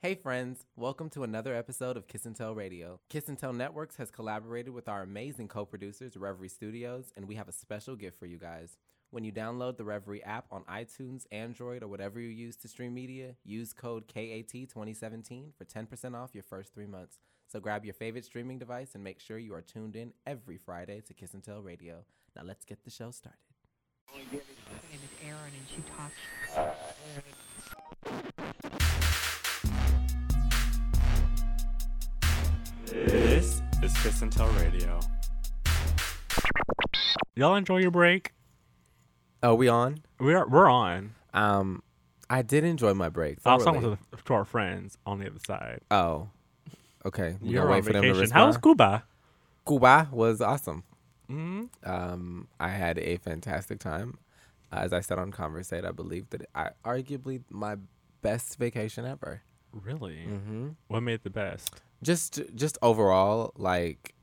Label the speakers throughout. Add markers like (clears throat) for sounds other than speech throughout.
Speaker 1: Hey friends, welcome to another episode of Kiss and Tell Radio. Kiss and Tell Networks has collaborated with our amazing co-producers, Reverie Studios, and we have a special gift for you guys. When you download the Reverie app on iTunes, Android, or whatever you use to stream media, use code KAT2017 for 10% off your first three months. So grab your favorite streaming device and make sure you are tuned in every Friday to Kiss and Tell Radio. Now let's get the show started.
Speaker 2: Her name is Erin, and she talks.
Speaker 3: This is Kiss and Tell Radio. Y'all enjoy your break.
Speaker 1: Oh, we on?
Speaker 3: We are we're on.
Speaker 1: Um, I did enjoy my break.
Speaker 3: I was talking to, the- to our friends on the other side.
Speaker 1: Oh, okay. We
Speaker 3: You're
Speaker 1: gonna
Speaker 3: on
Speaker 1: wait for them to
Speaker 3: vacation.
Speaker 1: respond.
Speaker 3: How was Cuba?
Speaker 1: Cuba was awesome.
Speaker 3: Mm,
Speaker 1: Um, I had a fantastic time. As I said on Conversate, I believe that I arguably my best vacation ever.
Speaker 3: really?
Speaker 1: Mm-hmm.
Speaker 3: What made it the best?
Speaker 1: Just, just overall, like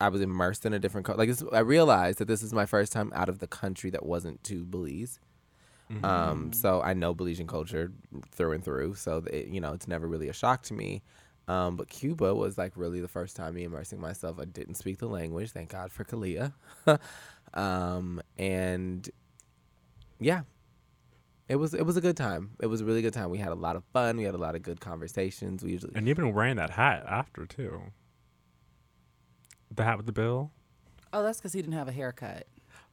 Speaker 1: I was immersed in a different culture. Like this, I realized that this is my first time out of the country that wasn't to Belize. Um, so I know Belizean culture through and through. So it, you know, it's never really a shock to me. Um, but Cuba was like really the first time me immersing myself. I didn't speak the language. Thank God for Kalia. (laughs) um, and yeah, it was it was a good time. It was a really good time. We had a lot of fun. We had a lot of good conversations. We usually
Speaker 3: And you've been wearing that hat after too. The hat with the bill.
Speaker 4: Oh, that's because he didn't have a haircut.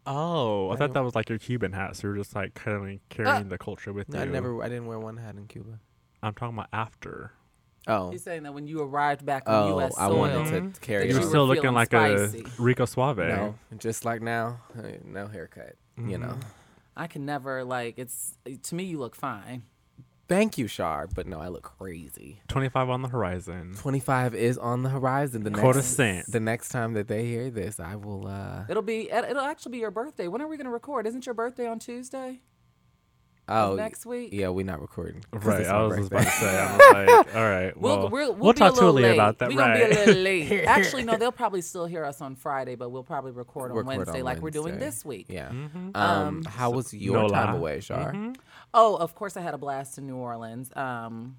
Speaker 3: Oh, I,
Speaker 1: do-
Speaker 3: thought that was like your Cuban hat. So you're just like kind of carrying the culture with
Speaker 1: no,
Speaker 3: you.
Speaker 1: I never I didn't wear one hat in Cuba.
Speaker 3: I'm talking about after.
Speaker 1: Oh,
Speaker 4: He's saying that when you arrived back on
Speaker 1: oh,
Speaker 4: U.S.
Speaker 1: I
Speaker 4: soil,
Speaker 1: wanted to carry it.
Speaker 3: You're
Speaker 4: That you
Speaker 1: on.
Speaker 4: were
Speaker 3: still looking
Speaker 4: feeling
Speaker 3: like
Speaker 4: spicy.
Speaker 3: a Rico Suave.
Speaker 1: No, just like now, uh, no haircut. You know.
Speaker 4: I can never like it's to me. You look fine.
Speaker 1: Thank you, Shar, but no, I look crazy.
Speaker 3: 25 on the horizon.
Speaker 1: 25 is on the horizon. The
Speaker 3: Quarter
Speaker 1: next,
Speaker 3: cent.
Speaker 1: The next time that they hear this, I will. uh
Speaker 4: It'll be it- it'll actually be your birthday. When are we going to record? Isn't your birthday on Tuesday?
Speaker 1: Oh,
Speaker 4: next week?
Speaker 1: Yeah, we're not recording. 'cause
Speaker 3: Right,
Speaker 1: it's
Speaker 3: I
Speaker 1: my
Speaker 3: was just about
Speaker 1: birthday.
Speaker 3: to say. I was like, all right, well,
Speaker 4: we'll we'll, we'll, be
Speaker 3: talk
Speaker 4: a little
Speaker 3: totally
Speaker 4: late.
Speaker 3: about that.
Speaker 4: We're
Speaker 3: right?
Speaker 4: gonna be a
Speaker 3: (laughs)
Speaker 4: little late. actually, no, they'll probably still hear us on Friday, but we'll probably record on
Speaker 1: Record on
Speaker 4: Wednesday, like we're doing
Speaker 1: Wednesday.
Speaker 4: this week.
Speaker 1: Yeah.
Speaker 4: Mm-hmm.
Speaker 1: Um, how was your
Speaker 3: no
Speaker 1: time
Speaker 3: lie.
Speaker 1: away, Shar?
Speaker 4: Oh, of course, I had a blast in New Orleans. Um,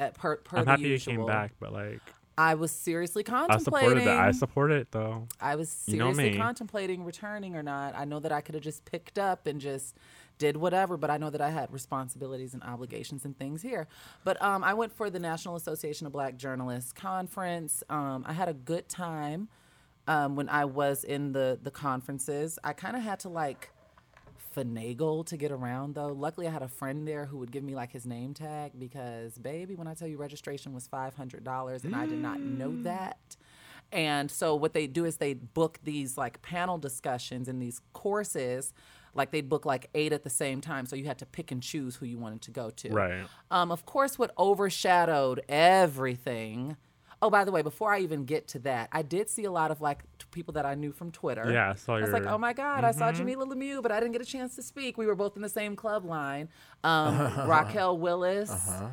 Speaker 4: at per, per
Speaker 3: I'm
Speaker 4: the
Speaker 3: happy you
Speaker 4: usual.
Speaker 3: came back, but like,
Speaker 4: I was seriously
Speaker 3: I
Speaker 4: contemplating.
Speaker 3: supported that. I support it though.
Speaker 4: I was
Speaker 3: You know
Speaker 4: seriously
Speaker 3: me.
Speaker 4: contemplating returning or not. I know that I could have just picked up and just did whatever, but I know that I had responsibilities and obligations and things here. But um, I went for the National Association of Black Journalists conference. Um, I had a good time um, when I was in the the conferences. I kind of had to like finagle to get around though. Luckily, I had a friend there who would give me like his name tag because, baby, when I tell you registration was five hundred dollars, and I did not know that. And so what they do is they book these like panel discussions and these courses, like they book like eight at the same time. So you had to pick and choose who you wanted to go to.
Speaker 3: Right.
Speaker 4: Um, of course, what overshadowed everything. Oh, by the way, before I even get to that, I did see a lot of like t- people that I knew from Twitter.
Speaker 3: Yeah, I saw
Speaker 4: I was like,
Speaker 3: your- Mm-hmm.
Speaker 4: oh my God, I saw Jamila Lemieux, but I didn't get a chance to speak. We were both in the same club line.
Speaker 3: (laughs)
Speaker 4: Um, Raquel Willis.
Speaker 3: Uh-huh.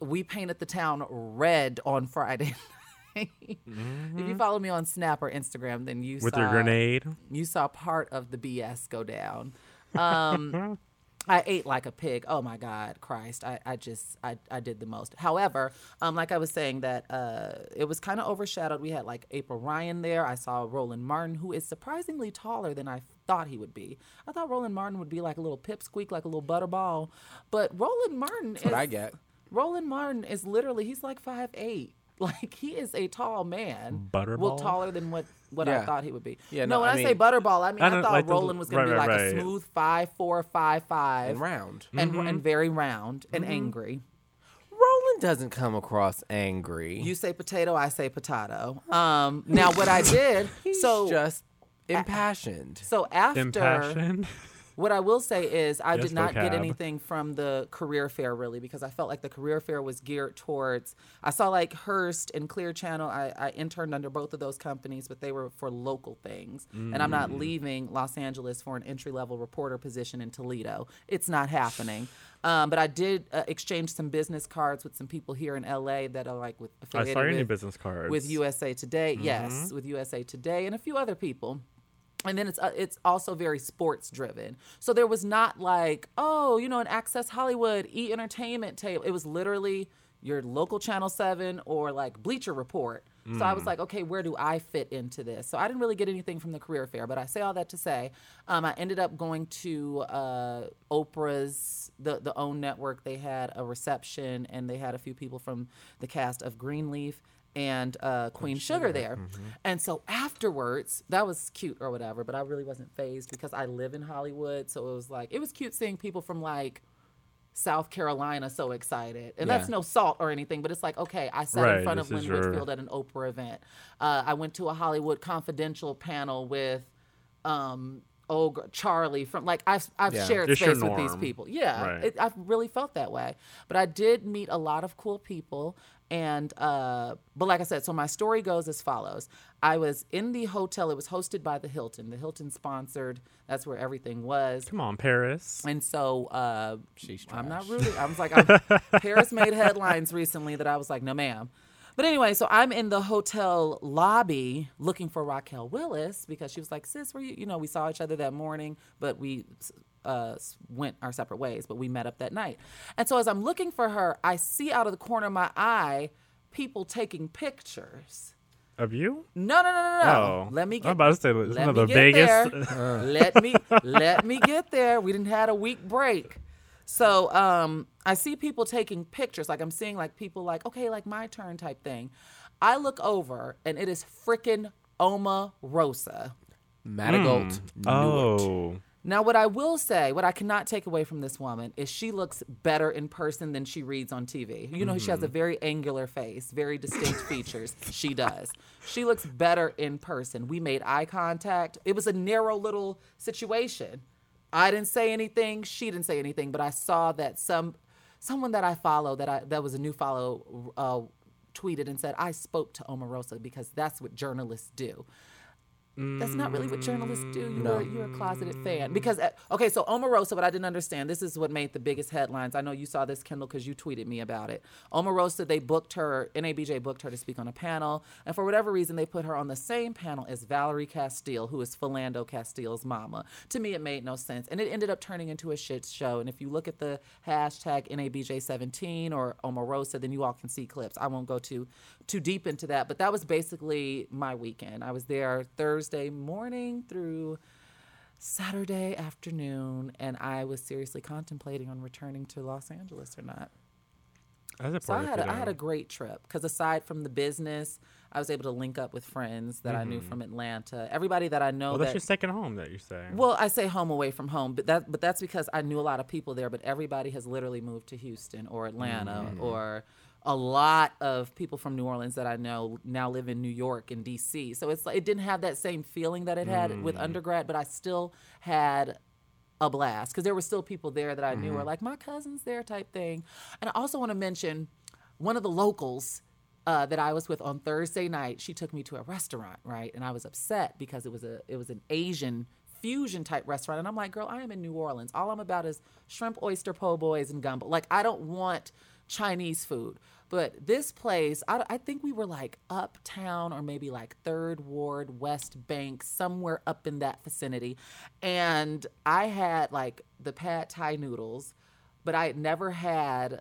Speaker 4: We painted the town red on Friday. (laughs) night. If you follow me on Snap or Instagram, then you
Speaker 3: Mm-hmm. With
Speaker 4: saw
Speaker 3: your grenade,
Speaker 4: you saw part of the BS go down.
Speaker 1: (laughs) Mm-hmm.
Speaker 4: Um, I ate like a pig. Oh my God, Christ! I, I just I, I did the most. However, um, like I was saying, that uh, it was kind of overshadowed. We had like April Ryan there. I saw Roland Martin, who is surprisingly taller than I thought he would be. I thought Roland Martin would be like a little pipsqueak, like a little butterball, but Roland Martin is
Speaker 1: what I get.
Speaker 4: Roland Martin is literally he's like five eight. (laughs) Like he is a tall man. Well,
Speaker 3: Butterball?
Speaker 4: taller than what what
Speaker 1: Yeah.
Speaker 4: I thought he would be.
Speaker 1: Yeah,
Speaker 4: no,
Speaker 1: no,
Speaker 4: when
Speaker 1: I
Speaker 4: I, say
Speaker 1: mean-
Speaker 4: butterball, I mean
Speaker 3: I
Speaker 4: I,
Speaker 3: don't
Speaker 4: thought
Speaker 3: like the-
Speaker 4: Roland was gonna be
Speaker 3: right,
Speaker 4: like
Speaker 3: right,
Speaker 4: a
Speaker 3: right. Mm-hmm.
Speaker 4: smooth five four five five
Speaker 1: And round.
Speaker 4: and and very round and angry.
Speaker 1: Roland doesn't come across angry.
Speaker 4: You say potato, I say potato. (laughs) Um, now what I did,
Speaker 1: He's
Speaker 4: so
Speaker 1: just impassioned.
Speaker 4: so
Speaker 3: (laughs)
Speaker 4: after
Speaker 3: impassion.
Speaker 4: What I will say is, I
Speaker 3: Yes,
Speaker 4: did not
Speaker 3: vocab.
Speaker 4: get anything from the career fair really because I felt like the career fair was geared towards. I saw like Hearst and Clear Channel. I, I interned under both of those companies, but they were for local things. And I'm
Speaker 3: Mm.
Speaker 4: not leaving Los Angeles for an entry level reporter position in Toledo. It's not happening. Um, but I did uh, exchange some business cards with some people here in LA that are like with
Speaker 3: I
Speaker 4: affiliated
Speaker 3: saw your new
Speaker 4: with-
Speaker 3: business cards.
Speaker 4: with USA Today. Yes, with USA Today and a few other people. And then it's uh, it's also very sports driven. So there was not like, oh, you know, an Access Hollywood E Entertainment table. It was literally your local Channel 7 or like Bleacher Report. So I was like, okay, where do I fit into this? So I didn't really get anything from the career fair, but I say all that to say, um, I ended up going to uh, Oprah's the the OWN network. They had a reception and they had a few people from the cast of Greenleaf and uh, Queen Sugar, there.
Speaker 3: Mm-hmm.
Speaker 4: And so afterwards, that was cute or whatever, but I really wasn't phased because I live in Hollywood. So it was like, it was cute seeing people from like South Carolina so excited. And that's
Speaker 1: Yeah.
Speaker 4: no salt or anything, but it's like, okay, I sat in
Speaker 3: Right,
Speaker 4: front of
Speaker 3: this
Speaker 4: Lynn
Speaker 3: is your-
Speaker 4: Whitfield at an Oprah event. Uh, I went to a Hollywood Confidential panel with. Um, Oh, Charlie from like I've I've
Speaker 1: Yeah.
Speaker 4: shared
Speaker 3: It's your
Speaker 4: space with these
Speaker 3: norm.
Speaker 4: people. Yeah,
Speaker 3: Right.
Speaker 4: it, I've really felt that way. But I did meet a lot of cool people. And, uh, but like I said, so my story goes as follows I was in the hotel, it was hosted by the Hilton. The Hilton sponsored, that's where everything was.
Speaker 3: Come on, Paris.
Speaker 4: And so uh,
Speaker 1: She's
Speaker 4: I'm not
Speaker 1: trash.
Speaker 4: really. I was like,
Speaker 1: (laughs)
Speaker 4: I'm, Paris made headlines recently that I was like, no, ma'am. But anyway, so I'm in the hotel lobby looking for Raquel Willis because she was like, sis, were you? You know, we saw each other that morning, but we uh, s- went our separate ways, but we met up that night. And so as I'm looking for her, I see out of the corner of my eye people taking pictures.
Speaker 3: Of you?
Speaker 4: No, no, no, no, no.
Speaker 3: Oh.
Speaker 4: Let me get
Speaker 3: I'm about to say, it's Uh.
Speaker 4: let
Speaker 3: one of
Speaker 4: me
Speaker 3: the
Speaker 4: get
Speaker 3: biggest. (laughs)
Speaker 4: there. let me let me get there. We didn't had a week break. So um I see people taking pictures. Like I'm seeing like people like, okay, like my turn type thing. I look over and it is freaking Oma Rosa.
Speaker 1: Madigold knew it.
Speaker 3: Oh.
Speaker 4: Now, what I will say, what I cannot take away from this woman is she looks better in person than she reads on TV. You know, she has a very angular face, very distinct (laughs) features. She does. She looks better in person. We made eye contact. It was a narrow little situation. I didn't say anything. She didn't say anything. But I saw that some someone that I follow that I that was a new follow uh, tweeted and said I spoke to Omarosa because that's what journalists do that's not really what journalists do. You are, you're a closeted fan because uh, okay, so Omarosa. What I didn't understand. This is what made the biggest headlines. I know you saw this, Kendall, because you tweeted me about it. Omarosa. They booked her. NABJ booked her to speak on a panel, and for whatever reason, they put her on the same panel as Valerie Castile, who is Philando Castile's mama. To me, it made no sense, and it ended up turning into a shit show. And if you look at the hashtag NABJ17 or Omarosa, then you all can see clips. I won't go too too deep into that, but that was basically my weekend. I was there Thursday morning through Saturday afternoon, and I was seriously contemplating on returning to Los Angeles or not.
Speaker 3: That's a
Speaker 4: So I
Speaker 3: party
Speaker 4: had
Speaker 3: for
Speaker 4: a, I had a
Speaker 3: them.
Speaker 4: great trip because aside from the business, I was able to link up with friends that I knew from Atlanta. Everybody that I
Speaker 3: Mm-hmm.
Speaker 4: know
Speaker 3: Well,
Speaker 4: that
Speaker 3: that's your second home that you say.
Speaker 4: well, I say home away from home, but that but that's because I knew a lot of people there, but everybody has literally moved to Houston or Atlanta or a lot of people from New Orleans that I know now live in New York and DC. So it's like it didn't have that same feeling that it had with undergrad, but I still had a blast because there were still people there that I knew were like my cousins there type thing. And I also want to mention one of the locals uh, that I was with on Thursday night. She took me to a restaurant, right? And I was upset because it was a it was an Asian fusion type restaurant, and I'm like, girl, I am in New Orleans. All I'm about is shrimp, oyster, po' boys, and gumbo. Like I don't want Chinese food. But this place, I, I think we were like uptown or maybe like Third Ward, West Bank, somewhere up in that vicinity. And I had like the pad thai noodles, but I had never had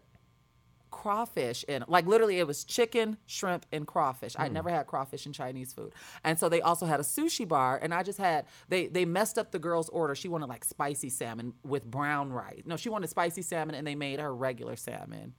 Speaker 4: crawfish in like literally it was chicken shrimp and crawfish
Speaker 3: Hmm.
Speaker 4: i never had crawfish in chinese food and so they also had a sushi bar and i just had they they messed up the girl's order she wanted like spicy salmon with brown rice no she wanted spicy salmon and they made her regular salmon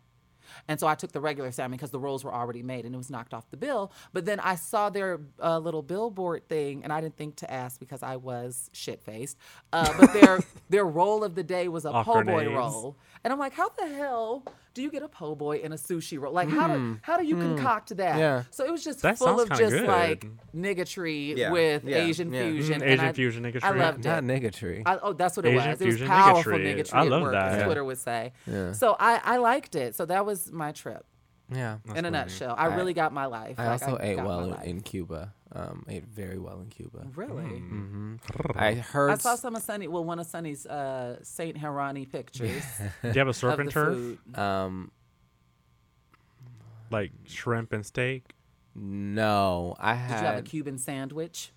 Speaker 4: and so I took the regular salmon because the rolls were already made and it was knocked off the bill. But then I saw their uh, little billboard thing and I didn't think to ask because I was shit faced. Uh,
Speaker 3: (laughs)
Speaker 4: but their their roll of the day was a po'
Speaker 3: Awkward
Speaker 4: boy
Speaker 3: names.
Speaker 4: roll. And I'm like, how the hell do you get a po' boy and a sushi roll? Like, how, do, how do you concoct that?
Speaker 1: Hmm. Yeah.
Speaker 4: So it was just
Speaker 3: That
Speaker 4: full
Speaker 3: sounds
Speaker 4: of
Speaker 3: kinda
Speaker 4: just
Speaker 3: good. Hmm.
Speaker 4: like niggatry
Speaker 1: Yeah.
Speaker 4: with
Speaker 1: Yeah.
Speaker 4: Asian
Speaker 1: Yeah.
Speaker 4: fusion. and
Speaker 3: Mm, Asian
Speaker 4: I-
Speaker 3: fusion, nigga.
Speaker 4: I
Speaker 3: tree.
Speaker 4: loved it.
Speaker 1: Not niggatry.
Speaker 4: I, oh, that's what it
Speaker 3: Asian
Speaker 4: was. It was
Speaker 3: fusion
Speaker 4: powerful
Speaker 3: niggatry.
Speaker 4: niggatry
Speaker 3: I
Speaker 4: at
Speaker 3: love
Speaker 4: work,
Speaker 3: that.
Speaker 4: as
Speaker 3: Yeah.
Speaker 4: Twitter would say.
Speaker 1: Yeah.
Speaker 4: So I, I liked it. So that was my trip
Speaker 1: yeah.
Speaker 4: in a
Speaker 3: funny.
Speaker 4: nutshell. I, really got my life.
Speaker 1: I
Speaker 4: Like,
Speaker 1: also ate
Speaker 4: got my
Speaker 1: well in,
Speaker 4: life.
Speaker 1: in Cuba. Um, ate very well in Cuba.
Speaker 4: Really?
Speaker 3: Hmm.
Speaker 1: I heard.
Speaker 4: I saw
Speaker 1: s-
Speaker 4: some of Sunny, well, one of Sunny's uh,
Speaker 1: (laughs)
Speaker 4: Saint Herani pictures
Speaker 3: Do you have a
Speaker 4: (laughs) of the
Speaker 3: serpent turf?
Speaker 4: food.
Speaker 1: Um,
Speaker 3: Like shrimp and steak?
Speaker 1: no, I
Speaker 4: Did you have a
Speaker 1: had.
Speaker 4: Cuban sandwich?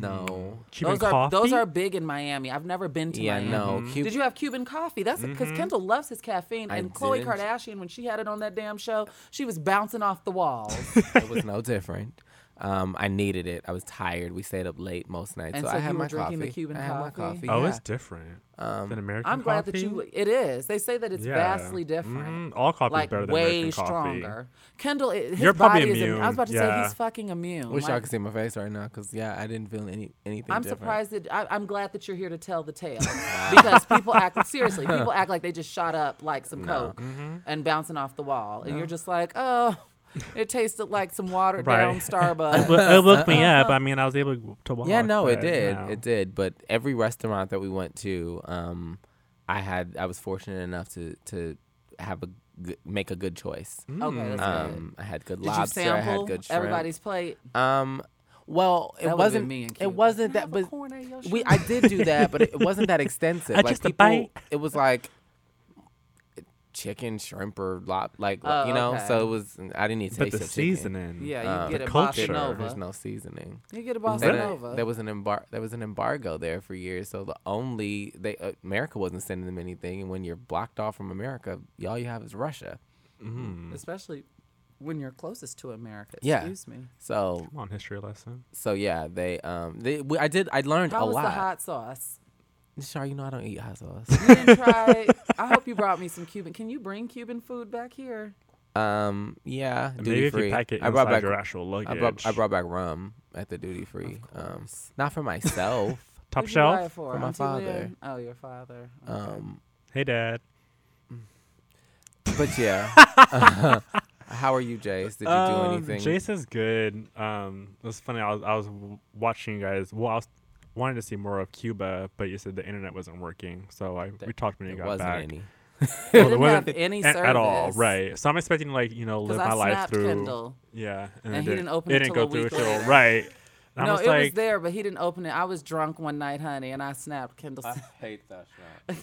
Speaker 1: No.
Speaker 3: Cuban
Speaker 4: those are those
Speaker 3: coffee?
Speaker 4: are big in Miami. I've never been to
Speaker 1: Yeah,
Speaker 4: Miami.
Speaker 1: no. Cuban.
Speaker 4: Did you have Cuban coffee? That's because
Speaker 3: Mm-hmm.
Speaker 4: Kendall loves his caffeine.
Speaker 1: I
Speaker 4: and Khloe
Speaker 1: didn't.
Speaker 4: Kardashian, when she had it on that damn show, she was bouncing off the walls.
Speaker 3: (laughs)
Speaker 1: it (laughs) was no different. Um, I needed it. I was tired. We stayed up late most nights,
Speaker 4: And
Speaker 1: so,
Speaker 4: so
Speaker 1: I had
Speaker 4: you were
Speaker 1: my
Speaker 4: drinking the
Speaker 1: coffee.
Speaker 4: Cuban
Speaker 1: I had my
Speaker 4: coffee?
Speaker 1: coffee.
Speaker 3: Oh,
Speaker 1: yeah.
Speaker 3: it's different than American
Speaker 4: Um, I'm glad that
Speaker 3: coffee?
Speaker 4: you. It is. They say that it's
Speaker 3: Yeah.
Speaker 4: vastly different.
Speaker 3: Mm, all coffee
Speaker 4: Like
Speaker 3: is better than
Speaker 4: way
Speaker 3: American coffee.
Speaker 4: stronger. Kendall, it, his
Speaker 3: You're
Speaker 4: body
Speaker 3: probably
Speaker 4: is. Im- I was
Speaker 3: immune,
Speaker 4: about to say
Speaker 3: yeah.
Speaker 4: he's fucking immune.
Speaker 1: Wish y'all
Speaker 4: Like,
Speaker 1: could see my face right now, cause yeah, I didn't feel any anything.
Speaker 4: I'm
Speaker 1: different.
Speaker 4: surprised that I, I'm glad that you're here to tell the tale (laughs) because people act seriously. People act like they just shot up like some coke
Speaker 1: Mm-hmm.
Speaker 4: and bouncing off the wall, and you're just like, oh, it tasted like some watered
Speaker 1: (laughs)
Speaker 4: down
Speaker 3: Right.
Speaker 4: Starbucks.
Speaker 3: But it looked
Speaker 4: (laughs)
Speaker 3: me up. I mean, I was able to walk.
Speaker 1: Yeah, no, it
Speaker 3: but,
Speaker 1: did.
Speaker 3: no.
Speaker 1: It did. But every restaurant that we went to, um, I had I was fortunate enough to to have a g- make a good choice.
Speaker 4: okay, that's good.
Speaker 1: Um, I had good
Speaker 4: Did
Speaker 1: lobster.
Speaker 4: you
Speaker 1: I had
Speaker 4: sample
Speaker 1: good shrimp.
Speaker 4: everybody's plate?
Speaker 1: Um, well, it
Speaker 4: That would've been
Speaker 1: wasn't
Speaker 4: me and
Speaker 1: It
Speaker 4: Cuban.
Speaker 1: wasn't that, but we I did do that, but
Speaker 4: (laughs)
Speaker 1: it wasn't that extensive.
Speaker 3: Uh,
Speaker 1: like
Speaker 3: just a
Speaker 1: people,
Speaker 3: bite.
Speaker 1: it was like chicken, shrimp, or lop, like
Speaker 4: Oh,
Speaker 1: you know.
Speaker 4: okay.
Speaker 1: So it was. I didn't need to
Speaker 3: But
Speaker 1: taste
Speaker 3: the
Speaker 1: of chicken.
Speaker 3: seasoning.
Speaker 4: Yeah, you
Speaker 1: um,
Speaker 4: get
Speaker 3: the
Speaker 4: a
Speaker 3: culture.
Speaker 4: bossa
Speaker 1: There's
Speaker 4: nova.
Speaker 1: no seasoning.
Speaker 4: You get a bossa
Speaker 1: There,
Speaker 4: nova.
Speaker 1: there was an embar- there was an embargo there for years, so the only they uh, America wasn't sending them anything, and when you're blocked off from America, all you have is Russia.
Speaker 4: especially when you're closest to America.
Speaker 1: Yeah.
Speaker 4: Excuse me.
Speaker 1: So
Speaker 3: Come on, history lesson.
Speaker 1: so yeah, they um they we, I did I learned
Speaker 4: How
Speaker 1: a
Speaker 4: was
Speaker 1: lot.
Speaker 4: the hot sauce?
Speaker 1: Shar, you know I don't eat hot sauce. (laughs)
Speaker 4: You didn't try. I hope you brought me some Cuban. Can you bring Cuban food back here?
Speaker 1: um yeah,
Speaker 3: Maybe
Speaker 1: duty
Speaker 3: if
Speaker 1: free.
Speaker 3: you pack it
Speaker 1: I
Speaker 3: inside
Speaker 1: brought back
Speaker 3: your actual luggage.
Speaker 1: I brought I brought back rum at the duty free. Um, not for
Speaker 4: (laughs)
Speaker 1: myself.
Speaker 3: Top
Speaker 4: Who'd you buy it
Speaker 3: shelf.
Speaker 4: for?
Speaker 1: For my
Speaker 4: Auntie Lynn?
Speaker 1: father.
Speaker 4: Oh, your father. Okay. (laughs)
Speaker 1: um,
Speaker 3: Hey, Dad.
Speaker 1: but
Speaker 3: (laughs)
Speaker 1: yeah. (laughs) how are you, Jace? Did you do
Speaker 3: Um,
Speaker 1: anything?
Speaker 3: Jason's good. Um, it was funny. I was, I was w- watching you guys. Well, I was wanted to see more of Cuba, but you said the internet wasn't working. So I we talked when you
Speaker 1: there
Speaker 3: got
Speaker 1: wasn't
Speaker 3: back.
Speaker 1: any.
Speaker 4: They
Speaker 3: Well, there
Speaker 4: didn't
Speaker 3: wasn't
Speaker 4: have any
Speaker 3: a-
Speaker 4: service
Speaker 3: at all, right? So I'm expecting like you know live
Speaker 4: Because
Speaker 3: my
Speaker 4: I
Speaker 3: life
Speaker 4: snapped
Speaker 3: through.
Speaker 4: Kendall.
Speaker 3: Yeah,
Speaker 4: And
Speaker 3: it
Speaker 4: he didn't open it
Speaker 3: didn't
Speaker 4: till a
Speaker 3: go through
Speaker 4: week
Speaker 3: till-
Speaker 4: later.
Speaker 3: right. And I
Speaker 4: No,
Speaker 3: was
Speaker 4: it was
Speaker 3: like,
Speaker 4: there, but he didn't open it. I was drunk one night, honey, and I snapped Kendall.
Speaker 1: hate that shot.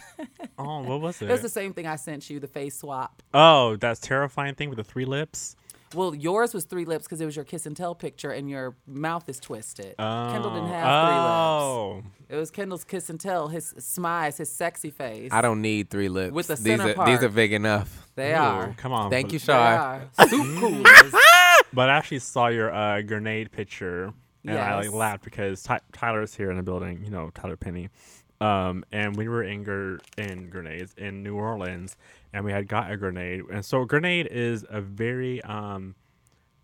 Speaker 3: oh, what was it?
Speaker 4: (laughs)
Speaker 3: (laughs)
Speaker 4: It was the same thing I sent you, the face swap.
Speaker 3: oh, that's terrifying thing with the three lips.
Speaker 4: Well, yours was three lips because it was your kiss and tell picture, and your mouth is twisted. Kendall didn't have three lips.
Speaker 3: oh.
Speaker 4: It was Kendall's kiss and tell, his smize, his sexy face.
Speaker 1: I don't need three lips.
Speaker 4: With the
Speaker 1: these
Speaker 4: center
Speaker 1: are
Speaker 4: part.
Speaker 1: these are big enough.
Speaker 4: They
Speaker 3: Ooh,
Speaker 4: are.
Speaker 3: Come on.
Speaker 1: Thank
Speaker 3: but-
Speaker 1: you,
Speaker 4: They
Speaker 1: Shar.
Speaker 4: are. Soup coolers.
Speaker 3: But I actually saw your uh, grenade picture, and I like,
Speaker 4: Yes.
Speaker 3: laughed because Ty- Tyler's here in the building. You know, Tyler Penny. Um, and we were in, gr- in grenades in New Orleans, and we had got a grenade. And so, grenade is a very um,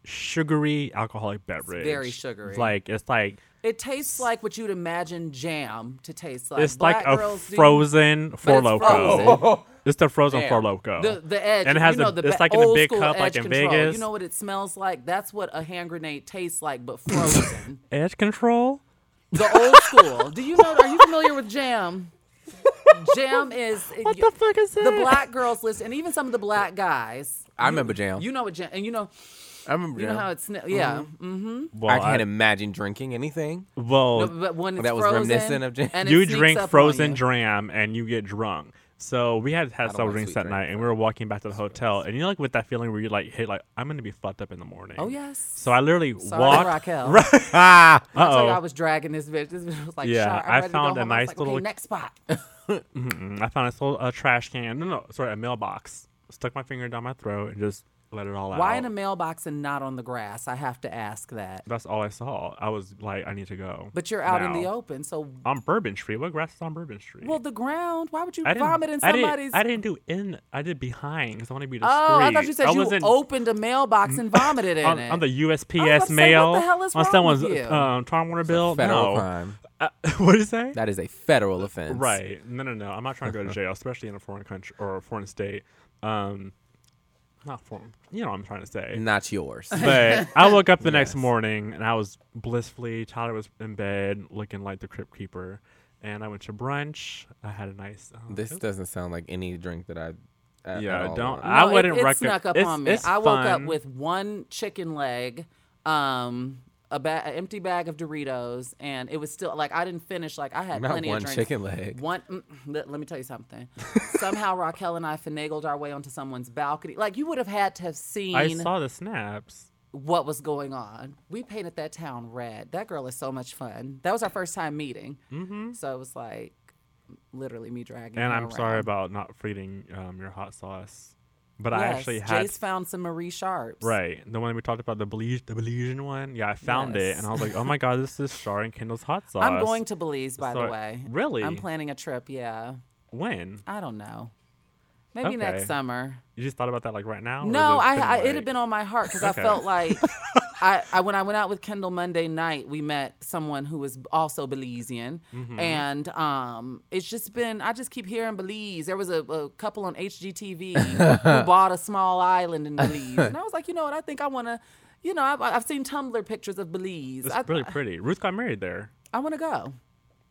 Speaker 3: sugary alcoholic beverage.
Speaker 4: very sugary.
Speaker 3: Like it's like
Speaker 4: It tastes like what you'd imagine jam to taste like.
Speaker 3: it's
Speaker 4: Black
Speaker 3: like a
Speaker 4: girls do-
Speaker 3: frozen four
Speaker 4: it's
Speaker 3: loco. (laughs) It's the frozen
Speaker 4: Yeah.
Speaker 3: four loco.
Speaker 4: The, the edge,
Speaker 3: and it has
Speaker 4: you know,
Speaker 3: a,
Speaker 4: the
Speaker 3: it's
Speaker 4: ba-
Speaker 3: like in a
Speaker 4: old
Speaker 3: big
Speaker 4: school
Speaker 3: cup, like
Speaker 4: edge
Speaker 3: in
Speaker 4: control.
Speaker 3: Vegas.
Speaker 4: You know what it smells like? That's what a hand grenade tastes
Speaker 3: (laughs)
Speaker 4: like, but frozen.
Speaker 3: edge control.
Speaker 4: the old school. Do you know? Are you familiar with jam? Jam is
Speaker 3: What the fuck is that?
Speaker 4: the black girls listen, and even some of the black guys.
Speaker 1: I remember jam.
Speaker 4: You know what jam? And you know,
Speaker 1: I remember
Speaker 4: you
Speaker 1: jam.
Speaker 4: know how it's yeah.
Speaker 3: Mm-hmm.
Speaker 4: Mm.
Speaker 3: Well,
Speaker 1: I can't imagine drinking anything.
Speaker 3: well,
Speaker 4: No, but when it's
Speaker 1: That was
Speaker 4: frozen,
Speaker 1: reminiscent of jam.
Speaker 4: and it
Speaker 3: you
Speaker 4: sneaks
Speaker 3: drink
Speaker 4: up on
Speaker 3: frozen
Speaker 4: you.
Speaker 3: dram and you get drunk. So we had had
Speaker 1: don't
Speaker 3: several
Speaker 1: like
Speaker 3: drinks
Speaker 1: sweet
Speaker 3: that
Speaker 1: drinks,
Speaker 3: night, and we were walking back to the hotel, and you know, like with that feeling where you like, hey, like I'm gonna be fucked up in the morning.
Speaker 4: Oh yes.
Speaker 3: So I literally
Speaker 4: Sorry,
Speaker 3: walked. (laughs)
Speaker 4: Raquel.
Speaker 1: Ah,
Speaker 4: I told you I
Speaker 3: Uh
Speaker 4: was dragging this bitch. This bitch was like,
Speaker 3: Yeah,
Speaker 4: "Shot, I'm
Speaker 3: I
Speaker 4: ready to go
Speaker 3: found a
Speaker 4: home." I
Speaker 3: nice
Speaker 4: was like,
Speaker 3: little-
Speaker 4: okay, next spot.
Speaker 3: (laughs) oh, I found this little uh, trash can. No, no, sorry, a mailbox. Stuck my finger down my throat and just let it all out.
Speaker 4: Why in a mailbox and not on the grass? I have to ask that.
Speaker 3: That's all I saw. I was like, I need to go.
Speaker 4: But you're out in the
Speaker 3: now.
Speaker 4: open, so
Speaker 3: on Bourbon Street. What grass is on Bourbon Street?
Speaker 4: well, the ground. Why would you
Speaker 3: I didn't
Speaker 4: vomit in
Speaker 3: I didn't-
Speaker 4: somebody's?
Speaker 3: I didn't, do in. I did behind because I want to be discreet.
Speaker 4: oh, I thought you said you
Speaker 3: wasn't-
Speaker 4: opened a mailbox
Speaker 3: (laughs)
Speaker 4: and vomited in
Speaker 3: on,
Speaker 4: it.
Speaker 3: on the
Speaker 4: I was about
Speaker 3: USPS
Speaker 4: to say, what
Speaker 3: mail
Speaker 4: the hell is
Speaker 3: on
Speaker 4: wrong with
Speaker 3: someone's
Speaker 4: you?
Speaker 3: um, Tom Warner bill.
Speaker 1: federal
Speaker 3: no.
Speaker 1: crime.
Speaker 3: Uh, (laughs) what did you say?
Speaker 1: That is a federal offense.
Speaker 3: Right. No, no, no. I'm not trying to go to jail, especially in a foreign country or a foreign state. Um, not foreign. You know what I'm trying to say.
Speaker 1: Not
Speaker 4: (laughs)
Speaker 1: yours.
Speaker 3: But
Speaker 1: (laughs)
Speaker 3: I woke up the next morning and I was blissfully. Tyler was in bed looking like the Crypt Keeper, and I went to brunch. I had a nice. Um,
Speaker 1: this
Speaker 3: it-
Speaker 1: doesn't sound like any drink that I. at- at
Speaker 3: yeah,
Speaker 1: all
Speaker 3: don't.
Speaker 1: want.
Speaker 3: I
Speaker 4: No, it-
Speaker 3: wouldn't
Speaker 4: it,
Speaker 3: recommend.
Speaker 4: snuck up
Speaker 3: it's,
Speaker 4: on me.
Speaker 3: it's
Speaker 4: I woke up
Speaker 3: fun.
Speaker 4: with one chicken leg, um, a ba- an empty bag of Doritos, and it was still like I didn't finish. Like I had
Speaker 1: Not
Speaker 4: plenty
Speaker 1: one
Speaker 4: of drinks.
Speaker 1: chicken leg.
Speaker 4: One. mm, Let, let me tell
Speaker 1: (laughs)
Speaker 4: you something. Somehow Raquel and I finagled our way onto someone's balcony. Like you would have had to have seen.
Speaker 3: I saw the snaps.
Speaker 4: what was going on. We painted that town red. That girl is so much fun. That was our first time meeting. Mm-hmm. So it was like literally me dragging.
Speaker 3: And
Speaker 4: her
Speaker 3: I'm sorry
Speaker 4: around.
Speaker 3: about not feeding um, your hot sauce, but I
Speaker 4: Yes,
Speaker 3: actually had
Speaker 4: Jace found some Marie Sharps.
Speaker 3: right the one we talked about the Belize the Belizean one. Yeah, I found it,
Speaker 4: Yes.
Speaker 3: and I was like, oh my god, this is Char and Kendall's hot sauce.
Speaker 4: (laughs) I'm going to Belize, by
Speaker 3: So-
Speaker 4: the way.
Speaker 3: Really?
Speaker 4: I'm planning a trip. Yeah.
Speaker 3: when
Speaker 4: I don't know. Maybe
Speaker 3: Okay.
Speaker 4: next summer.
Speaker 3: you just thought about that like right now. or has
Speaker 4: No, I,
Speaker 3: been,
Speaker 4: I it
Speaker 3: like-
Speaker 4: had been on my heart because
Speaker 3: Okay.
Speaker 4: I
Speaker 3: (laughs)
Speaker 4: felt like I, I when I went out with Kendall Monday night, we met someone who was also Belizean,
Speaker 3: Mm-hmm.
Speaker 4: and um, it's just been I just keep hearing Belize. There was a, a couple on
Speaker 3: (laughs)
Speaker 4: HGTV who bought a small island in Belize, and I was like, you know what, I think I want to. You know, I've, I've seen Tumblr pictures of Belize.
Speaker 3: It's
Speaker 4: I,
Speaker 3: really pretty. Ruth got married there.
Speaker 4: I want to go.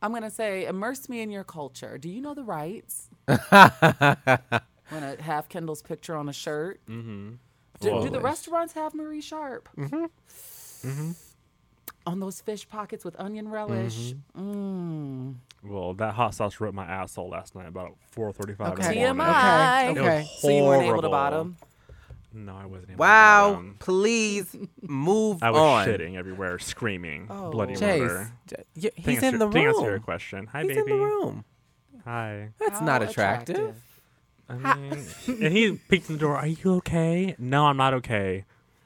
Speaker 4: I'm going to say, immerse me in your culture. Do you know the
Speaker 3: (laughs)
Speaker 4: rights? want to have Kendall's picture on a shirt? Mm-hmm. Do, do the
Speaker 1: Always.
Speaker 4: restaurants have Marie Sharp? Mm-hmm. Mm-hmm. On those fish pockets with
Speaker 3: Mm-hmm.
Speaker 4: onion relish.
Speaker 3: Well, that hot sauce ripped my asshole last night about 4:35
Speaker 5: Okay.
Speaker 3: in the morning.
Speaker 4: TMI.
Speaker 5: Okay.
Speaker 3: It was
Speaker 4: So you weren't able to
Speaker 3: horrible.
Speaker 4: bottom?
Speaker 3: No, I wasn't. Able To
Speaker 1: Wow,
Speaker 3: bottom.
Speaker 1: please
Speaker 4: (laughs)
Speaker 1: move
Speaker 3: um, I was
Speaker 1: on.
Speaker 3: shitting everywhere, screaming,
Speaker 4: Oh.
Speaker 3: bloody
Speaker 1: Jace,
Speaker 3: murder.
Speaker 1: J- y-
Speaker 3: To
Speaker 1: he's
Speaker 3: answer-
Speaker 1: in the
Speaker 3: To answer your
Speaker 1: room.
Speaker 3: question, hi
Speaker 1: He's
Speaker 3: baby.
Speaker 1: in the room.
Speaker 3: Hi.
Speaker 1: That's
Speaker 4: How
Speaker 1: not attractive.
Speaker 3: I
Speaker 4: Ah.
Speaker 3: mean, and he peeked in the door. Are you okay? No, I'm not okay.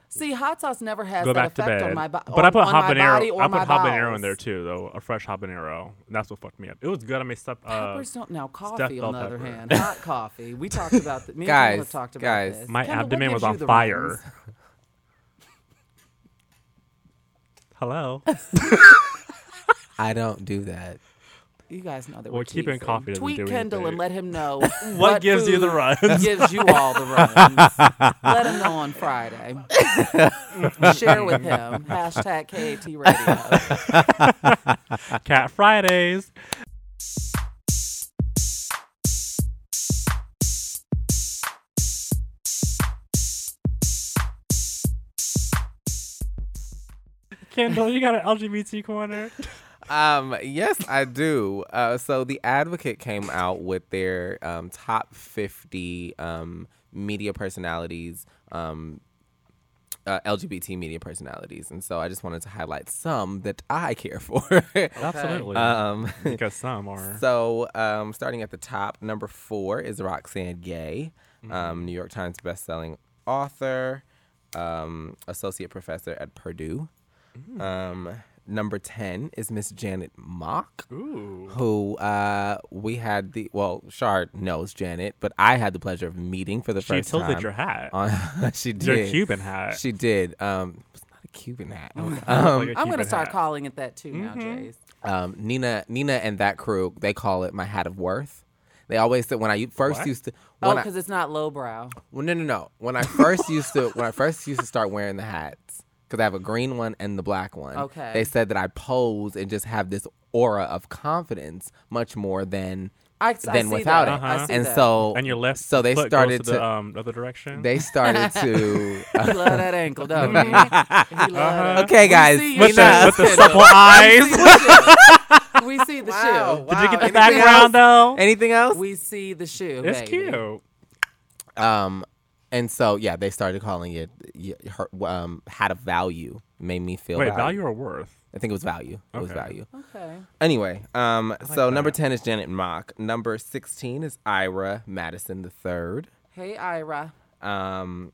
Speaker 4: See, hot sauce never has
Speaker 3: Go
Speaker 4: that
Speaker 3: back to
Speaker 4: effect
Speaker 3: bed.
Speaker 4: on my bo-
Speaker 3: but I
Speaker 4: on-
Speaker 3: put
Speaker 4: on my
Speaker 3: habanero.
Speaker 4: body or
Speaker 3: I
Speaker 4: my
Speaker 3: put habanero in
Speaker 4: bowels.
Speaker 3: there too, though. A fresh habanero. That's what fucked me up. It was good. I made stuff. Uh,
Speaker 4: Peppers don't now coffee on
Speaker 3: bell
Speaker 4: the other
Speaker 3: pepper.
Speaker 4: hand. Hot coffee. We talked about that. Me and
Speaker 1: Guys,
Speaker 4: Kendall have talked about
Speaker 1: guys.
Speaker 4: this.
Speaker 3: my
Speaker 4: Kendall, what
Speaker 3: abdomen
Speaker 4: gives
Speaker 3: was
Speaker 4: you
Speaker 3: on
Speaker 4: the
Speaker 3: fire.
Speaker 4: runs?
Speaker 3: (laughs) Hello.
Speaker 1: I don't do that.
Speaker 4: You guys know that
Speaker 3: Well,
Speaker 4: we're
Speaker 3: keeping
Speaker 4: tweets.
Speaker 3: coffee doesn't
Speaker 4: Tweet
Speaker 3: do
Speaker 4: Kendall
Speaker 3: anything.
Speaker 4: and let him
Speaker 1: (laughs)
Speaker 4: know what,
Speaker 3: gives you the
Speaker 4: food
Speaker 3: runs?
Speaker 4: Gives you all the runs. let him know
Speaker 3: (laughs)
Speaker 4: on Friday. Share with him hashtag KAT
Speaker 3: (laughs)
Speaker 4: Radio.
Speaker 3: Cat Fridays. Kendall, you got an LGBT corner.
Speaker 1: Um, yes, I do. Uh, so the Advocate came out with their um, top fifty um, media personalities, um, uh, LGBT media personalities, and so I just wanted to highlight some that I care (laughs) for.
Speaker 3: (laughs) Absolutely.
Speaker 1: um,
Speaker 3: (laughs) because
Speaker 1: (laughs)
Speaker 3: some are.
Speaker 1: so um, starting at the top, number four is Roxanne Gay,
Speaker 3: Mm-hmm.
Speaker 1: um, New York Times bestselling author, um, associate professor at Purdue.
Speaker 3: Mm.
Speaker 1: Um, number ten is Miss Janet Mock
Speaker 3: Ooh.
Speaker 1: who uh, we had the well, Shard knows Janet, but I had the pleasure of meeting for the
Speaker 3: She
Speaker 1: first time.
Speaker 3: tilted your hat.
Speaker 1: on- (laughs) she did.
Speaker 3: Your Cuban hat.
Speaker 1: She did. Um, it's not a Cuban
Speaker 3: (laughs)
Speaker 1: hat.
Speaker 3: Like
Speaker 1: um,
Speaker 3: a
Speaker 4: I'm going
Speaker 3: Cuban
Speaker 4: to start
Speaker 3: hat. Mm-hmm.
Speaker 4: calling it that too now, Jace.
Speaker 1: um, Nina, Nina, and that crew they call it my hat of worth. They always said when I first
Speaker 3: What?
Speaker 1: used to.
Speaker 4: Oh,
Speaker 1: When I,
Speaker 4: because it's not lowbrow.
Speaker 1: well, no, no, no. When I first used to, when I first used to start wearing the hats, because I have a green one and the black one.
Speaker 4: Okay.
Speaker 1: They said that I pose and just have this aura of confidence much more than
Speaker 4: I, I
Speaker 1: than
Speaker 4: see
Speaker 1: without
Speaker 4: that.
Speaker 1: it.
Speaker 4: I see
Speaker 1: and
Speaker 4: that.
Speaker 1: so
Speaker 3: And your left
Speaker 1: So they
Speaker 3: foot
Speaker 1: started
Speaker 3: goes to, the um, other direction.
Speaker 1: They started
Speaker 4: (laughs)
Speaker 1: to. uh,
Speaker 4: He love that ankle,
Speaker 1: (laughs)
Speaker 4: don't he? he love that.
Speaker 1: okay, guys.
Speaker 4: see you
Speaker 1: we
Speaker 3: Uh-huh.
Speaker 1: know. (laughs)
Speaker 3: with the, with the
Speaker 4: (laughs)
Speaker 3: supple eyes. (laughs)
Speaker 4: We see the shoe.
Speaker 3: Did you get the
Speaker 1: Anything
Speaker 3: background
Speaker 1: else?
Speaker 3: though?
Speaker 1: Anything else?
Speaker 4: We see the shoe.
Speaker 3: It's
Speaker 4: baby.
Speaker 3: cute.
Speaker 1: Um, and so yeah, they started calling it y- her, um had a value. Made me feel
Speaker 3: Wait,
Speaker 1: valued.
Speaker 3: value or worth?
Speaker 1: I think it was value. It was
Speaker 3: Okay.
Speaker 1: value.
Speaker 4: Okay.
Speaker 1: Anyway, um, so
Speaker 3: that.
Speaker 1: number ten is Janet Mock. Number sixteen is Ira Madison the third.
Speaker 4: Hey, Ira.
Speaker 1: Um,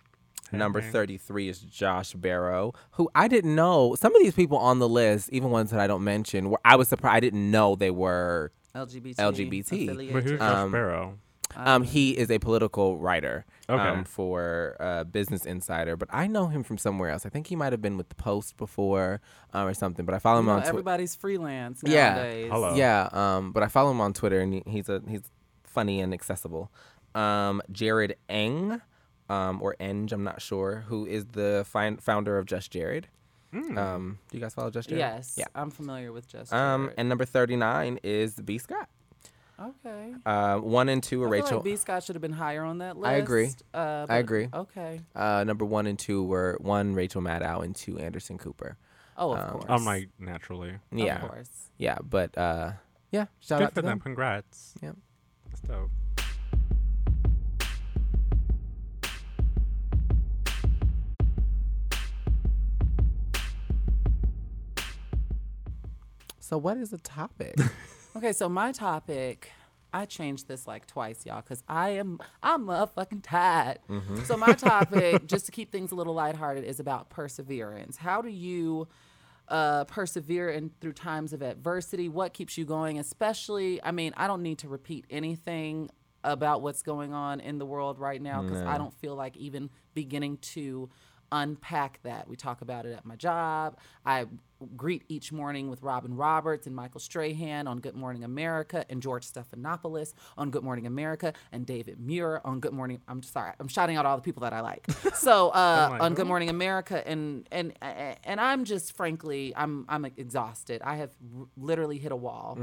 Speaker 1: number
Speaker 3: Okay.
Speaker 1: 33 is Josh Barrow, who I didn't know. Some of these people on the list, even ones that I don't mention, were, I was surprised. I didn't know they were.
Speaker 4: LGBT.
Speaker 1: LGBT.
Speaker 3: But who's
Speaker 4: affiliated.
Speaker 3: Josh Barrow?
Speaker 1: Um, he is a political writer
Speaker 3: Okay.
Speaker 1: um, for uh, Business Insider, but I know him from somewhere else. I think he might have been with the Post before um, or something. But I follow him
Speaker 4: You know,
Speaker 1: on Twitter.
Speaker 4: everybody's freelance
Speaker 1: Yeah.
Speaker 4: nowadays.
Speaker 3: Hello.
Speaker 1: Yeah, um, but I follow him on Twitter, and he- he's a he's funny and accessible. Um, Jared Eng, um, or Eng, I'm not sure, who is the fin- founder of Just Jared.
Speaker 3: Hmm.
Speaker 1: Um, do you guys follow Just Jared?
Speaker 4: Yes,
Speaker 1: Yeah.
Speaker 4: I'm familiar with Jess.
Speaker 1: Um,
Speaker 4: Jarrett.
Speaker 1: and number 39 is B Scott.
Speaker 4: okay,
Speaker 1: Uh, one and two are
Speaker 4: I feel
Speaker 1: Rachel.
Speaker 4: like B Scott should have been higher on that list.
Speaker 1: I agree.
Speaker 4: Uh, but-
Speaker 1: I agree.
Speaker 4: Okay.
Speaker 1: uh, number one and two were one Rachel Maddow and two Anderson Cooper.
Speaker 4: Oh, of course.
Speaker 3: I'm like naturally.
Speaker 4: of
Speaker 1: Um, Yeah,
Speaker 4: course.
Speaker 1: yeah, but uh, yeah, shout
Speaker 3: Good
Speaker 1: out
Speaker 3: for
Speaker 1: to
Speaker 3: them.
Speaker 1: them.
Speaker 3: Congrats.
Speaker 1: Yep.
Speaker 3: That's dope.
Speaker 1: So what is the topic?
Speaker 3: (laughs)
Speaker 4: Okay, so my topic, I changed this like twice, y'all, because I am I'm motherfucking tired.
Speaker 1: Mm-hmm.
Speaker 4: So
Speaker 1: (laughs)
Speaker 4: my topic, just to keep things a little lighthearted, is about perseverance. How do you uh, persevere in through times of adversity? What keeps you going? Especially, I mean, I don't need to repeat anything about what's going on in the world right now because I don't feel like even beginning to unpack that. We talk about it at my job. I greet each morning with Robin Roberts and Michael Strahan on Good Morning America and George Stephanopoulos on Good Morning America and David Muir on Good Morning. I'm sorry, I'm shouting out all the people that I like. So uh, on Good Morning America and and and I'm just frankly I'm I'm exhausted. I have r- literally hit a wall.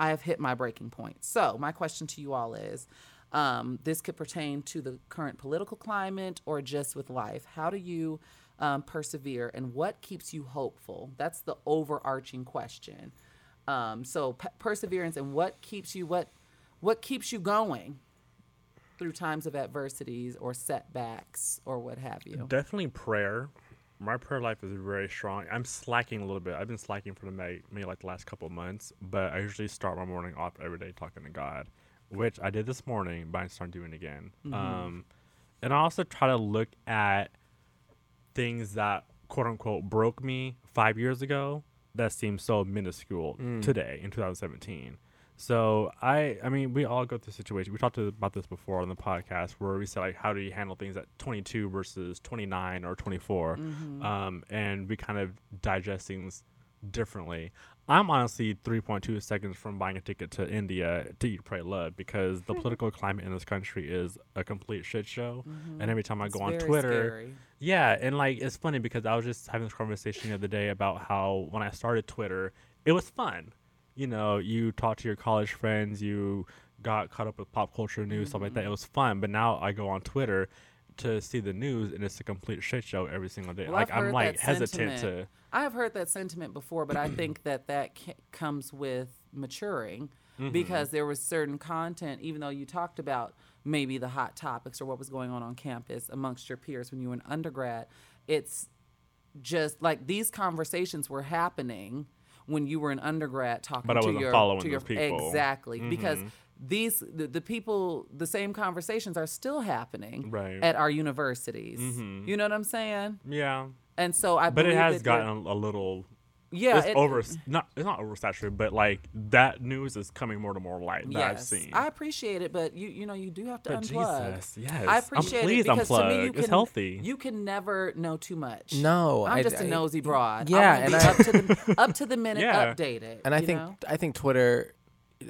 Speaker 4: I have hit my breaking point. So, my question to you all is um, this could pertain to the current political climate or just with life. How do you um, persevere and what keeps you hopeful? That's the overarching question. Um, so, p- perseverance and what keeps you, what, what keeps you going? Through times of adversities or setbacks or what have you.
Speaker 3: Definitely prayer. My prayer life is very strong. I'm slacking a little bit. I've been slacking for the may, maybe like the last couple of months, but I usually start my morning off every day talking to God, which I did this morning, but I started doing it again.
Speaker 1: Mm-hmm.
Speaker 3: Um, and I also try to look at things that quote unquote broke me five years ago that seem so minuscule
Speaker 4: Mm.
Speaker 3: today in 2017. So I, I mean, we all go through situations. We talked to- about this before on the podcast, where we said like, how do you handle things at 22 versus 29 or 24,
Speaker 4: Mm-hmm.
Speaker 3: um, and we kind of digest things differently. I'm honestly 3.2 seconds from buying a ticket to India to Eat, Pray, Love because
Speaker 4: Hmm.
Speaker 3: the political climate in this country is a complete shit show. And every time I
Speaker 4: Mm-hmm. It's
Speaker 3: go on
Speaker 4: very
Speaker 3: Twitter,
Speaker 4: scary.
Speaker 3: yeah, and like it's funny because I was just having this conversation the other day about how when I started Twitter, it was fun. You know, you talked to your college friends, you got caught up with pop culture news, stuff like that.
Speaker 4: Mm-hmm.
Speaker 3: It was fun, but now I go on Twitter to see the news, and it's a complete shit show every single day.
Speaker 4: Well,
Speaker 3: like
Speaker 4: I've heard
Speaker 3: I'm like
Speaker 4: that
Speaker 3: hesitant to.
Speaker 4: sentiment. I have heard that sentiment before,
Speaker 3: (clears throat)
Speaker 4: but I think that that ca- comes with maturing
Speaker 3: Mm-hmm.
Speaker 4: because there was certain content, even though you talked about maybe the hot topics or what was going on on campus amongst your peers when you were an undergrad. It's just like these conversations were happening when you were an undergrad talking
Speaker 3: But I
Speaker 4: to
Speaker 3: wasn't
Speaker 4: your
Speaker 3: following
Speaker 4: to your
Speaker 3: those people. Mm-hmm.
Speaker 4: exactly because these the, the people the same conversations are still happening
Speaker 3: Right. Mm-hmm.
Speaker 4: at our universities. You know what I'm saying?
Speaker 3: Yeah,
Speaker 4: And so I
Speaker 3: but
Speaker 4: believe
Speaker 3: it has
Speaker 4: that there-
Speaker 3: gotten a little.
Speaker 4: yeah
Speaker 3: it's
Speaker 4: it-
Speaker 3: over. Not it's not oversaturated, but like that news is coming more to more light that I've
Speaker 4: yes.
Speaker 3: seen.
Speaker 4: I appreciate it, but you you know you do have to
Speaker 3: But
Speaker 4: unplug.
Speaker 3: Oh, Jesus, yes.
Speaker 4: I
Speaker 3: Um,
Speaker 4: appreciate
Speaker 3: please
Speaker 4: it because to me
Speaker 3: unplug.
Speaker 4: you
Speaker 3: It's
Speaker 4: can,
Speaker 3: healthy.
Speaker 4: You can never know too much.
Speaker 1: No,
Speaker 4: I'm
Speaker 1: I-
Speaker 4: just a
Speaker 1: I-
Speaker 4: nosy broad.
Speaker 1: Yeah,
Speaker 4: I
Speaker 1: and
Speaker 4: and
Speaker 1: I-
Speaker 4: up
Speaker 3: (laughs)
Speaker 4: to the up to the minute
Speaker 3: Yeah.
Speaker 4: updated.
Speaker 1: and I
Speaker 4: you
Speaker 1: think
Speaker 4: know?
Speaker 1: I think Twitter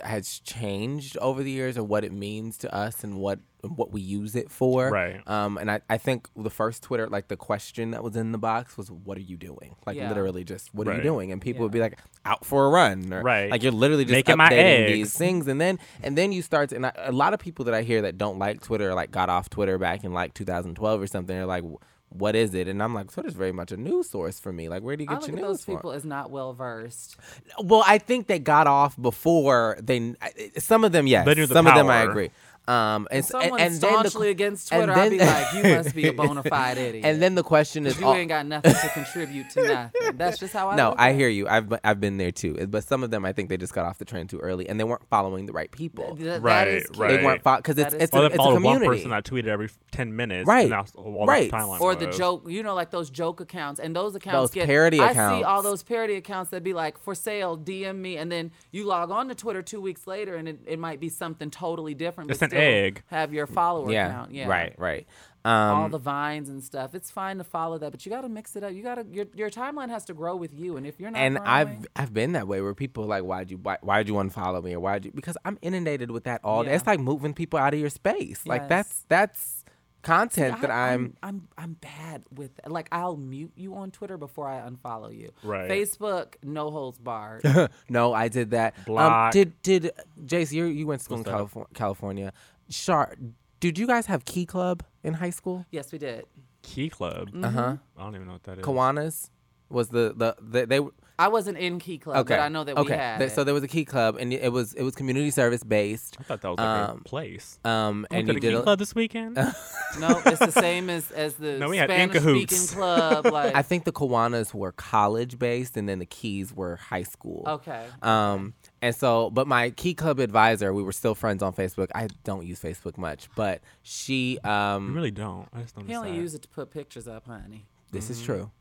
Speaker 1: has changed over the years and what it means to us and what what we use it for.
Speaker 3: Right.
Speaker 1: Um and I, I think the first Twitter like the question that was in the box was what are you doing? Like
Speaker 4: Yeah.
Speaker 1: literally just what are
Speaker 3: Right.
Speaker 1: you doing? And people would be
Speaker 4: Yeah.
Speaker 1: like out for a run or
Speaker 3: Right.
Speaker 1: like you're literally just
Speaker 3: Making
Speaker 1: updating
Speaker 3: my
Speaker 1: these
Speaker 3: eggs.
Speaker 1: things and then and then you start to, and I, a lot of people that I hear that don't like Twitter like got off Twitter back in like 2012 or something they're like what is it? And I'm like Twitter's very much a news source for me. Like where do you
Speaker 4: I
Speaker 1: get
Speaker 4: look
Speaker 1: your
Speaker 4: at
Speaker 1: news
Speaker 4: those
Speaker 1: from?
Speaker 4: people as not well versed.
Speaker 1: Well, I think they got off before they. I- Some of them, yes.
Speaker 3: They knew the
Speaker 1: some of them, I
Speaker 3: power.
Speaker 1: agree. Um, and s-
Speaker 4: Someone
Speaker 1: and, and then the,
Speaker 4: staunchly against
Speaker 1: and
Speaker 4: Twitter, I'd be
Speaker 1: then-
Speaker 4: like, you
Speaker 1: (laughs)
Speaker 4: must be a bona fide idiot.
Speaker 1: and then the question is,
Speaker 4: you
Speaker 1: al-
Speaker 4: ain't got nothing to contribute
Speaker 1: (laughs)
Speaker 4: to nothing. That's just how I
Speaker 1: no,
Speaker 4: look
Speaker 1: I
Speaker 4: at it.
Speaker 1: hear you. I've b- I've been there too. But some of them, I think they just got off the train too early, and they weren't following the right people.
Speaker 4: Th- that
Speaker 3: Right,
Speaker 4: is key.
Speaker 3: right.
Speaker 1: They weren't because it's
Speaker 4: That is-
Speaker 1: it's,
Speaker 3: Or
Speaker 1: a,
Speaker 3: they
Speaker 1: it's a
Speaker 3: follow one
Speaker 1: community.
Speaker 3: person that tweeted every ten minutes.
Speaker 1: Right.
Speaker 3: And that's all
Speaker 1: Right.
Speaker 3: The timeline
Speaker 4: or the
Speaker 3: was.
Speaker 4: joke, you know, like those joke accounts and those accounts
Speaker 1: Those
Speaker 4: get
Speaker 1: parody
Speaker 4: I see
Speaker 1: accounts.
Speaker 4: all those parody accounts that be like for sale, DM me, and then you log on to Twitter two weeks later, and it, it might be something totally different. but
Speaker 3: It's an
Speaker 4: still
Speaker 3: egg.
Speaker 4: Have your follower
Speaker 1: yeah,
Speaker 4: count, yeah,
Speaker 1: Right. Right. Um,
Speaker 4: All the vines and stuff. It's fine to follow that, but you got to mix it up. You got to your your timeline has to grow with you, and if you're not,
Speaker 1: and
Speaker 4: growing,
Speaker 1: I've I've been that way where people are like why'd you why why'd you unfollow me or why'd you because I'm inundated with that all day.
Speaker 4: Yeah.
Speaker 1: It's like moving people out of your space. Like
Speaker 4: Yes.
Speaker 1: that's that's content that
Speaker 4: I-
Speaker 1: I'm
Speaker 4: I'm I'm bad with like I'll mute you on Twitter before I unfollow you.
Speaker 3: Right.
Speaker 4: Facebook, no
Speaker 1: (laughs)
Speaker 4: holds barred.
Speaker 1: No, I did that. Um,
Speaker 3: Block.
Speaker 1: did did Jace? You you went to school
Speaker 3: What's
Speaker 1: in
Speaker 3: that?
Speaker 1: California, California. Shar, did you guys have Key Club in high school?
Speaker 4: yes, we did.
Speaker 3: Key Club.
Speaker 1: Uh huh.
Speaker 4: Mm-hmm.
Speaker 3: I don't even know what that is.
Speaker 1: Kiwanis was the the, the they were-
Speaker 4: I wasn't in Key Club,
Speaker 1: Okay.
Speaker 4: but I know that
Speaker 1: okay.
Speaker 4: we had.
Speaker 1: Th-
Speaker 4: it.
Speaker 1: So there was a key club, and it was it was community service based.
Speaker 3: I thought that was like
Speaker 1: Um,
Speaker 3: a place.
Speaker 1: Um,
Speaker 3: And
Speaker 1: and you
Speaker 3: to the
Speaker 1: did.
Speaker 3: Key
Speaker 1: a-
Speaker 3: Club this
Speaker 1: (laughs)
Speaker 3: weekend.
Speaker 4: no, it's the same as as the
Speaker 3: No, we had in
Speaker 4: Spanish speaking
Speaker 3: cahoots. (laughs)
Speaker 4: club. Like,
Speaker 1: I think the Kiwanis were college based, and then the Keys were high school.
Speaker 4: okay,
Speaker 1: Um, and so, but my Key Club advisor, we were still friends on Facebook. I don't use Facebook much, but she, um,
Speaker 3: you really don't. I just noticed
Speaker 4: he only
Speaker 3: that.
Speaker 4: used it to put pictures up, honey.
Speaker 1: this
Speaker 4: Mm.
Speaker 1: is true.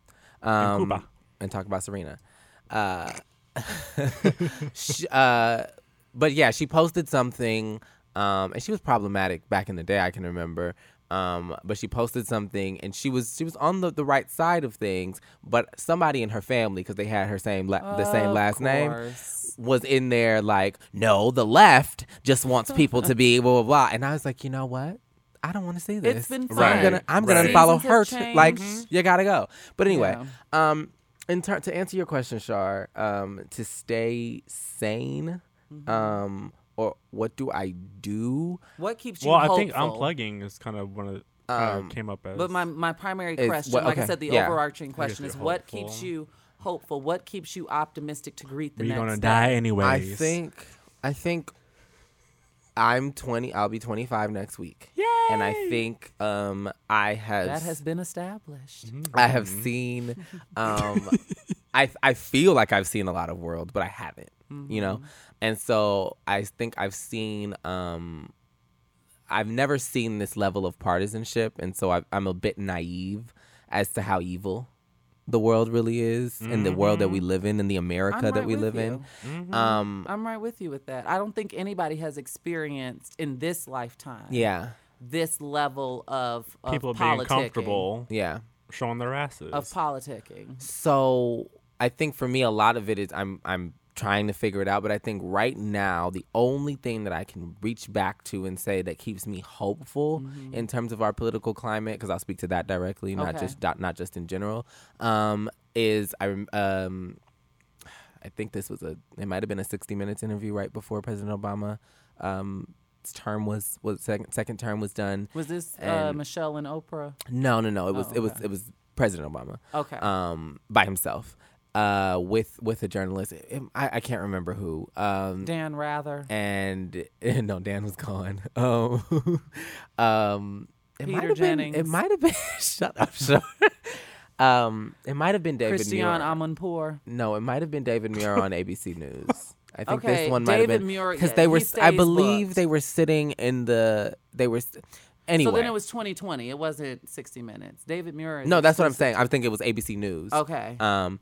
Speaker 1: Um,
Speaker 3: Cuba.
Speaker 1: And talk about Serena. Uh, (laughs) sh uh, but yeah, she posted something, um, and she was problematic back in the day. I can remember. Um, but she posted something, and she was she was on the, the right side of things. But somebody in her family, because they had her same la- the same
Speaker 4: Of
Speaker 1: last name,
Speaker 4: course.
Speaker 1: was in there like, no, the left just wants people to
Speaker 4: (laughs)
Speaker 1: be blah blah blah. And I was like, you know what? I don't want to see this.
Speaker 4: It's been
Speaker 1: So I'm
Speaker 3: Right,
Speaker 1: gonna I'm
Speaker 3: right.
Speaker 1: gonna follow her.
Speaker 4: Seasons have
Speaker 1: T- like
Speaker 4: changed.
Speaker 1: you gotta go. But anyway, um, in ter- to answer your question, Shar, um, to stay sane,
Speaker 4: Mm-hmm.
Speaker 1: um, or what do I do?
Speaker 4: What keeps you
Speaker 3: Well, I
Speaker 4: hopeful?
Speaker 3: think unplugging is kind of one of the, uh,
Speaker 1: Um,
Speaker 3: came up as.
Speaker 4: But my my primary
Speaker 1: It's-
Speaker 4: question,
Speaker 1: what-
Speaker 4: like I
Speaker 1: okay,
Speaker 4: said, the
Speaker 1: yeah.
Speaker 4: overarching question
Speaker 3: you're
Speaker 4: is what
Speaker 3: hopeful.
Speaker 4: keeps you hopeful? What keeps you optimistic to greet the
Speaker 3: we're
Speaker 4: next
Speaker 3: gonna
Speaker 4: day?
Speaker 3: die anyways.
Speaker 1: I think I think I'm 20. I'll be 25 next week. And I think um, I have
Speaker 4: That has been established.
Speaker 3: Mm-hmm.
Speaker 1: I have
Speaker 4: Mm-hmm. (laughs)
Speaker 1: seen. Um, I I feel like I've seen a lot of world, but I haven't. You know,
Speaker 4: Mm-hmm.
Speaker 1: and so I think I've seen. Um, I've never seen this level of partisanship, and so I, I'm a bit naive as to how evil the world really is, and the world that we live in, and the America
Speaker 4: Mm-hmm. I'm
Speaker 1: that
Speaker 4: right
Speaker 1: we
Speaker 4: with
Speaker 1: live in. Um,
Speaker 4: you. Mm-hmm. I'm right with you with that. I don't think anybody has experienced in this lifetime
Speaker 1: Yeah,
Speaker 4: this level of, of
Speaker 3: people being
Speaker 4: politicking,
Speaker 3: comfortable
Speaker 1: yeah.
Speaker 3: showing their asses.
Speaker 4: of politicking.
Speaker 1: So I think for me, a lot of it is I'm I'm trying to figure it out. But I think right now, the only thing that I can reach back to and say that keeps me hopeful in terms of our political climate, because I'll speak to that directly, not
Speaker 4: Mm-hmm. Okay.
Speaker 1: just not, not just in general, um, is I rem- um, I think this was a it might have been a 60 Minutes interview right before President Obama. Um, term was was second second term was done
Speaker 4: Was this uh,
Speaker 1: And-
Speaker 4: Michelle and Oprah?
Speaker 1: no no no it was
Speaker 4: Oh,
Speaker 1: it was
Speaker 4: okay.
Speaker 1: it was president obama
Speaker 4: Okay.
Speaker 1: um, by himself uh, with with a journalist. Um, I, I can't remember who. Um,
Speaker 4: Dan Rather.
Speaker 1: and (laughs) no, Dan was gone. Um, um, it might
Speaker 4: Peter
Speaker 1: have been. It
Speaker 4: Jennings.
Speaker 1: might have been. (laughs) shut up. Shut up. um, it might have been David
Speaker 4: Christian
Speaker 1: Muir.
Speaker 4: Amanpour.
Speaker 1: no, it might have been David Muir on
Speaker 4: (laughs)
Speaker 1: ABC News. I think
Speaker 4: Okay,
Speaker 1: this one might have
Speaker 4: David
Speaker 1: been
Speaker 4: Muir, yeah,
Speaker 1: they were.
Speaker 4: he
Speaker 1: I
Speaker 4: stays
Speaker 1: believe
Speaker 4: booked.
Speaker 1: they were sitting in the. They were. St- anyway,
Speaker 4: So then it was 2020. It wasn't 60 Minutes. David Muir. is
Speaker 1: No, that's what I'm
Speaker 4: exclusive.
Speaker 1: saying. I think it was ABC News.
Speaker 4: Okay.
Speaker 1: Um,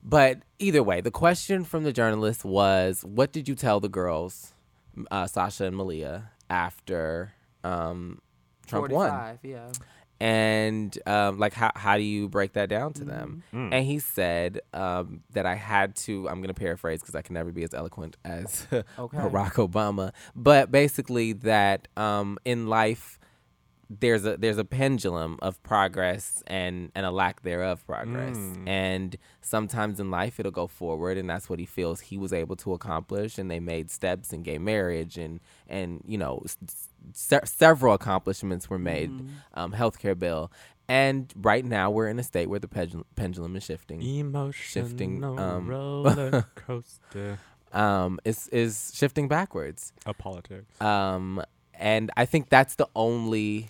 Speaker 1: but either way, the question from the journalist was, "What did you tell the girls, uh, Sasha and Malia, after um, Trump won?"
Speaker 4: 45, Yeah.
Speaker 1: And um, like, how how do you break that down to them? And he said um, that I had to. I'm gonna paraphrase because I can never be as eloquent as (laughs) Barack Obama. But basically, that um, in life there's a there's a pendulum of progress and and a lack thereof progress and sometimes in life it'll go forward and that's what he feels he was able to accomplish and they made steps in gay marriage and and you know s- s- se- several accomplishments were made
Speaker 4: Mm-hmm.
Speaker 1: um healthcare bill and right now we're in a state where the pendul- pendulum is shifting
Speaker 3: Emotional
Speaker 1: um, (laughs)
Speaker 3: roller coaster.
Speaker 1: um is is shifting backwards
Speaker 3: A politics.
Speaker 1: Um, and I think that's the only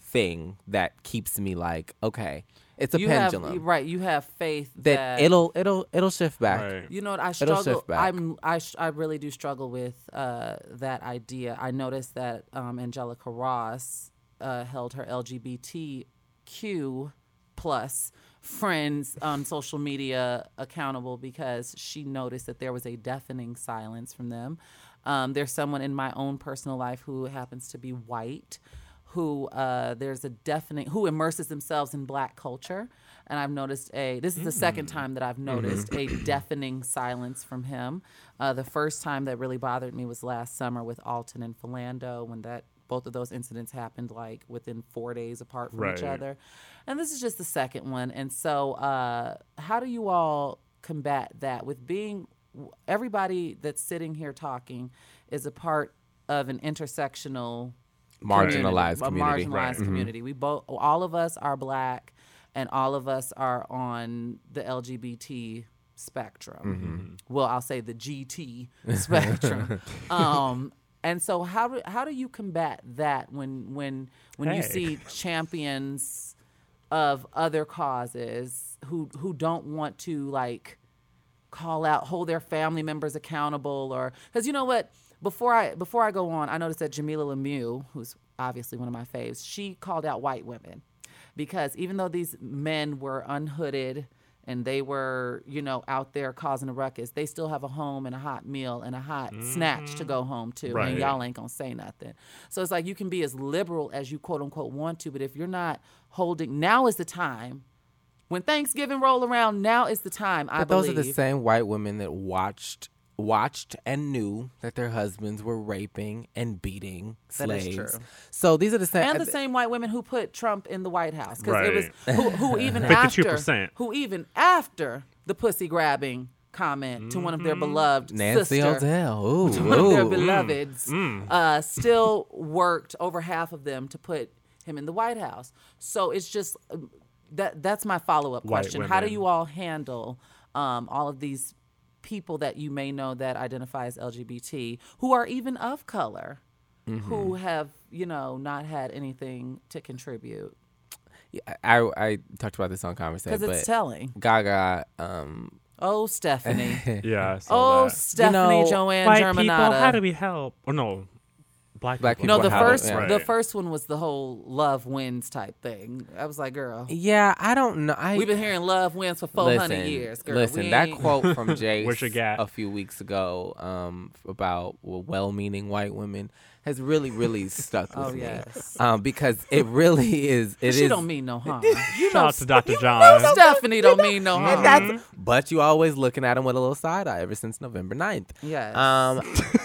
Speaker 1: thing that keeps me like, okay, it's a
Speaker 4: you
Speaker 1: pendulum
Speaker 4: Have, right. You have faith
Speaker 1: that,
Speaker 4: that,
Speaker 1: it'll it'll it'll shift back.
Speaker 3: Right.
Speaker 4: You know what? I
Speaker 1: It'll shift
Speaker 4: struggle.
Speaker 1: back.
Speaker 4: I'm. I. Sh- I really do struggle with uh, that idea. I noticed that um, Angelica Ross uh, held her LGBTQ plus friends on social media accountable because she noticed that there was a deafening silence from them. Um, there's someone in my own personal life who happens to be white who uh, there's a deafening who immerses themselves in black culture and i've noticed a this is the second time that i've noticed a (clears throat) deafening silence from him uh, the first time that really bothered me was last summer with alton and philando when that both of those incidents happened like within four days apart from each
Speaker 3: Right.
Speaker 4: other and this is just the second one and so uh, how do you all combat that with being everybody that's sitting here talking is a part of an intersectional
Speaker 1: Marginalized
Speaker 4: a
Speaker 1: community.
Speaker 4: marginalized
Speaker 3: Right.
Speaker 4: community. We both, all of us are black, and all of us are on the LGBT spectrum. Well, I'll say the GT spectrum. um, and so how do how do you combat that when when when you
Speaker 3: Hey.
Speaker 4: see champions of other causes who who don't want to like call out hold their family members accountable or because you know what before i before i go on i noticed that jamila lemieux who's obviously one of my faves she called out white women because even though these men were unhooded and they were you know out there causing a ruckus they still have a home and a hot meal and a hot snatch to go home to
Speaker 3: Right.
Speaker 4: and y'all ain't gonna say nothing so it's like you can be as liberal as you quote unquote want to but if you're not holding now is the time when thanksgiving roll around now is the time i
Speaker 1: But those are
Speaker 4: believe
Speaker 1: the same white women that watched watched and knew that their husbands were raping and beating
Speaker 4: That is
Speaker 1: slaves.
Speaker 4: true.
Speaker 1: So these are the uh, same.
Speaker 4: and the same white women who put Trump in the White House because it was
Speaker 3: Right.
Speaker 4: who, who even
Speaker 3: 52%.
Speaker 4: after who even after the pussy grabbing comment to one of their beloved
Speaker 1: Nancy
Speaker 4: sister,
Speaker 1: Odell. Ooh,
Speaker 4: (laughs) one of
Speaker 1: ooh.
Speaker 4: their
Speaker 1: mm,
Speaker 4: beloveds, Uh, still worked over half of them to put him in the White House. So it's just um, that that's my follow up
Speaker 3: White
Speaker 4: question. How do
Speaker 3: women.
Speaker 4: you all handle um, all of these people that you may know that identify as LGBT who are even of color? Who have you know not had anything to contribute
Speaker 1: I, I talked about this on conversation,
Speaker 4: because
Speaker 1: but
Speaker 4: it's telling.
Speaker 1: Gaga, um,
Speaker 4: Oh Stephanie,
Speaker 3: Yeah. I saw
Speaker 4: oh
Speaker 3: that.
Speaker 4: Stephanie
Speaker 1: You know,
Speaker 4: Joanne
Speaker 3: white
Speaker 4: Germanata.
Speaker 3: people, how do we help? Or no, black,
Speaker 1: Black
Speaker 4: No,
Speaker 1: people,
Speaker 4: the
Speaker 1: how do-
Speaker 4: first
Speaker 1: yeah.
Speaker 4: the
Speaker 3: Right.
Speaker 4: first one was the whole love wins type thing. I was like, girl,
Speaker 1: yeah, I don't know. I,
Speaker 4: we've been hearing love wins for four hundred years, girl.
Speaker 1: Listen,
Speaker 4: We
Speaker 1: that
Speaker 4: ain't-
Speaker 1: quote
Speaker 4: (laughs)
Speaker 1: from Jay
Speaker 3: Where's your gap?
Speaker 1: a few weeks ago um, f- about well, well-meaning white women has really, really stuck with
Speaker 4: Oh
Speaker 1: me
Speaker 4: yes,
Speaker 1: um, because it really is. It
Speaker 4: she
Speaker 1: is-
Speaker 4: don't
Speaker 1: (laughs)
Speaker 4: mean no harm.
Speaker 3: Shout out to Dr. John.
Speaker 4: Stephanie don't mean no harm.
Speaker 1: And that's, but you always looking at him with a little side eye ever since November 9th.
Speaker 4: Yes.
Speaker 1: Um,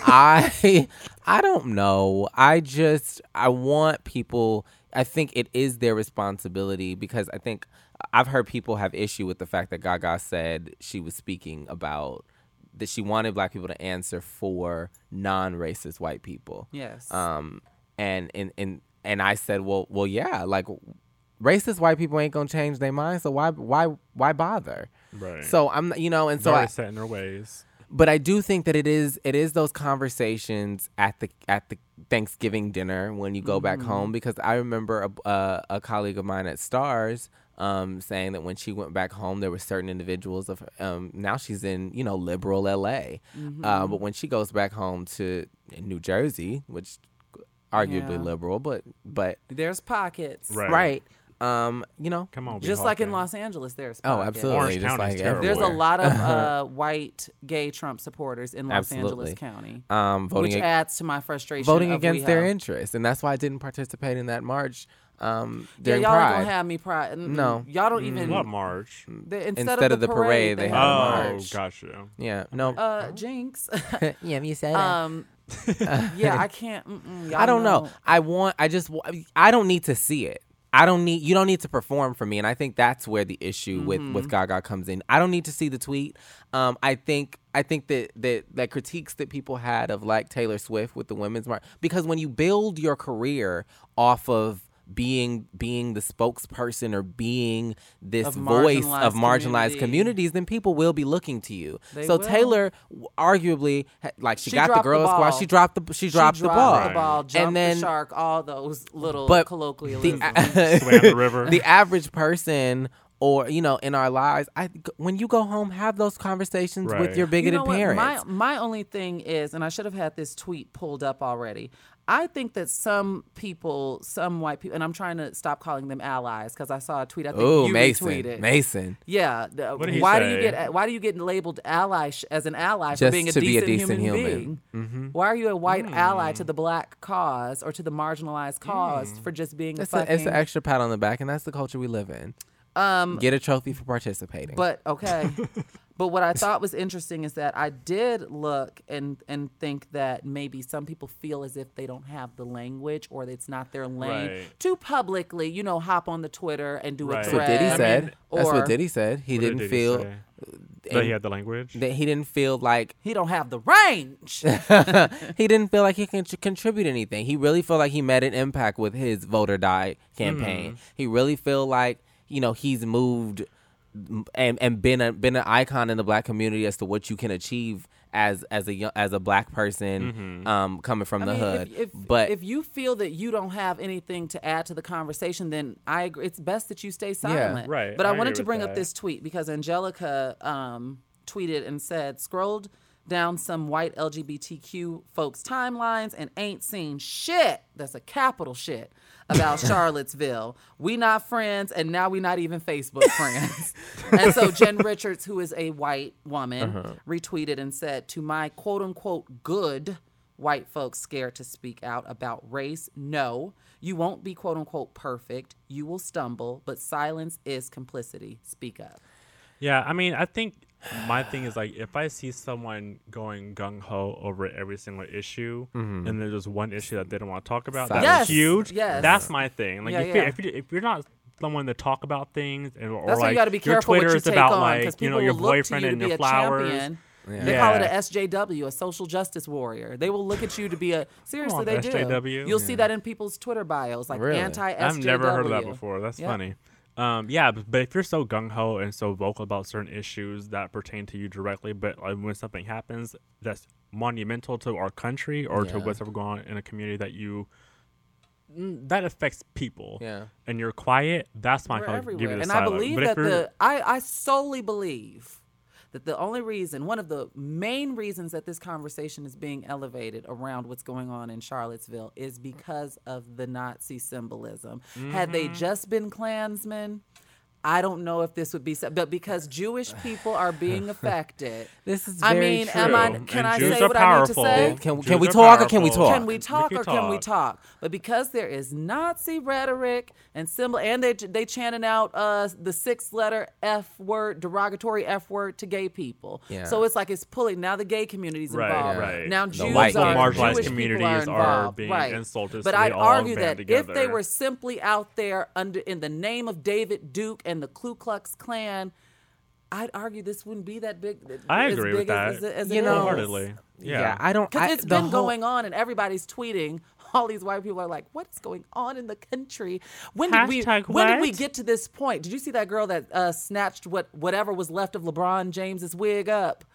Speaker 1: I, I don't know. I just, I want people, I think it is their responsibility because I think I've heard people have issue with the fact that Gaga said she was speaking about that she wanted black people to answer for non-racist white people.
Speaker 4: yes.
Speaker 1: Um, and and and and I said, well, well, yeah, like racist white people ain't gonna change their mind, so why why why bother?
Speaker 3: Right.
Speaker 1: So I'm, you know, and so
Speaker 3: They're
Speaker 1: I,
Speaker 3: already set in their ways.
Speaker 1: but I do think that it is it is those conversations at the at the Thanksgiving dinner when you go back
Speaker 4: Mm-hmm.
Speaker 1: home because I remember a, a, a colleague of mine at Stars um, saying that when she went back home there were certain individuals of um, now she's in you know liberal LA
Speaker 4: Mm-hmm.
Speaker 1: uh, but when she goes back home to New Jersey which arguably
Speaker 4: Yeah.
Speaker 1: liberal but but
Speaker 4: there's pockets,
Speaker 3: Right.
Speaker 1: right um, you know
Speaker 3: Come on. be
Speaker 4: Just like in
Speaker 3: Hawking.
Speaker 4: Los Angeles, there's
Speaker 1: oh
Speaker 4: pockets.
Speaker 1: absolutely
Speaker 3: Orange
Speaker 1: just
Speaker 3: County's
Speaker 1: like
Speaker 3: terrible.
Speaker 4: There's a
Speaker 1: everywhere. (laughs)
Speaker 4: lot of uh, white gay Trump supporters in Los Angeles
Speaker 1: Absolutely.
Speaker 4: County,
Speaker 1: um, voting
Speaker 4: which
Speaker 1: ag-
Speaker 4: adds to my frustration.
Speaker 1: voting
Speaker 4: of
Speaker 1: against
Speaker 4: WeHo.
Speaker 1: their interests, and that's why I didn't participate in that march um,
Speaker 4: Yeah,
Speaker 1: during
Speaker 4: y'all ain't
Speaker 1: Pride.
Speaker 4: gonna have me pride. Mm-mm.
Speaker 1: No.
Speaker 4: y'all don't even.
Speaker 3: What march?
Speaker 4: the- instead,
Speaker 1: Instead of the parade, they
Speaker 4: have
Speaker 1: had a
Speaker 4: a
Speaker 1: march.
Speaker 3: Oh,
Speaker 1: March.
Speaker 3: gotcha.
Speaker 1: yeah, no. (laughs)
Speaker 4: uh jinx (laughs)
Speaker 1: yeah, you said (laughs)
Speaker 4: um yeah i can't mm-mm, y'all
Speaker 1: I don't know. I want. I just. wa- I don't need to see it. I don't need. You don't need to perform for me, and I think that's where the issue
Speaker 4: Mm-hmm.
Speaker 1: with with Gaga comes in. I don't need to see the tweet. Um, I think. I think that that that critiques that people had of like Taylor Swift with the women's march because when you build your career off of being being the spokesperson or being this
Speaker 4: Of
Speaker 1: voice of
Speaker 4: marginalized
Speaker 1: marginalized
Speaker 4: community.
Speaker 1: communities then people will be looking to you
Speaker 4: They
Speaker 1: so
Speaker 4: will.
Speaker 1: Taylor w- arguably ha- like she,
Speaker 4: She
Speaker 1: got the
Speaker 4: dropped the
Speaker 1: girl squad
Speaker 4: ball.
Speaker 1: she dropped the she dropped,
Speaker 4: she
Speaker 1: the ball,
Speaker 4: the ball jumped
Speaker 1: and then
Speaker 4: the shark all those little
Speaker 1: But the- uh, (laughs)
Speaker 4: colloquialisms
Speaker 3: Swam the river.
Speaker 1: the average person or you know in our lives i when you go home have those conversations with
Speaker 3: Right.
Speaker 1: your bigoted
Speaker 4: you know what?
Speaker 1: parents
Speaker 4: My, my only thing is, and I should have had this tweet pulled up already. I think that some people, some white people, and I'm trying to stop calling them allies because I saw a tweet. I think
Speaker 1: oh
Speaker 4: you
Speaker 1: mason
Speaker 4: retweeted.
Speaker 1: mason
Speaker 4: Yeah. the-
Speaker 3: What did he
Speaker 4: why do
Speaker 3: say?
Speaker 4: you get why do you get labeled ally sh- as an ally for
Speaker 1: Just
Speaker 4: being a,
Speaker 1: to
Speaker 4: decent
Speaker 1: be a decent
Speaker 4: human,
Speaker 1: human. Hmm.
Speaker 4: being?
Speaker 3: Mm-hmm.
Speaker 4: Why are you a white ally to the black cause or to the marginalized cause for just being
Speaker 1: it's,
Speaker 4: a
Speaker 1: a,
Speaker 4: fucking?
Speaker 1: it's an extra pat on the back and that's the culture we live in um get a trophy for participating
Speaker 4: but
Speaker 3: (laughs)
Speaker 4: okay. but what I thought was interesting is that I did look and and think that maybe some people feel as if they don't have the language or it's not their lane
Speaker 3: Right.
Speaker 4: to publicly, you know, hop on the Twitter and do
Speaker 3: Right.
Speaker 4: a
Speaker 1: that's what diddy
Speaker 3: That's
Speaker 4: thread.
Speaker 1: said that's
Speaker 4: or-
Speaker 1: what diddy said he
Speaker 3: What
Speaker 1: didn't
Speaker 3: did he
Speaker 1: feel
Speaker 3: say? That he had the language.
Speaker 1: that he didn't feel like
Speaker 4: He don't have the range.
Speaker 1: he didn't feel like he can tr- contribute anything. He really felt like he made an impact
Speaker 4: Mm-hmm.
Speaker 1: with his vote or die campaign. He really feel like you know he's moved and and been a, been an icon in the black community as to what you can achieve as as a young, as a black person
Speaker 4: Mm-hmm.
Speaker 1: um, coming from
Speaker 4: I
Speaker 1: the
Speaker 4: mean,
Speaker 1: hood.
Speaker 4: If, if,
Speaker 1: but
Speaker 4: if you feel that you don't have anything to add to the conversation, then I agree. It's best that you stay silent.
Speaker 3: Right,
Speaker 4: But I,
Speaker 3: I
Speaker 4: wanted
Speaker 3: agree
Speaker 4: to
Speaker 3: with
Speaker 4: bring up
Speaker 3: that.
Speaker 4: this tweet because Angelica um, tweeted and said, scrolled down some white LGBTQ folks' timelines and ain't seen shit. That's a capital shit
Speaker 1: (laughs)
Speaker 4: about Charlottesville. We not friends, and now we not even
Speaker 1: (laughs)
Speaker 4: Facebook friends. and so Jen Richards, who is a white woman,
Speaker 1: Uh-huh.
Speaker 4: retweeted and said, To my quote unquote good white folks scared to speak out about race, no, you won't be quote unquote perfect. You will stumble, but silence is complicity. Speak up.
Speaker 3: Yeah, I mean, I think my thing is like if I see someone going gung ho over every single issue, and there's just one issue that they don't want to talk about, that's
Speaker 4: Yes,
Speaker 3: huge.
Speaker 4: yes.
Speaker 3: that's my thing. Like
Speaker 4: Yeah,
Speaker 3: if, You're,
Speaker 4: yeah.
Speaker 3: if you if you're not someone to talk about things, and or
Speaker 4: That's
Speaker 3: like
Speaker 4: why you got to be
Speaker 3: your
Speaker 4: careful
Speaker 3: Twitter
Speaker 4: what you
Speaker 3: is
Speaker 4: take
Speaker 3: about
Speaker 4: on
Speaker 3: like
Speaker 4: 'cause
Speaker 3: you know
Speaker 4: people
Speaker 3: your
Speaker 4: will look to
Speaker 3: boyfriend
Speaker 4: you to
Speaker 3: and
Speaker 4: be
Speaker 3: your
Speaker 4: a
Speaker 3: flowers.
Speaker 4: champion. They call it
Speaker 3: Yeah.
Speaker 4: a SJW, a social justice warrior. They will look at you to be a seriously.
Speaker 3: on,
Speaker 4: they
Speaker 3: SJW.
Speaker 4: do. You'll see that in people's Twitter bios, like
Speaker 1: Really?
Speaker 4: anti SJW.
Speaker 3: I've never heard of that before. That's
Speaker 4: Yeah.
Speaker 3: funny. Um, yeah, but, but if you're so gung ho and so vocal about certain issues that pertain to you directly, but like, when something happens that's monumental to our country or to
Speaker 1: Yeah.
Speaker 3: what's ever going on in a community that you mm, that affects people,
Speaker 1: Yeah.
Speaker 3: and you're quiet, that's my
Speaker 4: We're
Speaker 3: kind of give you
Speaker 4: everywhere,
Speaker 3: the
Speaker 4: and
Speaker 3: silence.
Speaker 4: I believe
Speaker 3: but if
Speaker 4: that
Speaker 3: you're-
Speaker 4: the I, I solely believe that the only reason, one of the main reasons that this conversation is being elevated around what's going on in Charlottesville is because of the Nazi symbolism. Had they
Speaker 3: Mm-hmm.
Speaker 4: just been Klansmen. I don't know if this would be, so- but because Jewish people
Speaker 3: (laughs)
Speaker 4: are being affected.
Speaker 1: This is
Speaker 4: I
Speaker 1: very
Speaker 4: mean, am I?
Speaker 3: True.
Speaker 4: Can
Speaker 3: And
Speaker 4: I
Speaker 3: Jews
Speaker 4: say
Speaker 3: are
Speaker 4: what
Speaker 3: powerful.
Speaker 4: I need to say?
Speaker 1: Can-
Speaker 3: Jews
Speaker 1: can we
Speaker 3: are
Speaker 1: talk or can we
Speaker 3: powerful.
Speaker 1: talk?
Speaker 4: Can we talk
Speaker 3: can
Speaker 4: or can we talk? But because there is Nazi rhetoric and symbol, and they they chanting out uh the six letter F word, derogatory F word to gay people.
Speaker 1: Yeah.
Speaker 4: So it's like it's pulling now the gay community's
Speaker 3: Right,
Speaker 4: involved.
Speaker 3: right.
Speaker 4: Now
Speaker 3: The
Speaker 4: Jews
Speaker 1: white
Speaker 4: are
Speaker 1: marginalized
Speaker 4: Jewish people
Speaker 3: communities are
Speaker 4: involved.
Speaker 3: being
Speaker 4: right.
Speaker 3: insulted,
Speaker 4: But
Speaker 3: so
Speaker 4: I'd
Speaker 3: they all
Speaker 4: argue that
Speaker 3: band
Speaker 4: if they
Speaker 3: together.
Speaker 4: were simply out there under in the name of David Duke and the Ku Klux Klan. I'd argue this wouldn't be that big.
Speaker 3: I
Speaker 4: as
Speaker 3: agree
Speaker 4: big
Speaker 3: with
Speaker 4: as-
Speaker 3: that.
Speaker 4: as- as it
Speaker 1: You know,
Speaker 4: is.
Speaker 3: wholeheartedly. Yeah,
Speaker 1: I don't.
Speaker 4: Because
Speaker 1: I-
Speaker 4: it's
Speaker 1: the
Speaker 4: been
Speaker 1: whole-
Speaker 4: going on and everybody's tweeting. (laughs) All these white people are like, "What is going on in the country? When did we?
Speaker 3: Hashtag
Speaker 4: When did we
Speaker 3: what?"
Speaker 4: get to this point? Did you see that girl that uh, snatched what whatever was left of LeBron James's wig up?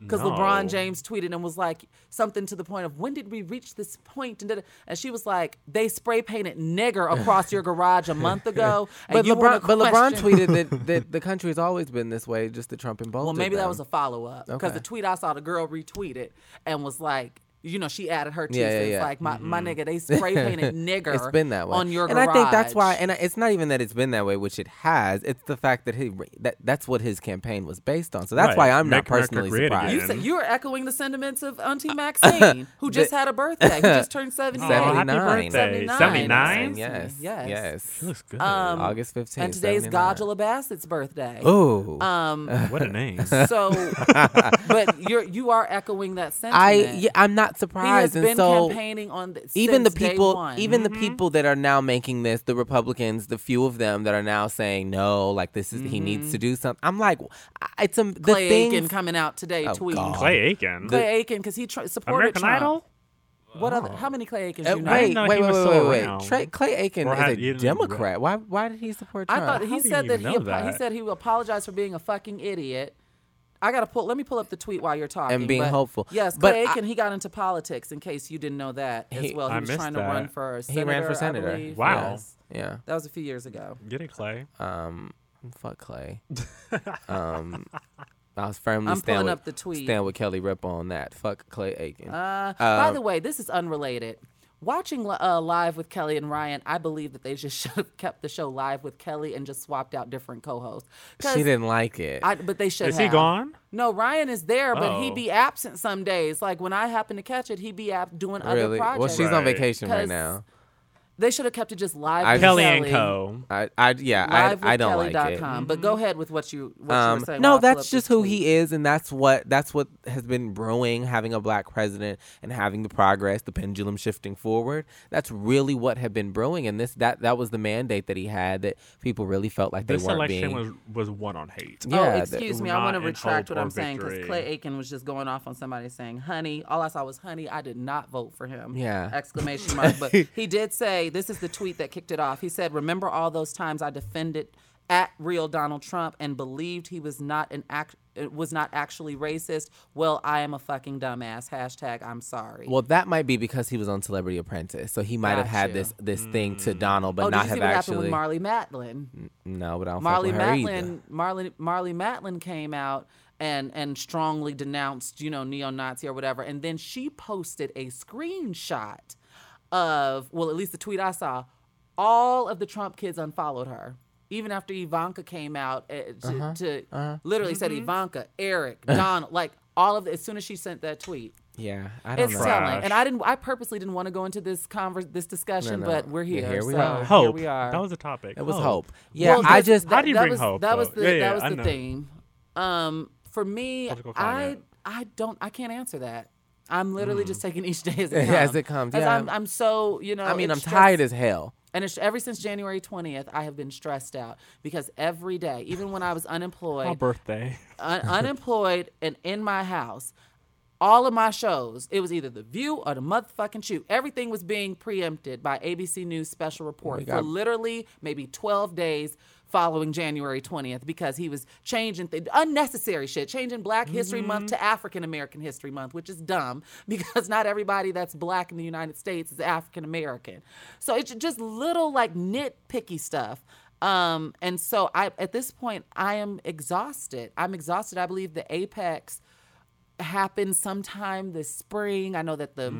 Speaker 4: Because
Speaker 3: No.
Speaker 4: LeBron James tweeted and was like something to the point of, "When did we reach this point?" And, da-da- and she was like, "They spray painted nigger across your garage a month ago." and
Speaker 1: But
Speaker 4: you wanna
Speaker 1: LeBron, but LeBron
Speaker 4: question-
Speaker 1: tweeted
Speaker 4: (laughs)
Speaker 1: that, that the country has always been this way. Just the Trump emboldened.
Speaker 4: Well, maybe that was a
Speaker 1: them.
Speaker 4: follow up because
Speaker 1: Okay.
Speaker 4: the tweet I saw, the girl retweeted and was like, you know, she added her two
Speaker 1: Yeah, yeah,
Speaker 4: cents,
Speaker 1: yeah.
Speaker 4: like my, my nigga, they spray painted
Speaker 1: (laughs)
Speaker 4: nigger.
Speaker 1: It's been that way
Speaker 4: on your
Speaker 1: and
Speaker 4: garage.
Speaker 1: I think that's why. And I- it's not even that it's been that way, which it has. It's the fact that he that that's what his campaign was based on. So that's
Speaker 3: Right.
Speaker 1: why I'm
Speaker 3: Make
Speaker 1: not
Speaker 3: America
Speaker 1: personally
Speaker 3: great again.
Speaker 1: surprised.
Speaker 4: you say, you are echoing the sentiments of
Speaker 1: (laughs)
Speaker 4: Auntie Maxine, who just had a birthday, who just turned seventy
Speaker 3: Oh,
Speaker 4: nine.
Speaker 3: happy
Speaker 1: 79.
Speaker 3: birthday.
Speaker 4: 79.
Speaker 3: 79?
Speaker 1: Yes, yes,
Speaker 4: Yes. Um,
Speaker 3: She looks good.
Speaker 4: Uh,
Speaker 1: August fifteenth.
Speaker 4: And today's Godzilla Bassett's birthday.
Speaker 1: Ooh.
Speaker 4: Um,
Speaker 1: (laughs)
Speaker 3: what a
Speaker 4: (laughs)
Speaker 3: name.
Speaker 4: so, but you're you are echoing that
Speaker 1: (laughs) I
Speaker 4: sentiment.
Speaker 1: yeah, I'm not
Speaker 4: he has
Speaker 1: surprised.
Speaker 4: been
Speaker 1: and so
Speaker 4: campaigning on the,
Speaker 1: even the
Speaker 4: since day
Speaker 1: people
Speaker 4: one. Mm-hmm.
Speaker 1: even the people that are now making this the republicans the few of them that are now saying no like this is he
Speaker 4: Mm-hmm.
Speaker 1: needs to do something i'm like I- it's um, the
Speaker 4: Clay
Speaker 1: thing
Speaker 4: Aiken coming out today
Speaker 1: Oh,
Speaker 4: tweeting.
Speaker 1: God.
Speaker 3: Clay Aiken.
Speaker 4: Clay Aiken because he tr- supported
Speaker 3: American
Speaker 4: Trump.
Speaker 3: Idol? Oh.
Speaker 4: What other? How many Clay Aikens
Speaker 1: Uh,
Speaker 4: you know?
Speaker 3: I
Speaker 1: wait,
Speaker 3: didn't know
Speaker 1: wait,
Speaker 3: he
Speaker 1: wait, wait,
Speaker 3: was
Speaker 1: wait,
Speaker 3: still
Speaker 1: wait,
Speaker 3: around.
Speaker 1: Tra- Clay Aiken
Speaker 3: Or
Speaker 1: is
Speaker 3: had-
Speaker 1: a
Speaker 3: he didn't-
Speaker 1: Democrat. Why? Why did he support
Speaker 4: I
Speaker 1: Trump?
Speaker 4: thought
Speaker 3: How
Speaker 4: he
Speaker 3: do you
Speaker 4: said
Speaker 3: even
Speaker 4: that he
Speaker 3: know
Speaker 4: apo- he
Speaker 3: that?
Speaker 4: said he apologized for being a fucking idiot. I gotta pull. Let me pull up the tweet while you're talking.
Speaker 1: being
Speaker 4: but-
Speaker 1: hopeful.
Speaker 4: Yes,
Speaker 1: But
Speaker 4: Clay
Speaker 1: I-
Speaker 4: Aiken. he got into politics. In case you didn't know that as
Speaker 1: He-
Speaker 4: well, he
Speaker 3: I
Speaker 4: was
Speaker 3: missed
Speaker 4: trying to
Speaker 3: that.
Speaker 4: run for
Speaker 1: He
Speaker 4: senator.
Speaker 1: ran for
Speaker 4: I
Speaker 1: senator.
Speaker 4: believe.
Speaker 3: Wow.
Speaker 4: Yes.
Speaker 1: yeah.
Speaker 4: that was a few years ago.
Speaker 3: Get it, Clay.
Speaker 1: Um. Fuck
Speaker 4: (laughs)
Speaker 1: Clay. um. I was firmly
Speaker 4: I'm
Speaker 1: stand
Speaker 4: pulling
Speaker 1: with,
Speaker 4: up the tweet.
Speaker 1: stand with Kelly Ripa on that. Fuck Clay Aiken.
Speaker 4: Uh, by the way, this is unrelated. Watching li- uh, live with Kelly and Ryan, I believe that they just (laughs) should have kept the show live with Kelly and just swapped out different co-hosts. 'Cause
Speaker 1: she didn't like it.
Speaker 4: I, but they should.
Speaker 3: Is
Speaker 4: have.
Speaker 3: he gone?
Speaker 4: No, Ryan is there, but he
Speaker 3: Oh.
Speaker 4: be absent some days. Like when I happen to catch it, he be ab- doing other
Speaker 1: really?
Speaker 4: projects.
Speaker 1: Well, she's on
Speaker 3: Right.
Speaker 1: vacation right
Speaker 4: 'Cause
Speaker 1: now.
Speaker 4: They should have kept it just live.
Speaker 1: I-
Speaker 4: with
Speaker 3: Kelly and Co.
Speaker 1: I. I. Yeah.
Speaker 4: Live
Speaker 1: I. I
Speaker 4: with
Speaker 1: don't
Speaker 4: Kelly
Speaker 1: like
Speaker 4: dot
Speaker 1: it.
Speaker 4: com. But go ahead with what you what you were saying. while
Speaker 1: Um, no,
Speaker 4: I pull
Speaker 1: that's
Speaker 4: up
Speaker 1: just
Speaker 4: this
Speaker 1: who
Speaker 4: tweet.
Speaker 1: he is, and that's what that's what has been brewing. Having a black president and having the progress, the pendulum shifting forward. That's really what had been brewing, and this that that was the mandate that he had that people really felt like they
Speaker 3: This
Speaker 1: weren't
Speaker 3: election
Speaker 1: being.
Speaker 3: was, was won on hate.
Speaker 1: yeah,
Speaker 4: oh,
Speaker 1: that-
Speaker 4: excuse me.
Speaker 3: Not
Speaker 4: I want to
Speaker 3: in
Speaker 4: retract
Speaker 3: hope
Speaker 4: what
Speaker 3: or
Speaker 4: I'm saying because
Speaker 3: victory.
Speaker 4: Clay Aiken was just going off on somebody saying, "Honey, all I saw was honey. I did not vote for him."
Speaker 1: Yeah. (laughs)
Speaker 4: Exclamation mark. But he did say, "This is the tweet that kicked it off." He said, "Remember all those times I defended at real Donald Trump and believed he was not an act uh, was not actually racist. Well, I am a fucking dumbass. Hashtag I'm sorry.
Speaker 1: Well, that might be because he was on Celebrity Apprentice, so he might have
Speaker 4: Got
Speaker 1: had
Speaker 4: you.
Speaker 1: this this thing
Speaker 3: Mm.
Speaker 1: to Donald, but
Speaker 4: oh, did
Speaker 1: not
Speaker 4: you see
Speaker 1: have
Speaker 4: what happened
Speaker 1: actually. Mm.
Speaker 4: with Marley Matlin?
Speaker 1: no, but I don't
Speaker 4: Marley
Speaker 1: fuck with her either.
Speaker 4: Matlin, Marley Marley Matlin came out and and strongly denounced, you know, neo-Nazi or whatever, and then she posted a screenshot of, well, at least the tweet I saw, all of the Trump kids unfollowed her. Even after Ivanka came out eh, to,
Speaker 1: Uh-huh,
Speaker 4: to literally said Ivanka,
Speaker 1: (laughs)
Speaker 4: Eric, Donald, like all of the, as soon as she sent that tweet,
Speaker 1: Yeah, I don't
Speaker 4: it's
Speaker 1: know.
Speaker 3: Right.
Speaker 4: telling. And
Speaker 3: Trash.
Speaker 4: I didn't, I purposely didn't want to go into this converse, this discussion,
Speaker 1: no.
Speaker 4: but we're
Speaker 1: Yeah,
Speaker 4: here.
Speaker 1: here we
Speaker 4: so
Speaker 1: are.
Speaker 4: here
Speaker 3: Hope.
Speaker 4: we are.
Speaker 3: That was a topic.
Speaker 1: It was
Speaker 3: hope.
Speaker 1: hope. Yeah, I
Speaker 4: that's-
Speaker 1: just
Speaker 3: How do you
Speaker 4: that
Speaker 3: bring
Speaker 4: was,
Speaker 3: hope,
Speaker 4: That was
Speaker 3: though?
Speaker 4: the
Speaker 3: Yeah, yeah,
Speaker 4: that was
Speaker 3: I
Speaker 4: the
Speaker 3: know.
Speaker 4: theme. Um, for me,
Speaker 3: Political
Speaker 4: I
Speaker 3: climate.
Speaker 4: I don't I can't answer that. I'm literally just
Speaker 3: Hmm.
Speaker 4: taking
Speaker 1: (laughs)
Speaker 4: each day as it comes.
Speaker 1: As it comes,
Speaker 4: 'Cause
Speaker 1: yeah.
Speaker 4: I'm, I'm so you know.
Speaker 1: I mean,
Speaker 4: Oh, it's
Speaker 1: I'm
Speaker 4: stress-
Speaker 1: tired as hell.
Speaker 4: and it's ever since January 20th, I have been stressed out because every day, even when
Speaker 3: (sighs)
Speaker 4: I was unemployed,
Speaker 3: My birthday.
Speaker 4: un- unemployed and in my house. All of my shows, it was either The View or The Motherfucking Shoot. Everything was being preempted by ABC News special report for literally maybe 12 days following January 20th because he was changing th- unnecessary shit, changing Black History Month to African American History Month, which is dumb (laughs) because not everybody that's black in the United States is African American. So it's just little like nitpicky stuff. Um, and so I at this point I am exhausted. I'm exhausted. I believe the apex happened sometime this spring. I know that the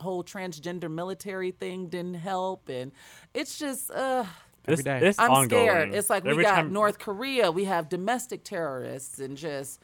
Speaker 4: whole transgender military thing didn't help and it's just uh
Speaker 3: It's,
Speaker 1: day.
Speaker 3: it's
Speaker 4: I'm
Speaker 3: ongoing.
Speaker 4: scared. It's like we
Speaker 3: Every
Speaker 4: got
Speaker 3: time-
Speaker 4: North Korea, we have domestic terrorists and just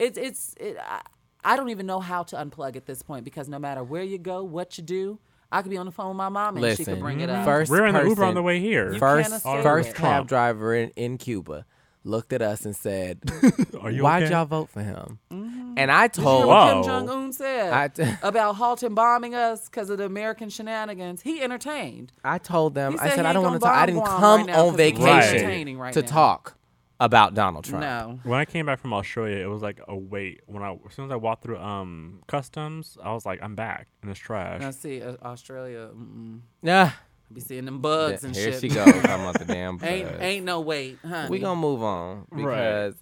Speaker 4: it's it's it, I, I don't even know how to unplug at this point because no matter where you go, what you do, I could be on the phone with my mom and
Speaker 1: Listen,
Speaker 4: she could bring it up.
Speaker 1: first
Speaker 3: We're in the
Speaker 1: person,
Speaker 3: Uber on the way here.
Speaker 1: First,
Speaker 4: escape
Speaker 1: first
Speaker 4: it.
Speaker 1: cab
Speaker 3: Trump.
Speaker 1: driver in, in Cuba looked at us and said,
Speaker 3: (laughs) Are you
Speaker 1: "Why'd
Speaker 3: okay?
Speaker 1: y'all vote for him?" And I
Speaker 4: Mm-hmm. Did you hear
Speaker 1: told
Speaker 4: what
Speaker 3: Whoa.
Speaker 4: Kim Jong Un said
Speaker 1: I t-
Speaker 4: about halting bombing us because of the American shenanigans. He entertained.
Speaker 1: I told them,
Speaker 4: He
Speaker 1: I
Speaker 4: said
Speaker 1: said,
Speaker 4: he
Speaker 1: I don't
Speaker 4: gonna
Speaker 1: want to talk. I
Speaker 4: bomb
Speaker 1: didn't
Speaker 4: Guam
Speaker 1: come
Speaker 4: right now
Speaker 1: on
Speaker 4: 'cause it's
Speaker 1: vacation
Speaker 4: entertaining right
Speaker 1: to
Speaker 4: now.
Speaker 1: talk about Donald Trump. (laughs)
Speaker 4: No,
Speaker 3: When I came back from Australia, it was like, oh wait. When I as soon as I walked through um customs, I was like, I'm back, and it's trash.
Speaker 4: I see uh, Australia. Mm-mm.
Speaker 1: Nah.
Speaker 4: I be seeing them bugs and
Speaker 1: Here
Speaker 4: shit.
Speaker 1: she goes. talking about the damn
Speaker 4: (laughs) Ain't
Speaker 1: bugs.
Speaker 4: ain't no wait, huh?
Speaker 1: We gonna move on because,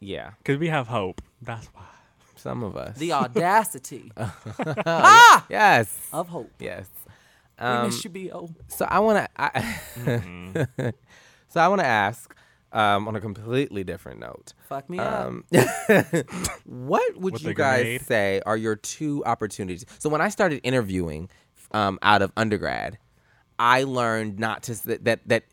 Speaker 1: yeah,
Speaker 3: Because we have hope. That's why.
Speaker 1: some of us. (laughs)
Speaker 4: the audacity ah!
Speaker 1: yes,
Speaker 4: of hope.
Speaker 1: yes.
Speaker 4: we
Speaker 1: Um,
Speaker 4: miss you, B.O.
Speaker 1: so I want to. I
Speaker 3: Mm-hmm.
Speaker 1: (laughs) so I want to ask um, on a completely different note.
Speaker 4: Fuck me up.
Speaker 1: Um, what would
Speaker 3: With
Speaker 1: you
Speaker 3: the
Speaker 1: guys
Speaker 3: grenade?
Speaker 1: say are your two opportunities? So when I started interviewing um, out of undergrad, I learned not to s- that that, that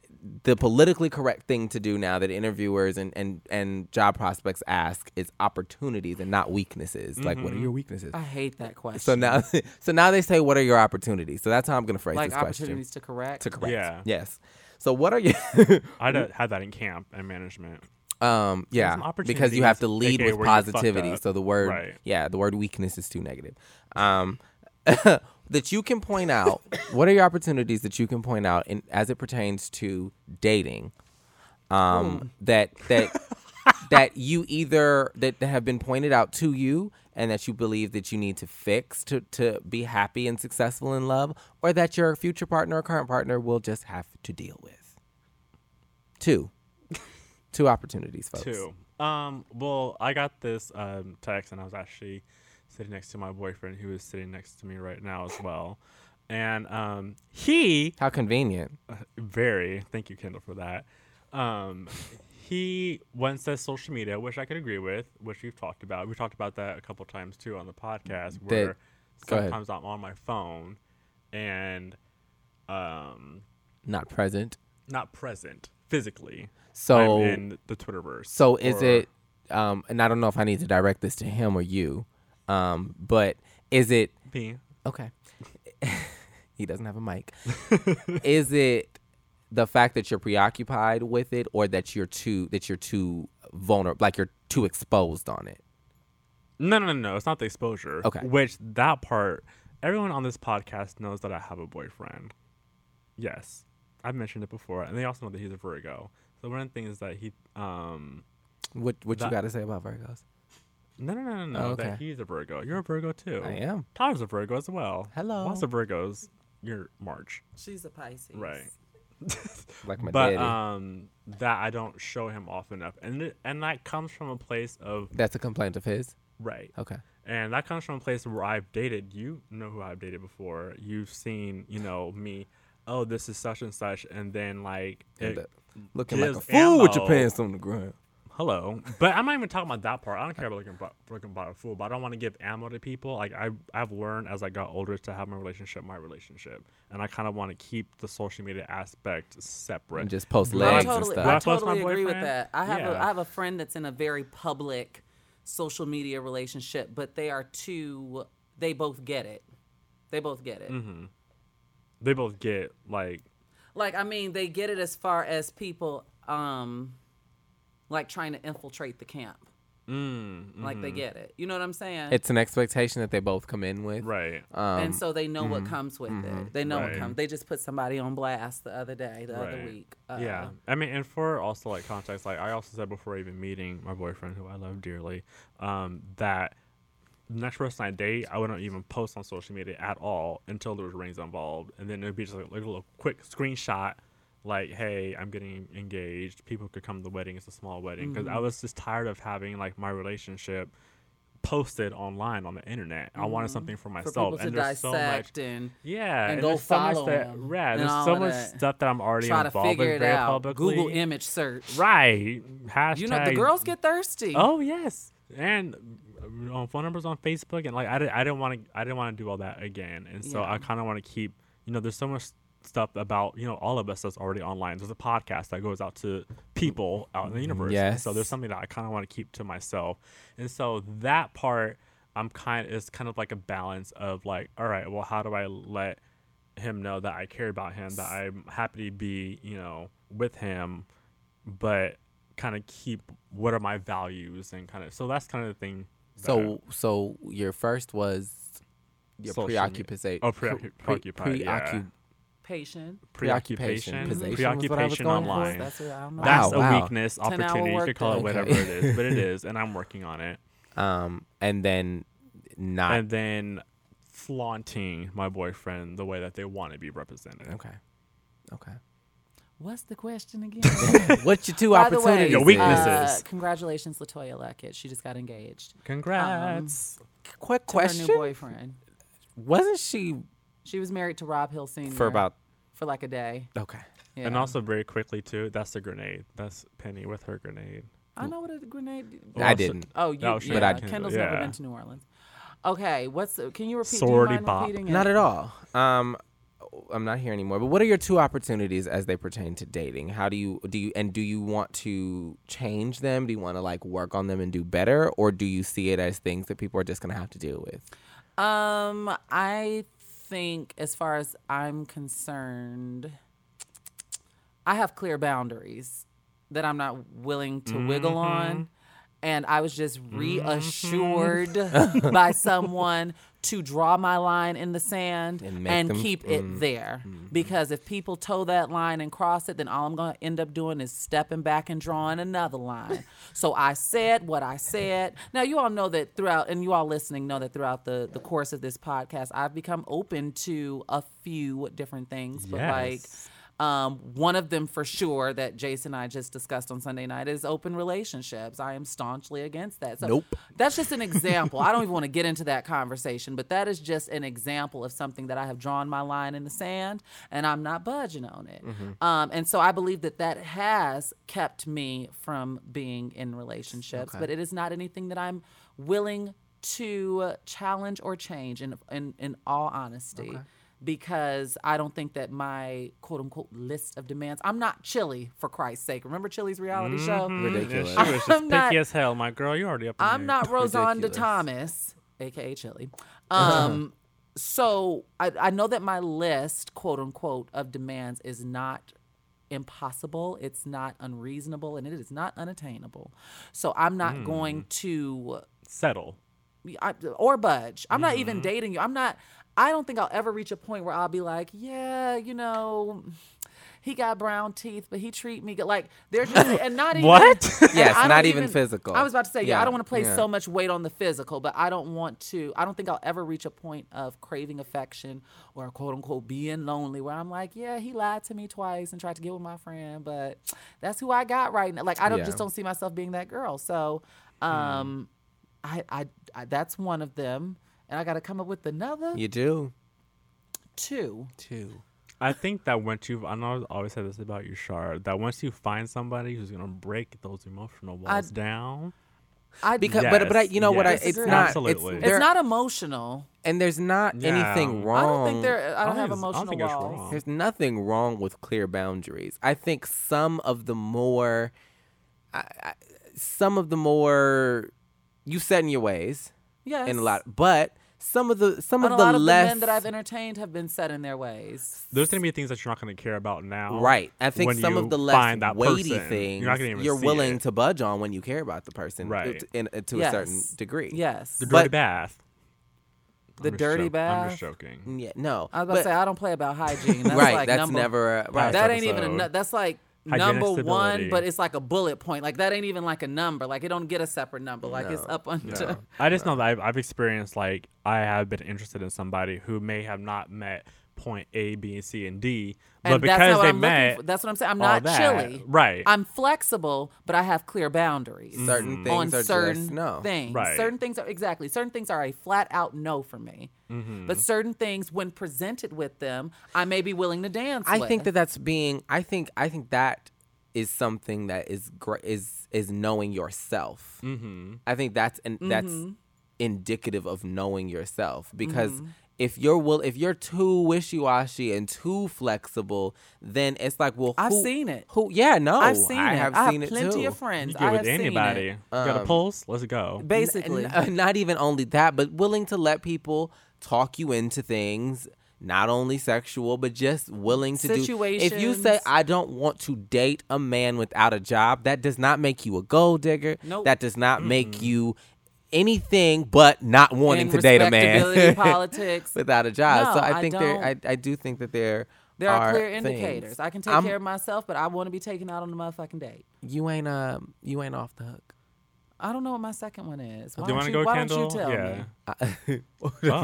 Speaker 1: the politically correct thing to do now that interviewers and, and, and job prospects ask is opportunities and not weaknesses. Like, what are your weaknesses?
Speaker 4: I hate that question.
Speaker 1: So now, (laughs) so now they say, "What are your opportunities?" So that's how I'm going to phrase
Speaker 4: like
Speaker 1: this question.
Speaker 4: opportunities to correct.
Speaker 1: To correct,
Speaker 3: Yeah.
Speaker 1: yes. So what are you? (laughs)
Speaker 3: I d- had that in camp and management.
Speaker 1: um,
Speaker 3: Some
Speaker 1: yeah,
Speaker 3: opportunities,
Speaker 1: because you have to lead
Speaker 3: aka
Speaker 1: with
Speaker 3: where you fucked
Speaker 1: positivity.
Speaker 3: up.
Speaker 1: So the word,
Speaker 3: Right.
Speaker 1: yeah, the word weakness is too negative. Um, (laughs) that you can point out. (coughs) what are your opportunities that you can point out in as it pertains to dating?
Speaker 3: Hmm.
Speaker 1: Um, that
Speaker 3: (laughs)
Speaker 1: that. that you either that, that have been pointed out to you and that you believe that you need to fix to, to be happy and successful in love or that your future partner or current partner will just have to deal with
Speaker 3: (laughs)
Speaker 1: two two opportunities folks
Speaker 3: Two. Um, well, I got this um, text, and I was actually sitting next to my boyfriend, who is sitting next to me right now as well. And um, he
Speaker 1: how convenient
Speaker 3: very thank you, Kendall, for that. Um, he once says social media, which I could agree with, which we've talked about. We talked about that a couple times too on the podcast. Where
Speaker 1: go ahead.
Speaker 3: sometimes I'm on my phone and um,
Speaker 1: not present
Speaker 3: not present physically.
Speaker 1: So-
Speaker 3: I'm in the Twitterverse.
Speaker 1: so is
Speaker 3: or-
Speaker 1: it um and i don't know if i need to direct this to him or you um but is it
Speaker 3: me?
Speaker 1: Okay. (laughs) he doesn't have a
Speaker 3: (laughs)
Speaker 1: mic. is it the fact that you're preoccupied with it or that you're too that you're too vulnerable like you're too exposed on it?
Speaker 3: No, no, no, no. It's not the exposure.
Speaker 1: Okay.
Speaker 3: Which that part, everyone on this podcast knows that I have a boyfriend. Yes, I've mentioned it before, and they also know that he's a Virgo. So one of the things is that he, um,
Speaker 1: What what you
Speaker 3: That-
Speaker 1: got to say about Virgos?
Speaker 3: no, no, no, no, no,
Speaker 1: Oh,
Speaker 3: that
Speaker 1: okay.
Speaker 3: he's a Virgo. You're a Virgo too.
Speaker 1: I am.
Speaker 3: Tyler's a Virgo as well.
Speaker 1: Hello.
Speaker 3: Lots of Virgos. You're March,
Speaker 4: She's a Pisces.
Speaker 3: right?
Speaker 1: like my
Speaker 3: but
Speaker 1: daddy.
Speaker 3: um, that I don't show him often enough, and it- and that comes from a place of
Speaker 1: That's a complaint of his.
Speaker 3: right,
Speaker 1: Okay.
Speaker 3: and that comes from a place where I've dated. You know who I've dated before. You've seen, you know, me. Oh, this is such and such, and then like,
Speaker 1: And
Speaker 3: it-
Speaker 1: the- Looking like a
Speaker 3: gives
Speaker 1: fool with your
Speaker 3: ammo.
Speaker 1: pants on the ground.
Speaker 3: hello. But I'm not even talking about that part. I don't care about looking, bu- looking about a fool, but I don't want to give ammo to people. Like I, I've learned as I got older to have my relationship, my relationship, and I kind of want to keep the social media aspect separate.
Speaker 1: And just post
Speaker 3: Not
Speaker 1: legs
Speaker 4: I
Speaker 1: and
Speaker 4: totally,
Speaker 1: stuff.
Speaker 4: I
Speaker 3: Rock lost my
Speaker 4: totally agree with
Speaker 3: boyfriend?
Speaker 4: that. I have
Speaker 3: Yeah.
Speaker 4: a, I have a friend that's in a very public social media relationship, but they are two. They both get it. They both get it.
Speaker 3: they both get like
Speaker 4: Like I mean, they get it as far as people, um, like trying to infiltrate the camp.
Speaker 3: Mm,
Speaker 4: Like
Speaker 3: mm-hmm.
Speaker 4: they get it. You know what I'm saying?
Speaker 1: It's an expectation that they both come in with.
Speaker 3: right.
Speaker 4: and so they know what comes with it. They know
Speaker 3: mm-hmm. Right.
Speaker 4: what comes. They just put somebody on blast the other day, the other
Speaker 3: Right.
Speaker 4: week. Uh,
Speaker 3: yeah, I mean, and for also like context, like I also said before even meeting my boyfriend, who I love dearly, um, that the next person I date, I wouldn't even post on social media at all until there was rings involved, and then it would be just like, like a little quick screenshot, like, "Hey, I'm getting engaged. People could come to the wedding. It's a small wedding." Because
Speaker 4: Mm.
Speaker 3: I was just tired of having like my relationship posted online on the internet. I wanted something for
Speaker 4: Mm. For
Speaker 3: myself,
Speaker 4: people to
Speaker 3: and there's so much.
Speaker 4: dissect and
Speaker 3: Yeah,
Speaker 4: and go
Speaker 3: there's so much
Speaker 4: follow
Speaker 3: that,
Speaker 4: him
Speaker 3: Yeah,
Speaker 4: and
Speaker 3: there's
Speaker 4: all
Speaker 3: so
Speaker 4: of
Speaker 3: much
Speaker 4: that.
Speaker 3: stuff that I'm already
Speaker 4: try to
Speaker 3: involved
Speaker 4: figure
Speaker 3: with
Speaker 4: it
Speaker 3: very
Speaker 4: out.
Speaker 3: publicly.
Speaker 4: Google image search.
Speaker 3: right? Hashtag.
Speaker 4: You know the girls get thirsty.
Speaker 3: Oh yes, and uh, on phone numbers on Facebook, and like I, did, I didn't want to, I didn't want to do all that again, and so
Speaker 4: Yeah.
Speaker 3: I kind of want to keep. You know, there's so much stuff about you know all of us that's already online. There's a podcast that goes out to people out in the universe. and So
Speaker 1: Yes.
Speaker 3: there's something that I kind of want to keep to myself, and so that part I'm kind it's kind of like a balance of like, all right, well, how do I let him know that I care about him, that I'm happy to be, you know, with him, but kind of keep what are my values and kind of so that's kind of the thing.
Speaker 1: So so your first was your
Speaker 3: Social media.
Speaker 1: preoccupation.
Speaker 3: Oh, preoccu- preoccupied, yeah.
Speaker 4: Patient.
Speaker 1: preoccupation.
Speaker 3: preoccupation,
Speaker 1: Possession was what I was
Speaker 3: preoccupation
Speaker 1: going for.
Speaker 3: online.
Speaker 4: That's what I'm
Speaker 3: That's
Speaker 1: Wow,
Speaker 3: a
Speaker 1: wow.
Speaker 3: weakness,
Speaker 4: 10-hour
Speaker 3: opportunity. You could call it
Speaker 4: workday.
Speaker 3: whatever it is, but it is, and I'm working on it.
Speaker 1: Um, and then not
Speaker 3: And then flaunting my boyfriend the way that they want to be represented.
Speaker 1: okay, okay.
Speaker 4: What's the
Speaker 3: (laughs)
Speaker 4: question again?
Speaker 1: What's your two
Speaker 4: By the
Speaker 1: opportunities?
Speaker 4: way,
Speaker 3: Your
Speaker 1: then?
Speaker 3: weaknesses.
Speaker 4: Uh, congratulations, Latoya Luckett. She just got engaged. Um,
Speaker 3: Congrats.
Speaker 1: Quick
Speaker 4: to Her new
Speaker 1: question.
Speaker 4: boyfriend.
Speaker 1: Wasn't she
Speaker 4: She was married to Rob Hill Sr.
Speaker 1: for about
Speaker 4: for like a day.
Speaker 1: okay?
Speaker 4: Um, Yeah.
Speaker 3: And also very quickly too, that's the grenade. That's Penny with her grenade.
Speaker 4: I know what a grenade.
Speaker 1: I
Speaker 3: Well,
Speaker 1: didn't.
Speaker 4: Oh, you,
Speaker 3: No, she
Speaker 4: yeah,
Speaker 1: But I-
Speaker 4: Kendall's
Speaker 3: yeah.
Speaker 4: never been to New Orleans. Okay, what's can you repeat?
Speaker 3: Sorority
Speaker 4: do you mind
Speaker 3: bop.
Speaker 4: repeating it?
Speaker 1: Not at all. Um, I'm not here anymore. But what are your two opportunities as they pertain to dating? How do you do you and do you want to change them? Do you want to like work on them and do better, or do you see it as things that people are just gonna have to deal with?
Speaker 4: Um, I think as far as I'm concerned, I have clear boundaries that I'm not willing to wiggle
Speaker 1: Mm-hmm.
Speaker 4: on. And I was just reassured
Speaker 1: Mm-hmm.
Speaker 4: (laughs)
Speaker 1: (laughs)
Speaker 4: by someone to draw my line in the sand
Speaker 1: And
Speaker 4: and,
Speaker 1: make them- mm-hmm.
Speaker 4: keep it there. Because if people toe that line and cross it, then all I'm going to end up doing is stepping back and drawing another line. so I said what I said. Now, you all know that throughout, and you all listening know that throughout the, the course of this podcast, I've become open to a few different things. But like,
Speaker 3: Yes.
Speaker 4: um, one of them for sure that Jason and I just discussed on Sunday night is open relationships. I am staunchly against that. So
Speaker 1: Nope.
Speaker 4: That's just an example. I don't even want to get into that conversation, but that is just an example of something that I have drawn my line in the sand and I'm not budging on it. Um, and so I believe that that has kept me from being in relationships, but it is not anything that I'm willing to challenge or change in, in, in all honesty because I don't think that my quote unquote list of demands. I'm not Chili for Christ's sake. Remember Chili's reality show?
Speaker 1: Mm-hmm. Ridiculous.
Speaker 3: Mm,
Speaker 4: (laughs)
Speaker 3: Yeah, she was just
Speaker 4: I'm not-
Speaker 3: picky as hell, my girl. You already up. in
Speaker 4: I'm
Speaker 3: there.
Speaker 4: not Rosanda
Speaker 1: Ridiculous. Uh-huh.
Speaker 4: Thomas, aka Chili. Um, so I, I know that my list, quote unquote, of demands is not impossible. It's not unreasonable, and it is not unattainable. So I'm not
Speaker 1: Hmm.
Speaker 4: going to
Speaker 3: settle.
Speaker 4: I, or budge. I'm not
Speaker 1: Mm-hmm.
Speaker 4: even dating you. I'm not. I don't think I'll ever reach a point where I'll be like, yeah, you know, He got brown teeth, but he treat me good. Like
Speaker 1: (laughs)
Speaker 4: they're just and not even
Speaker 3: What?
Speaker 4: and
Speaker 1: Yes,
Speaker 4: I don't
Speaker 1: not even physical.
Speaker 4: I was about to say, yeah, I
Speaker 1: Yeah,
Speaker 4: don't want to place
Speaker 1: yeah.
Speaker 4: so much weight on the physical, but I don't want to. I don't think I'll ever reach a point of craving affection or quote unquote being lonely, where I'm like, yeah, he lied to me twice and tried to get with my friend, but that's who I got right now. Like I don't
Speaker 1: Yeah. Mm.
Speaker 4: just don't see myself being that girl. So, um, I, I, I that's one of them, and I got to come up with another
Speaker 1: You do
Speaker 4: two.
Speaker 1: too.
Speaker 3: I think that once you've, I know I've always said this about you, Shar, that once you find somebody who's gonna break those emotional walls down,
Speaker 4: I
Speaker 1: Because, but but I,
Speaker 3: Yes,
Speaker 1: you know what? I,
Speaker 3: yes,
Speaker 1: it's
Speaker 4: Disagree.
Speaker 1: not.
Speaker 3: absolutely.
Speaker 1: It's,
Speaker 3: It's
Speaker 1: there-
Speaker 4: it's not emotional.
Speaker 1: and there's not anything
Speaker 3: Yeah.
Speaker 1: wrong.
Speaker 4: I don't think there. I don't have
Speaker 3: think it's-
Speaker 4: emotional
Speaker 3: think it's
Speaker 4: walls.
Speaker 3: wrong.
Speaker 1: There's nothing wrong with clear boundaries. I think some of the more, I, I, some of the more, you set in your ways
Speaker 4: Yes.
Speaker 1: in a lot, but some of the some
Speaker 4: And
Speaker 1: of
Speaker 4: a
Speaker 1: the
Speaker 4: lot of
Speaker 1: less
Speaker 4: the men that I've entertained have been set in their ways.
Speaker 3: there's gonna be things that you're not gonna care about now.
Speaker 1: right. I think
Speaker 3: when
Speaker 1: some
Speaker 3: you
Speaker 1: of the less
Speaker 3: find that
Speaker 1: weighty
Speaker 3: person.
Speaker 1: things
Speaker 3: you're, not gonna even see
Speaker 1: willing
Speaker 3: it.
Speaker 1: to budge on when you care about the person, uh,
Speaker 3: Right.
Speaker 1: t- in, uh, to a certain
Speaker 4: Yes.
Speaker 1: degree.
Speaker 4: Yes.
Speaker 3: The
Speaker 1: But-
Speaker 3: dirty bath. I'm
Speaker 4: The
Speaker 3: just
Speaker 4: dirty
Speaker 3: joking. I'm
Speaker 4: bath?
Speaker 3: just joking.
Speaker 1: Yeah, no,
Speaker 4: I was about
Speaker 1: but,
Speaker 4: to say I don't play about hygiene. That's
Speaker 1: right.
Speaker 4: Like
Speaker 1: that's
Speaker 4: number,
Speaker 1: never a- right.
Speaker 4: That ain't even a.
Speaker 3: episode.
Speaker 4: nu- That's like
Speaker 3: Hygienic
Speaker 4: number one,
Speaker 3: stability.
Speaker 4: but it's like a bullet point. Like that ain't even like a number. Like it don't get a separate number. Like it's up (laughs) under.
Speaker 3: I just know that I've, I've experienced like I have been interested in somebody who may have not met point A, B, and C, and D, but
Speaker 4: And
Speaker 3: because
Speaker 4: that's not what
Speaker 3: they
Speaker 4: I'm looking
Speaker 3: met,
Speaker 4: for. That's what I'm saying. I'm
Speaker 3: all
Speaker 4: not
Speaker 3: that,
Speaker 4: chilly.
Speaker 3: right.
Speaker 4: I'm flexible, but I have clear boundaries.
Speaker 1: certain things
Speaker 4: on
Speaker 1: are
Speaker 4: certain
Speaker 1: just no.
Speaker 4: things.
Speaker 3: Mm-hmm. Right.
Speaker 4: Certain things are exactly. Certain things are a flat out no for me.
Speaker 1: Mm-hmm.
Speaker 4: But certain things, when presented with them, I may be willing to dance.
Speaker 1: I
Speaker 4: with.
Speaker 1: think that that's being. I think. I think that is something that is gr- is is knowing yourself. Mm-hmm. I think that's and
Speaker 4: Mm-hmm.
Speaker 1: that's indicative of knowing yourself because if you're will if you're too wishy washy and too flexible, then it's like well,
Speaker 4: I've
Speaker 1: who-
Speaker 4: seen it.
Speaker 1: Who? Yeah, no,
Speaker 4: I've seen
Speaker 1: Oh, I
Speaker 4: it.
Speaker 1: have
Speaker 4: I
Speaker 1: seen
Speaker 4: have
Speaker 1: it
Speaker 4: plenty
Speaker 1: too.
Speaker 4: of friends.
Speaker 3: you
Speaker 4: I
Speaker 3: good with
Speaker 4: have seen it.
Speaker 3: anybody. You
Speaker 1: Um,
Speaker 3: got a pulse? Let's go.
Speaker 4: (laughs) Basically,
Speaker 1: N- n- not even only that, but willing to let people talk you into things, not only sexual, but just willing to do. If you say
Speaker 4: Situations.
Speaker 1: I don't want to date a man without a job, that does not make you a gold digger.
Speaker 4: Nope.
Speaker 1: That does not make you anything but not wanting
Speaker 4: In
Speaker 1: to date a (laughs)
Speaker 4: respectability,
Speaker 1: man
Speaker 4: politics.
Speaker 1: without a job. so
Speaker 4: No,
Speaker 1: I
Speaker 4: I
Speaker 1: think there, I,
Speaker 4: don't.
Speaker 1: I do think that there.
Speaker 4: there are, clear
Speaker 1: things.
Speaker 4: indicators. I can take
Speaker 1: I'm-
Speaker 4: care of myself, but I want to be taken out on a motherfucking date.
Speaker 1: You ain't um, you ain't off the hook.
Speaker 4: I don't know what my second one is. Why
Speaker 3: do you
Speaker 4: don't
Speaker 3: want
Speaker 4: you,
Speaker 3: to go,
Speaker 4: why
Speaker 3: Kendall?
Speaker 4: don't you tell
Speaker 3: yeah. (laughs)
Speaker 4: me?
Speaker 3: Oh.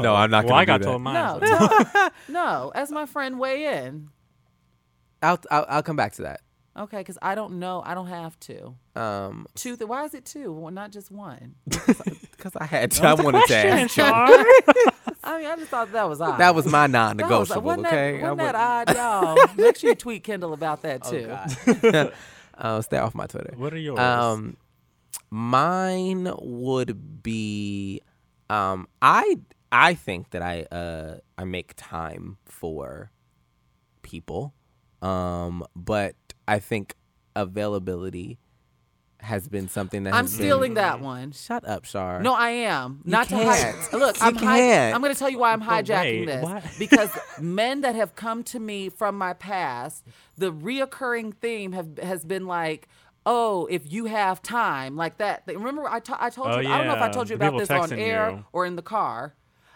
Speaker 1: (laughs) No, I'm not gonna
Speaker 3: Well, I
Speaker 1: do
Speaker 3: got
Speaker 1: that.
Speaker 3: told mine.
Speaker 4: No, (laughs)
Speaker 3: so-
Speaker 4: tell, no. As my friend weigh in.
Speaker 1: I'll, I'll I'll come back to that.
Speaker 4: Okay, because I don't know. I don't have to.
Speaker 1: Um,
Speaker 4: Two. Th- why is it two? Well, not just one.
Speaker 1: because I had to, I wanted to ask.
Speaker 4: (laughs)
Speaker 3: Shar.
Speaker 4: I mean, I just thought that was odd.
Speaker 1: That was my
Speaker 4: That was-
Speaker 1: non-negotiable.
Speaker 4: wasn't
Speaker 1: okay,
Speaker 4: That,
Speaker 1: I Oh,
Speaker 4: wasn't that
Speaker 1: wouldn't-
Speaker 4: odd,
Speaker 1: (laughs)
Speaker 4: y'all? Make sure you tweet Kendall about that too.
Speaker 1: (laughs)
Speaker 4: (laughs)
Speaker 1: uh, stay off my Twitter.
Speaker 3: What are yours? (laughs)
Speaker 1: Um, mine would be, um, I I think that I uh I make time for people, um, but I think availability has been something that
Speaker 4: I'm
Speaker 1: has been-
Speaker 4: stealing that one.
Speaker 1: Shut up, Shar.
Speaker 4: No, I am not to
Speaker 1: can't.
Speaker 4: hi- look.
Speaker 1: You
Speaker 4: I'm hi-
Speaker 1: can't.
Speaker 4: I'm going to tell you why I'm
Speaker 3: But
Speaker 4: hijacking
Speaker 3: wait,
Speaker 1: (laughs)
Speaker 4: this
Speaker 3: what?
Speaker 4: because men that have come to me from my past, the reoccurring theme have has been like. Oh, if you have time like that. They- Remember, I to- I told
Speaker 3: Oh,
Speaker 4: you. I don't know if I
Speaker 3: yeah.
Speaker 4: told you
Speaker 3: The
Speaker 4: about
Speaker 3: people
Speaker 4: this on
Speaker 3: texting
Speaker 4: air
Speaker 3: you.
Speaker 4: or in the car.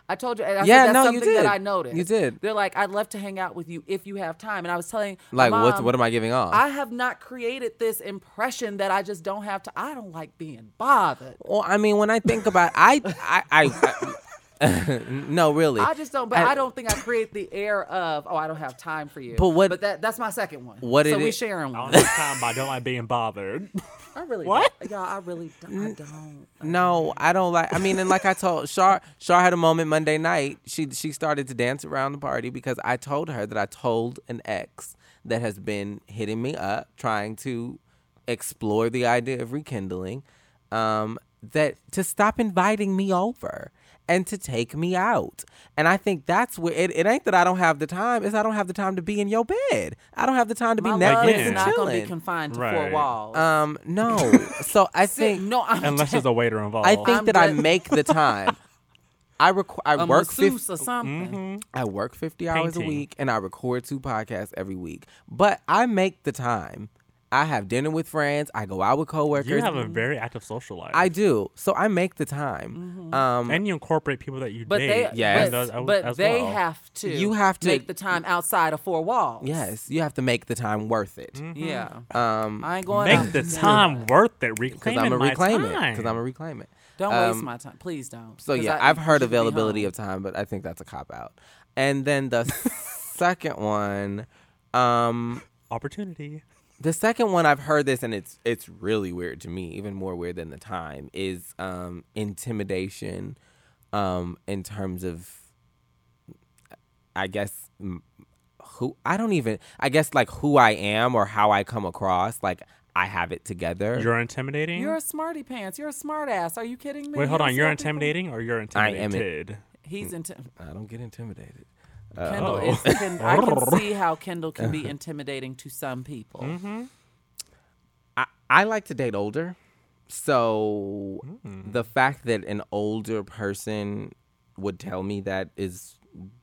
Speaker 4: I told you. And I
Speaker 1: Yeah,
Speaker 4: said, that's
Speaker 1: no, you
Speaker 4: something
Speaker 1: did.
Speaker 4: that I noticed.
Speaker 1: You did.
Speaker 4: They're like, I'd love to hang out with you if you have time. And I was telling
Speaker 1: like
Speaker 4: my
Speaker 1: what?
Speaker 4: mom,
Speaker 1: What am I giving off?
Speaker 4: um, I have not created this impression that I just don't have to. I don't like being bothered.
Speaker 1: Well, I mean, when I think about, I, I, I, I- (laughs) no, really.
Speaker 4: I just don't. But I, don't think I create the air of oh I don't have time for you.
Speaker 1: But what-
Speaker 4: But that that's my second one.
Speaker 1: what
Speaker 4: so
Speaker 1: it
Speaker 4: we
Speaker 1: is-
Speaker 4: sharing
Speaker 3: I (laughs)
Speaker 4: one.
Speaker 3: don't have time, but I don't like being bothered.
Speaker 4: (laughs) I really
Speaker 3: What?
Speaker 4: don't. y'all. I really don't.
Speaker 1: Mm.
Speaker 4: I don't.
Speaker 1: No, I don't like. I mean, and like I told Shar, Shar had a moment Monday night. She she started to dance around the party because I told her that I told an ex that has been hitting me up, trying to explore the idea of rekindling, um, that to stop inviting me over and to take me out. And I think that's where it, it ain't that I don't have the time. It's I don't have the time to be in your bed. I don't have the time to be
Speaker 4: My
Speaker 1: Netflix
Speaker 4: love
Speaker 3: Again.
Speaker 4: is
Speaker 1: and
Speaker 4: not going to be
Speaker 1: chilling.
Speaker 4: confined to four
Speaker 3: Right.
Speaker 4: walls.
Speaker 1: Um, no.
Speaker 4: (laughs)
Speaker 1: so I think
Speaker 4: no, I'm
Speaker 3: Unless there's a waiter involved.
Speaker 1: I think
Speaker 4: I'm
Speaker 1: that I
Speaker 4: just-
Speaker 1: make the
Speaker 3: (laughs)
Speaker 1: time. I requ- I
Speaker 4: a
Speaker 1: work
Speaker 4: masseuse
Speaker 1: 50,
Speaker 4: or something.
Speaker 3: Mm-hmm.
Speaker 1: I work 50 hours a
Speaker 3: Painting.
Speaker 1: week and I record two podcasts every week. But I make the time. I have dinner with friends. I go out with coworkers.
Speaker 3: You have a very active social life.
Speaker 1: I do. So I make the time.
Speaker 3: Mm-hmm.
Speaker 1: Um,
Speaker 3: and you incorporate people that you
Speaker 4: But
Speaker 3: date.
Speaker 4: they,
Speaker 1: Yes.
Speaker 4: but,
Speaker 3: as- as
Speaker 4: but
Speaker 3: well.
Speaker 4: they have to.
Speaker 1: You have to-
Speaker 4: make the time outside of four walls.
Speaker 1: yes, you have to make the time worth it.
Speaker 3: Mm-hmm.
Speaker 4: Yeah.
Speaker 1: Um,
Speaker 4: I ain't going.
Speaker 3: Make
Speaker 4: out.
Speaker 3: the time worth it.
Speaker 1: because
Speaker 3: Reclaiming
Speaker 1: I'm gonna
Speaker 3: my
Speaker 1: reclaim it.
Speaker 3: time.
Speaker 1: Because I'm gonna reclaim it.
Speaker 4: Don't waste
Speaker 1: Um,
Speaker 4: my time, please don't.
Speaker 1: So
Speaker 4: 'Cause
Speaker 1: yeah,
Speaker 4: I-
Speaker 1: I've heard
Speaker 4: should be
Speaker 1: availability
Speaker 4: home.
Speaker 1: of time, but I think that's a cop out. And then the (laughs) second one, um,
Speaker 3: opportunity.
Speaker 1: the second one I've heard this and it's it's really weird to me, even more weird than the time is um, intimidation, um, in terms of, I guess m- who I don't even I guess like who I am or how I come across like I have it together.
Speaker 3: You're intimidating.
Speaker 4: You're a smarty pants. You're a smart ass. Are you kidding me?
Speaker 3: Wait,
Speaker 4: You
Speaker 3: hold
Speaker 4: don't
Speaker 3: on. You're
Speaker 4: smart people?
Speaker 3: intimidating or you're
Speaker 1: I am it.
Speaker 3: intimidated?
Speaker 1: Mm.
Speaker 4: He's into
Speaker 1: I don't get intimidated.
Speaker 4: Kendall.
Speaker 3: oh.
Speaker 4: Is, can,
Speaker 3: (laughs)
Speaker 4: I can see how Kendall can be intimidating to some people.
Speaker 3: Mm-hmm.
Speaker 1: I, I like to date older. So the fact that an older person would tell me that is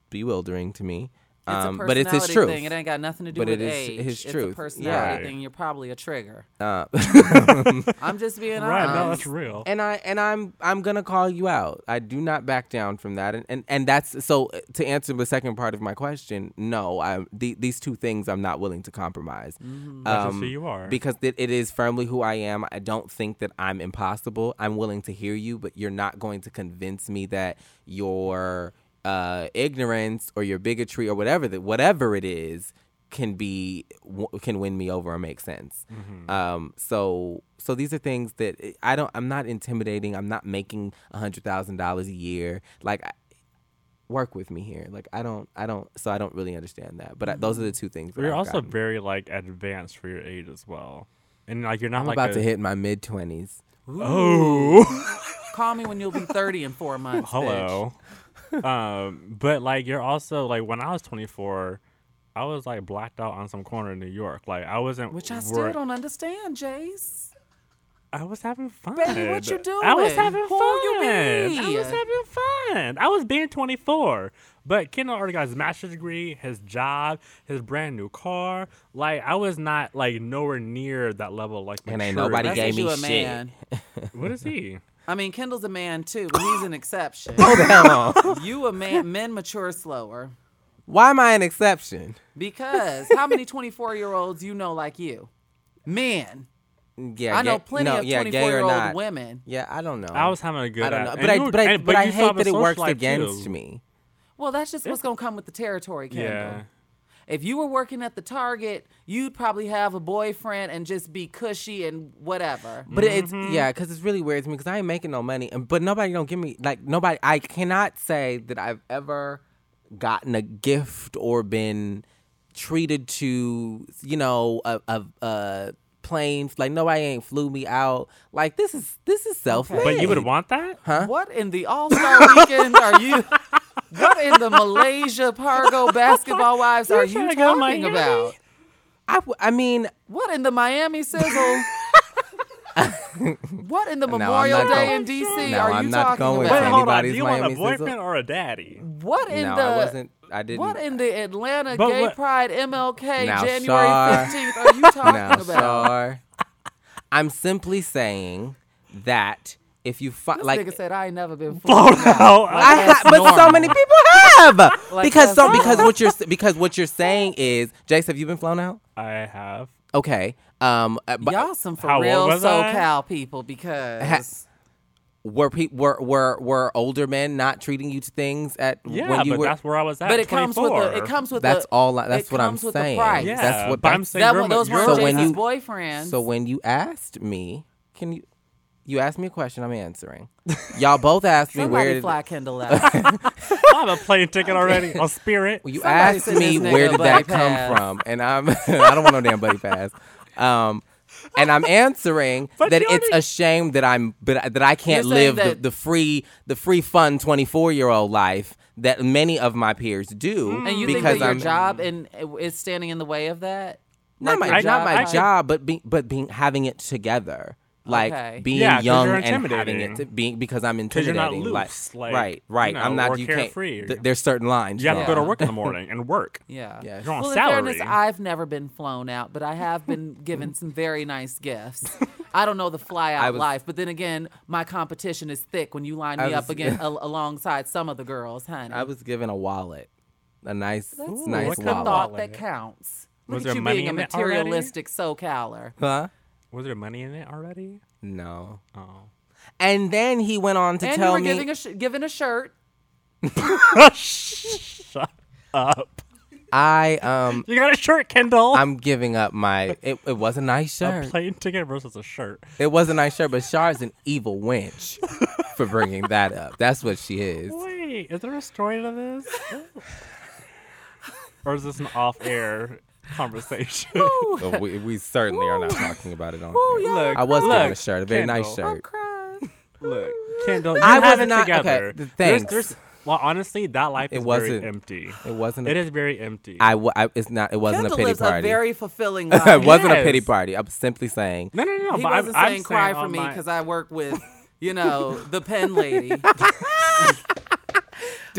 Speaker 1: bewildering to me.
Speaker 4: It's a
Speaker 1: Um, but it's his
Speaker 4: personality
Speaker 1: truth.
Speaker 4: Thing. It ain't got nothing to do
Speaker 1: But
Speaker 4: with
Speaker 1: it is
Speaker 4: age.
Speaker 1: his
Speaker 4: It's
Speaker 1: truth.
Speaker 4: a personality
Speaker 3: Right.
Speaker 4: thing. You're probably a trigger.
Speaker 1: Uh,
Speaker 4: (laughs)
Speaker 1: (laughs)
Speaker 4: I'm just being
Speaker 3: Right.
Speaker 4: honest.
Speaker 3: No, that's real.
Speaker 1: and I and I'm I'm gonna call you out. I do not back down from that. And and, and that's so uh, to answer the second part of my question. No, I the, these two things I'm not willing to compromise. Uh,
Speaker 3: That's just who you are.
Speaker 1: Um, because it, it is firmly who I am. I don't think that I'm impossible. I'm willing to hear you, but you're not going to convince me that your uh, ignorance or your bigotry or whatever that whatever it is can be w- can win me over or make sense.
Speaker 3: Mm-hmm.
Speaker 1: Um, so so these are things that eh, I don't. I'm not intimidating. I'm not making a hundred thousand dollars a year. Like. I, Work with me here, like I don't, I don't, so I don't really understand that. But I, those are the two things. That
Speaker 3: Mm-hmm. But you're
Speaker 1: I've
Speaker 3: also
Speaker 1: gotten.
Speaker 3: very like advanced for your age as well, and like you're not
Speaker 1: I'm
Speaker 3: like
Speaker 1: about
Speaker 3: a-
Speaker 1: to hit my mid twenties.
Speaker 3: Oh,
Speaker 4: Call me when you'll be 30 in
Speaker 3: (laughs)
Speaker 4: four months. bitch.
Speaker 3: hello.
Speaker 4: (laughs)
Speaker 3: um, but like you're also like when I was 24, I was like blacked out on some corner in New York. Like I wasn't.
Speaker 4: Which I
Speaker 3: wor-
Speaker 4: still don't understand, Jace.
Speaker 3: I was having fun.
Speaker 4: Baby, what you
Speaker 3: I was
Speaker 4: doing?
Speaker 3: having
Speaker 4: Who
Speaker 3: fun.
Speaker 4: you
Speaker 3: I was
Speaker 4: be?
Speaker 3: having fun. I was being 24. But Kendall already got his master's degree, his job, his brand new car. Like I was not like nowhere near that level. of, Like
Speaker 1: And ain't
Speaker 3: maturity.
Speaker 1: nobody
Speaker 4: That's
Speaker 1: gave
Speaker 4: what
Speaker 1: me
Speaker 4: you a
Speaker 1: shit.
Speaker 4: man.
Speaker 3: What is he?
Speaker 4: I mean, Kendall's a man too, but he's
Speaker 1: (laughs)
Speaker 4: an exception. (laughs) you a man. Men mature slower
Speaker 1: Why am I an exception?
Speaker 4: because how many 24 year olds you know like you? Men.
Speaker 1: Yeah,
Speaker 4: I know
Speaker 1: gay-
Speaker 4: plenty
Speaker 1: no,
Speaker 4: of
Speaker 1: yeah,
Speaker 4: 24
Speaker 1: gay or
Speaker 4: year old
Speaker 1: not.
Speaker 4: women.
Speaker 1: Yeah, I don't know.
Speaker 3: I was having a good.
Speaker 1: I don't know,
Speaker 3: and
Speaker 1: but I
Speaker 3: you were-
Speaker 1: but I
Speaker 3: and-
Speaker 1: but
Speaker 3: you
Speaker 1: I
Speaker 3: still have
Speaker 1: hate that
Speaker 3: a
Speaker 1: it
Speaker 3: social
Speaker 1: works
Speaker 3: life,
Speaker 1: against
Speaker 3: too.
Speaker 1: me.
Speaker 4: Well, that's just what's gonna come with the territory, Kendall.
Speaker 3: Yeah.
Speaker 4: If you were working at the Target, you'd probably have a boyfriend and just be cushy and whatever.
Speaker 1: But
Speaker 3: Mm-hmm.
Speaker 1: it's yeah, because it's really weird to me because I ain't making no money, and but nobody don't give me like nobody. I cannot say that I've ever gotten a gift or been treated to you know a a, a plane like nobody ain't flew me out. Like this is this is selfish.
Speaker 3: But you would want that?
Speaker 4: What in the All Star Weekend
Speaker 1: (laughs)
Speaker 4: are you? What in the Malaysia Pargo
Speaker 1: (laughs)
Speaker 4: Basketball Wives are
Speaker 3: trying
Speaker 4: you
Speaker 3: to go to
Speaker 4: talking
Speaker 3: Miami?
Speaker 4: about?
Speaker 1: I w- I mean.
Speaker 4: What in the
Speaker 1: (laughs)
Speaker 4: Miami Sizzle? what in the
Speaker 1: I'm
Speaker 4: Memorial
Speaker 1: not
Speaker 4: Day
Speaker 1: going-
Speaker 4: in D.C.
Speaker 1: No,
Speaker 4: are you
Speaker 1: I'm not
Speaker 4: talking
Speaker 1: going
Speaker 3: Wait,
Speaker 1: to
Speaker 4: about?
Speaker 3: hold on. Do
Speaker 1: anybody's
Speaker 3: you want a
Speaker 1: Miami sizzle?
Speaker 3: boyfriend or a daddy?
Speaker 4: What in
Speaker 1: no,
Speaker 4: the
Speaker 1: I wasn't. I didn't.
Speaker 4: What in the Atlanta
Speaker 3: But
Speaker 4: Gay
Speaker 3: what-
Speaker 4: Pride MLK
Speaker 1: Now, Shar.
Speaker 4: January fifteenth are
Speaker 1: (laughs)
Speaker 4: you talking
Speaker 1: now,
Speaker 4: about?
Speaker 1: Shar, I'm simply saying that if you find
Speaker 4: This
Speaker 1: like.
Speaker 4: nigga said I ain't never been
Speaker 3: Oh,
Speaker 4: flown
Speaker 3: no.
Speaker 1: I ha- but so many people have because
Speaker 4: that's
Speaker 1: so because
Speaker 4: normal.
Speaker 1: what you're s- because what you're saying is Jace, have you been flown out?
Speaker 3: I have.
Speaker 1: Okay, um, uh, (laughs) but
Speaker 4: Y'all some for
Speaker 3: How old
Speaker 4: real
Speaker 3: was I?
Speaker 4: SoCal people because
Speaker 1: were, pe- were were were older men not treating you to things at
Speaker 3: Yeah,
Speaker 1: when you
Speaker 3: but
Speaker 1: were?
Speaker 3: that's where I was at.
Speaker 4: but it comes with a,
Speaker 3: 24.
Speaker 4: it comes with
Speaker 1: that's
Speaker 4: a,
Speaker 1: all. I,
Speaker 4: it
Speaker 1: that's what I'm
Speaker 4: comes with a
Speaker 1: saying.
Speaker 4: price.
Speaker 3: Yeah,
Speaker 1: That's what.
Speaker 3: but
Speaker 1: that's-
Speaker 3: I'm saying
Speaker 4: that
Speaker 3: you're
Speaker 4: one,
Speaker 3: my-
Speaker 4: those
Speaker 3: you're
Speaker 4: were
Speaker 1: So
Speaker 3: my-
Speaker 1: when
Speaker 4: Jason's
Speaker 1: you-
Speaker 4: boyfriends.
Speaker 1: So when you asked me, can you? You asked me a question. I'm answering. Y'all both asked me
Speaker 4: Somebody
Speaker 1: where did (laughs)
Speaker 4: fly Kendall out.
Speaker 3: (laughs) I have a plane ticket already. A spirit.
Speaker 1: Well, you
Speaker 4: Somebody
Speaker 1: asked
Speaker 4: send
Speaker 1: me
Speaker 4: this nigga
Speaker 1: where
Speaker 4: a
Speaker 1: did
Speaker 4: buddy
Speaker 1: that
Speaker 4: pass.
Speaker 1: come from, and I'm (laughs) I don't want no damn buddy pass. Um, and I'm
Speaker 4: (laughs)
Speaker 1: answering
Speaker 3: But
Speaker 1: that
Speaker 3: you
Speaker 1: it's
Speaker 3: already-
Speaker 1: a shame that I'm but that I can't
Speaker 4: You're
Speaker 1: live
Speaker 4: saying
Speaker 1: the,
Speaker 4: that-
Speaker 1: the free the free fun 24 year old life that many of my peers do.
Speaker 4: Mm. and you think
Speaker 1: because
Speaker 4: that your
Speaker 1: I'm
Speaker 4: job and uh, is standing in the way of that?
Speaker 1: not
Speaker 4: Like
Speaker 1: my
Speaker 4: your
Speaker 1: not
Speaker 4: job-
Speaker 1: my
Speaker 3: I-
Speaker 1: job, but be, but being having it together. like
Speaker 4: Okay.
Speaker 1: being
Speaker 3: Yeah, 'cause
Speaker 1: young
Speaker 3: you're
Speaker 1: and having
Speaker 3: intimidating.
Speaker 1: it to being because I'm
Speaker 3: you're
Speaker 1: intimidating.
Speaker 3: not
Speaker 1: like-
Speaker 3: loose, like,
Speaker 1: right, right.
Speaker 3: you
Speaker 1: I'm
Speaker 3: know,
Speaker 1: not.
Speaker 3: or
Speaker 1: You can't.
Speaker 3: carefree.
Speaker 1: Th- there's certain lines.
Speaker 3: You have to go to
Speaker 4: Yeah.
Speaker 3: work in the morning and
Speaker 1: (laughs)
Speaker 3: work.
Speaker 4: Yeah.
Speaker 1: Yes.
Speaker 3: You're on
Speaker 4: Well,
Speaker 3: salary.
Speaker 4: in fairness, I've never been flown out, but I have been given some very nice gifts. I don't know the fly
Speaker 1: I
Speaker 4: out
Speaker 1: was-
Speaker 4: life, but then again, my competition is thick when you line me
Speaker 1: I was-
Speaker 4: up again al- alongside some of the girls, honey.
Speaker 1: I was given a wallet, a nice,
Speaker 4: That's
Speaker 1: nice
Speaker 3: what
Speaker 1: wallet.
Speaker 4: the
Speaker 3: kind of
Speaker 4: thought
Speaker 3: Wallet.
Speaker 4: that counts. Look
Speaker 3: Was
Speaker 4: at
Speaker 3: there
Speaker 4: you
Speaker 3: money
Speaker 4: being a
Speaker 3: in it already?
Speaker 4: materialistic SoCaler.
Speaker 1: Huh?
Speaker 3: Was there money in it already?
Speaker 1: No.
Speaker 3: Oh.
Speaker 1: And then he went on to
Speaker 4: And you
Speaker 1: tell
Speaker 4: were
Speaker 1: me.
Speaker 4: giving a sh- given a shirt.
Speaker 3: Shut up.
Speaker 1: I um,
Speaker 3: You got a shirt, Kendall. (laughs)
Speaker 1: I'm giving up my. It, it was a nice
Speaker 3: a
Speaker 1: shirt.
Speaker 3: plane ticket versus a shirt.
Speaker 1: It was a nice shirt, but Char's an evil wench for bringing that up. That's what she is.
Speaker 3: Wait, is there a story to this?
Speaker 1: (laughs)
Speaker 3: or is this an off air
Speaker 1: (laughs)
Speaker 3: conversation?
Speaker 1: But we, we certainly are not talking about it on here.
Speaker 3: (laughs) Look,
Speaker 1: I was given a
Speaker 3: look,
Speaker 1: shirt, a very nice
Speaker 3: Kendall.
Speaker 1: shirt.
Speaker 3: Look, Kendall, you
Speaker 1: I
Speaker 3: have
Speaker 1: was
Speaker 3: it
Speaker 1: not- okay,
Speaker 3: together.
Speaker 1: th-
Speaker 3: There's-
Speaker 1: thanks.
Speaker 3: there's- well, honestly, that life
Speaker 1: It
Speaker 3: is
Speaker 1: wasn't-
Speaker 3: very empty.
Speaker 1: It wasn't. A,
Speaker 3: It is very empty.
Speaker 1: I, wa- I- It's not. It wasn't
Speaker 4: Oh, Kendall
Speaker 1: a pity
Speaker 4: lives
Speaker 1: party.
Speaker 4: a very fulfilling
Speaker 1: it
Speaker 4: life.
Speaker 1: wasn't a
Speaker 3: Yes.
Speaker 1: pity party. I'm simply saying.
Speaker 3: no, no, no.
Speaker 4: He
Speaker 3: but I'm-
Speaker 4: wasn't
Speaker 3: I'm,
Speaker 4: saying cry for
Speaker 3: on
Speaker 4: me
Speaker 3: my-
Speaker 4: because I work with, you know, the pen lady.
Speaker 1: Do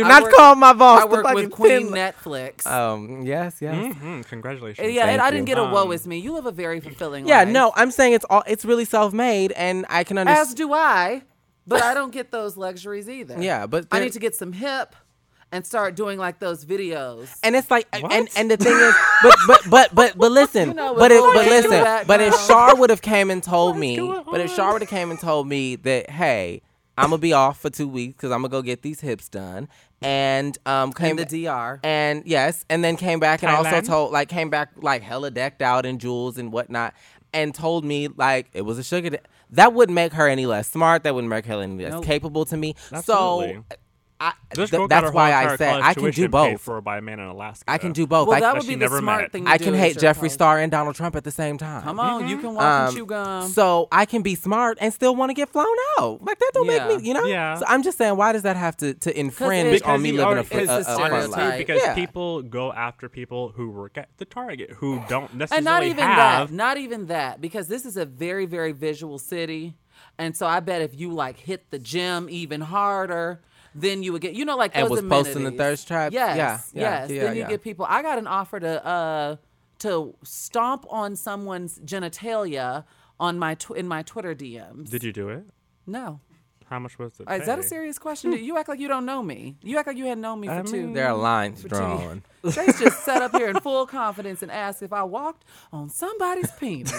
Speaker 4: I
Speaker 1: not
Speaker 4: work-
Speaker 1: call my boss.
Speaker 4: I
Speaker 1: the
Speaker 4: work
Speaker 1: fucking
Speaker 4: with
Speaker 1: pin-
Speaker 4: Queen Netflix.
Speaker 1: Um. Yes. Yes.
Speaker 4: Mm.
Speaker 3: Mhm, congratulations.
Speaker 4: yeah,
Speaker 1: thank
Speaker 4: and I didn't
Speaker 1: you.
Speaker 4: get a woe
Speaker 3: Um,
Speaker 4: is me. You live a very fulfilling
Speaker 1: Yeah.
Speaker 4: life.
Speaker 1: No. I'm saying it's all. It's really self-made, and I can
Speaker 4: As
Speaker 1: understand.
Speaker 4: do I, but I don't get those luxuries either.
Speaker 1: Yeah, but
Speaker 4: I
Speaker 1: there-
Speaker 4: need to get some hip and start doing like those videos.
Speaker 1: And it's like,
Speaker 3: What?
Speaker 1: and and the thing is, (laughs) but but but but but listen,
Speaker 4: You know what's
Speaker 1: but it,
Speaker 4: going
Speaker 1: but
Speaker 4: on in the
Speaker 1: listen, but if
Speaker 4: background.
Speaker 1: Shar would have came and told me,
Speaker 3: going
Speaker 1: but if
Speaker 3: on?
Speaker 1: Shar would have came and told me that, hey, I'm gonna be off for two weeks because I'm gonna go get these hips done, and um came
Speaker 4: the DR.
Speaker 1: and yes, and then came back and also
Speaker 3: Thailand?
Speaker 1: told like came back like hella decked out in jewels and whatnot, and told me like it was a sugar. da- that wouldn't make her any less smart. That wouldn't make her any less
Speaker 4: Nope.
Speaker 1: capable to me.
Speaker 3: Absolutely.
Speaker 1: So. I,
Speaker 3: This
Speaker 1: th-
Speaker 3: girl got her
Speaker 1: that's
Speaker 3: whole
Speaker 1: why I
Speaker 3: entire
Speaker 1: said
Speaker 3: college
Speaker 1: I can do
Speaker 3: tuition paid
Speaker 1: both.
Speaker 3: For by a man in Alaska.
Speaker 1: I can do both.
Speaker 4: well,
Speaker 1: I-
Speaker 4: that
Speaker 3: But
Speaker 4: would
Speaker 3: she
Speaker 4: be the
Speaker 3: never
Speaker 4: smart
Speaker 3: met.
Speaker 4: thing to
Speaker 1: I
Speaker 4: do
Speaker 1: can
Speaker 4: is
Speaker 1: hate
Speaker 4: your
Speaker 1: Jeffree
Speaker 4: college.
Speaker 1: Star Mm-hmm. Um, and Donald Trump at the same time.
Speaker 4: Come on, you can walk and chew gum.
Speaker 1: So I can be smart and still want to get flown out. Like that don't
Speaker 4: Yeah.
Speaker 1: make me, you know.
Speaker 3: Yeah.
Speaker 1: So I'm just saying, why does that have to to infringe
Speaker 4: it's-
Speaker 1: on me
Speaker 3: you
Speaker 1: living
Speaker 3: already-
Speaker 1: a, fr- a,
Speaker 4: it's
Speaker 1: a,
Speaker 4: a
Speaker 1: a front
Speaker 4: stereotype.
Speaker 1: life?
Speaker 3: because
Speaker 1: yeah.
Speaker 3: people go after people who work at the Target
Speaker 1: (sighs)
Speaker 3: who don't necessarily
Speaker 4: and not even
Speaker 3: have.
Speaker 4: that not even that because this is a very very visual city and so i bet if you like hit the gym even harder then you would get you know like
Speaker 1: And
Speaker 4: those
Speaker 1: was posting the
Speaker 4: amenities.
Speaker 1: thirst traps?
Speaker 4: yes
Speaker 1: Yeah, yeah,
Speaker 4: yes
Speaker 1: yeah,
Speaker 4: then you
Speaker 1: yeah.
Speaker 4: get people i got an offer to uh to stomp on someone's genitalia on my tw- in my twitter dms
Speaker 3: Did you do it?
Speaker 4: no
Speaker 3: How much was it?
Speaker 4: is that a
Speaker 3: pay?
Speaker 4: serious question? You act like you don't know me. You act like you hadn't
Speaker 1: (laughs)
Speaker 4: known me for
Speaker 3: I
Speaker 4: two.
Speaker 3: mean,
Speaker 1: There are lines drawn.
Speaker 4: Jace just sat up here in full confidence and asked if I walked on somebody's penis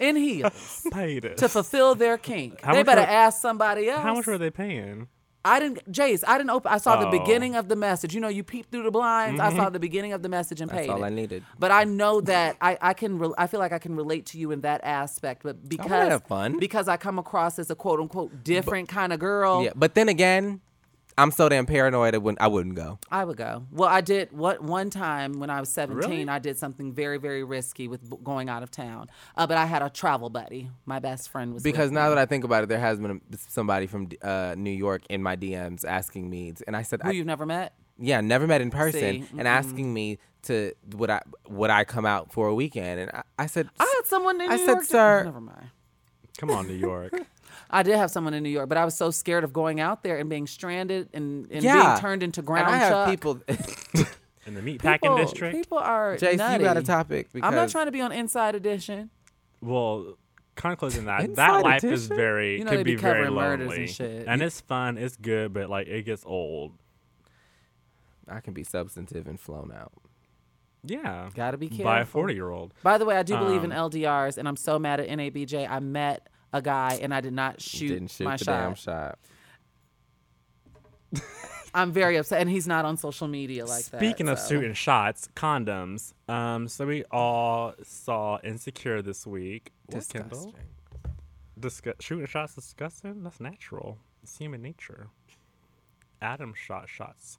Speaker 4: in heels
Speaker 3: Paid it.
Speaker 4: to fulfill their kink.
Speaker 3: How
Speaker 4: they
Speaker 3: much
Speaker 4: better
Speaker 3: were-
Speaker 4: ask somebody else.
Speaker 3: How much were they paying?
Speaker 4: I didn't, Jace. I didn't open. I saw
Speaker 3: Oh. Mm-hmm.
Speaker 4: the beginning of the message. You know, you peep through the blinds. I saw the beginning of the message and
Speaker 1: That's
Speaker 4: paid.
Speaker 1: all
Speaker 4: it.
Speaker 1: I needed.
Speaker 4: But I know that I, I can. Re- I feel like I can relate to you in that aspect. But because
Speaker 1: have fun.
Speaker 4: because I come across as a quote unquote different kind of girl.
Speaker 1: Yeah. But then again, I'm so damn paranoid. I wouldn't. I wouldn't go.
Speaker 4: I would go. Well, I did what one time when I was 17,
Speaker 3: Really?
Speaker 4: I did something very, very risky with b- going out of town. Uh, but I had a travel buddy. My best friend was with
Speaker 1: Because
Speaker 4: me.
Speaker 1: now that I think about it, there has been a, somebody from uh, New York in my DMs asking me, and I said,
Speaker 4: who
Speaker 1: I,
Speaker 4: you've never met.
Speaker 1: yeah, never met in person,
Speaker 4: See,
Speaker 1: and asking me to would I would I come out for a weekend, and I, I said
Speaker 4: I had someone in
Speaker 1: I
Speaker 4: New
Speaker 1: said,
Speaker 4: York. that-
Speaker 1: "Sir."
Speaker 4: never mind.
Speaker 3: Come on,
Speaker 1: (laughs)
Speaker 3: New York.
Speaker 4: I did have someone in New York, but I was so scared of going out there and being stranded and, and being turned into ground
Speaker 1: And I have
Speaker 4: chuck.
Speaker 1: people. (laughs)
Speaker 3: In the meatpacking
Speaker 4: people,
Speaker 3: district.
Speaker 4: people are
Speaker 1: Jace, you
Speaker 4: nutty.
Speaker 1: got a topic? Because
Speaker 4: I'm not trying to be on Inside Edition.
Speaker 3: Well, kind of closing that.
Speaker 1: Inside
Speaker 3: that life is
Speaker 1: Edition?
Speaker 3: very
Speaker 4: You know,
Speaker 3: can
Speaker 4: they
Speaker 3: be,
Speaker 4: be
Speaker 3: very
Speaker 4: covering
Speaker 3: lonely,
Speaker 4: murders and shit.
Speaker 3: and it's fun, it's good, but like it gets old.
Speaker 1: I can be substantive and flown out.
Speaker 3: Yeah,
Speaker 4: Gotta be careful.
Speaker 3: by a Um. forty-year-old.
Speaker 4: By the way, I do believe in LDRs, and I'm so mad at NABJ. I met a guy and I did not shoot,
Speaker 1: Didn't shoot
Speaker 4: my
Speaker 1: the
Speaker 4: shot.
Speaker 1: damn shot.
Speaker 4: I'm very upset, and he's not on social media like that.
Speaker 3: Speaking of
Speaker 4: so.
Speaker 3: shooting shots, condoms. Um, so we all saw Insecure this week. What, Kendall?
Speaker 1: Disgusting.
Speaker 3: Disgu- shooting shots disgusting. That's natural. It's human nature. Adam shot shots.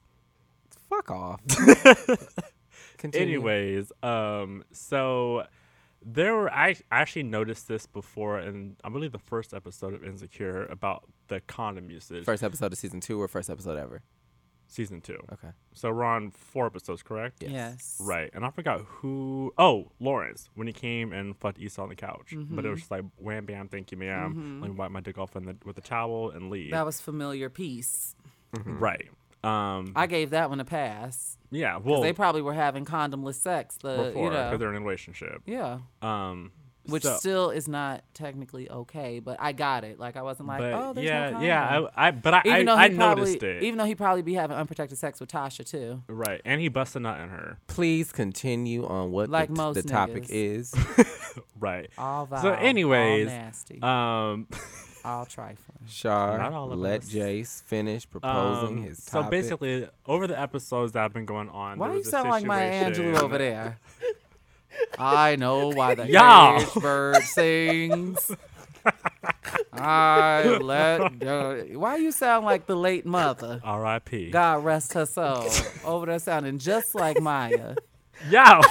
Speaker 1: Fuck off.
Speaker 3: (laughs)
Speaker 1: Continue.
Speaker 3: Anyways, um, so there were I I actually noticed this before, and I believe the first episode of Insecure about the condom usage.
Speaker 1: first episode of season two or first episode ever.
Speaker 3: season two.
Speaker 1: Okay.
Speaker 3: So we're on four episodes, correct?
Speaker 1: Yes.
Speaker 4: Yes.
Speaker 3: Right. And I forgot who. Oh, Lawrence, when he came and fucked Esau on the couch.
Speaker 4: Mm-hmm.
Speaker 3: But it was just like, wham, bam, thank you, madam Let me wipe my dick off in the, with a towel and leave. Mm-hmm.
Speaker 4: That was familiar piece.
Speaker 1: Mm-hmm.
Speaker 3: Right. Um.
Speaker 4: I gave that one a pass.
Speaker 3: yeah. Well,
Speaker 4: they probably were having condomless sex. The
Speaker 3: before
Speaker 4: you know,
Speaker 3: because they're in a relationship.
Speaker 4: yeah,
Speaker 3: Um.
Speaker 4: which
Speaker 3: so-
Speaker 4: still is not technically okay. But I got it. Like I wasn't like,
Speaker 3: but
Speaker 4: oh, there's
Speaker 3: yeah,
Speaker 4: no
Speaker 3: yeah.
Speaker 4: condom."
Speaker 3: I, I but I
Speaker 4: even though
Speaker 3: I, I
Speaker 4: he
Speaker 3: noticed
Speaker 4: probably,
Speaker 3: it.
Speaker 4: even though he probably be having unprotected sex with Tasha too.
Speaker 3: right, and he busted a nut in her.
Speaker 1: Please continue on what
Speaker 4: Like
Speaker 1: the,
Speaker 4: most
Speaker 1: the topic
Speaker 4: niggas. (laughs)
Speaker 1: is.
Speaker 3: Right.
Speaker 4: All vile,
Speaker 3: so, anyways,
Speaker 4: all nasty,
Speaker 3: um.
Speaker 4: all trifling.
Speaker 1: Shar,
Speaker 3: Not all of
Speaker 1: let
Speaker 3: us.
Speaker 1: Jace finish proposing
Speaker 3: Um,
Speaker 1: his
Speaker 3: so
Speaker 1: topic.
Speaker 3: basically, over the episodes that have been going on,
Speaker 4: Why
Speaker 3: there
Speaker 4: you
Speaker 3: was a
Speaker 4: sound like my Angelou
Speaker 3: situation-
Speaker 4: over there? I know why the
Speaker 3: (laughs) Y'all.
Speaker 4: caged bird sings. I let go. Why you sound like the late mother?
Speaker 3: R.I.P.
Speaker 4: God rest her soul. Over there sounding just like Maya. (laughs)
Speaker 3: Yo,